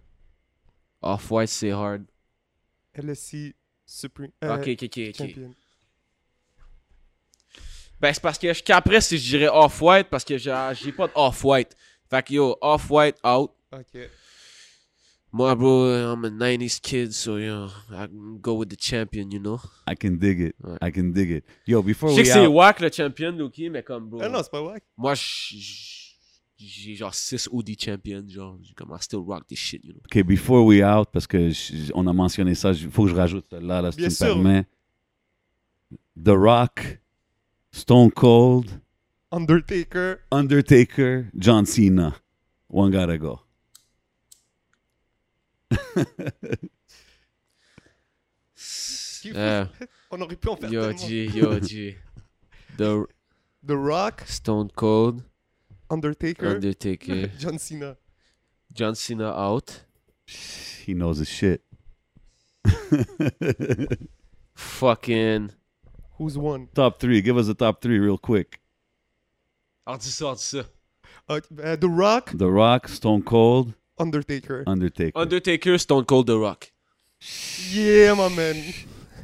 C: Off-White, c'est hard.
A: LSI, Supreme, euh,
C: Ok, ok, ok, ok.
A: Champion.
C: Ben, c'est parce que je caperais si je dirais Off-White parce que j'ai j'ai pas de Off-White. Fait que yo, Off-White out.
A: Ok,
C: Moi, bro, I'm a 90s kid, so, you know, I can go with the champion, you know.
B: I can dig it.
C: Ouais.
B: I can dig it. Yo, before
C: Je sais
B: we
C: que c'est
B: out-
C: whack, le champion, Loki, mais comme, bro.
A: Ah non, c'est pas vrai.
C: Moi, j- j- j'ai genre 6 OD champions, genre, j'ai comme, I still rock this shit, you know.
B: OK, before we out, parce que je- on a mentionné ça, il faut que je rajoute là, là si
A: Bien
B: tu me
A: sûr.
B: permets. The Rock, Stone Cold,
A: Undertaker.
B: Undertaker, John Cena. One gotta go.
C: Euh,
A: On aurait pu en faire
C: yo,
A: tellement.
C: G, yo, G. The
A: The Rock,
C: Stone Cold,
A: Undertaker,
C: Undertaker,
A: John Cena.
C: John Cena out.
B: He knows his shit.
C: Fucking.
A: Who's won?
B: Top three. Give us the top three real quick.
C: Alors, Ah, dis ça, dis ça.
A: Euh, euh, The Rock,
B: The Rock, Stone Cold,
A: Undertaker.
C: Ah.
B: Undertaker.
C: Undertaker, Stone Cold, The Rock.
A: Yeah, my man.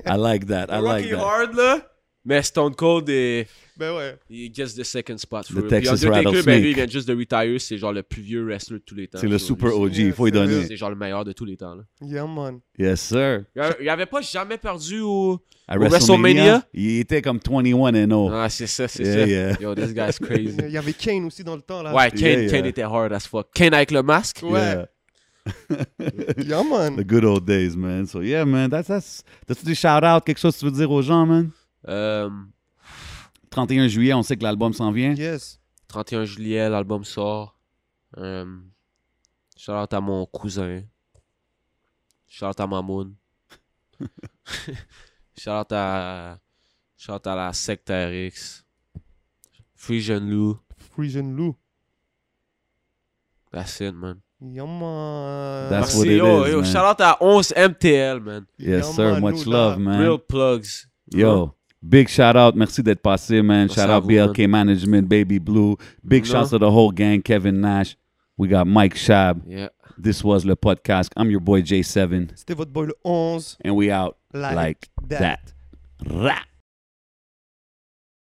B: I like that. I like
C: Rocky
B: that.
C: Hard, là. Mais Stone Cold est.
A: Ben ouais.
C: Il gets the second spot for
B: The
C: real.
B: Texas
C: Puis Undertaker, ben
B: Rattlesnake.
C: lui, il vient juste de retire. C'est genre le plus vieux wrestler de tous les temps.
B: C'est le
C: So,
B: super E.
C: lui,
B: OG. Il faut y
A: Yeah,
B: donner.
A: serious.
C: C'est genre le meilleur de tous les temps. Là.
A: Yeah, man.
B: Yes, sir.
C: Il avait- Il avait pas jamais perdu au.
B: À
C: Au WrestleMania?
B: il était comme 21 et 0.
C: Ah, c'est ça, c'est
B: oh. Yeah,
C: ça.
B: yeah.
C: Yo, this guy's crazy.
A: Il y avait Kane aussi dans le temps, là.
C: Ouais, Kane,
B: Yeah, yeah.
C: Kane était hard as fuck. Kane avec le masque.
A: Ouais. Yeah, man.
B: The good old days, man. So, yeah, man. That's, that's, T'as-tu des shout-outs, quelque chose que tu veux dire aux gens, man?
C: Euh,
B: 31 juillet, on sait que l'album s'en vient.
A: Yes.
C: 31 juillet, l'album sort. Euh, shout out à mon cousin. Shout out à Mamoun. shout out à. Shout out à la secte RX. Free Jeune Loup.
A: Free Jeune Lou.
C: That's it, man.
A: Yeah, man.
B: That's what
C: Merci,
B: it
C: yo,
B: is,
C: yo.
B: man.
C: Shout out à 11 MTL, man.
B: Yes,
A: Yeah,
B: sir.
A: man,
B: Much
A: no
B: love,
A: doubt.
B: man.
C: Real plugs.
B: Yo, big shout out. Merci d'être passé, man.
C: Merci
B: shout
C: à
B: out
C: vous,
B: BLK Management, Baby Blue. Big
C: No.
B: shout out to the whole gang, Kevin Nash. We got Mike Shab.
C: Yeah.
B: This was Le Podcast. I'm your boy J7,
A: C'était votre boy le 11.
B: and we out
A: Like
B: like, that.
A: that.
B: Rah.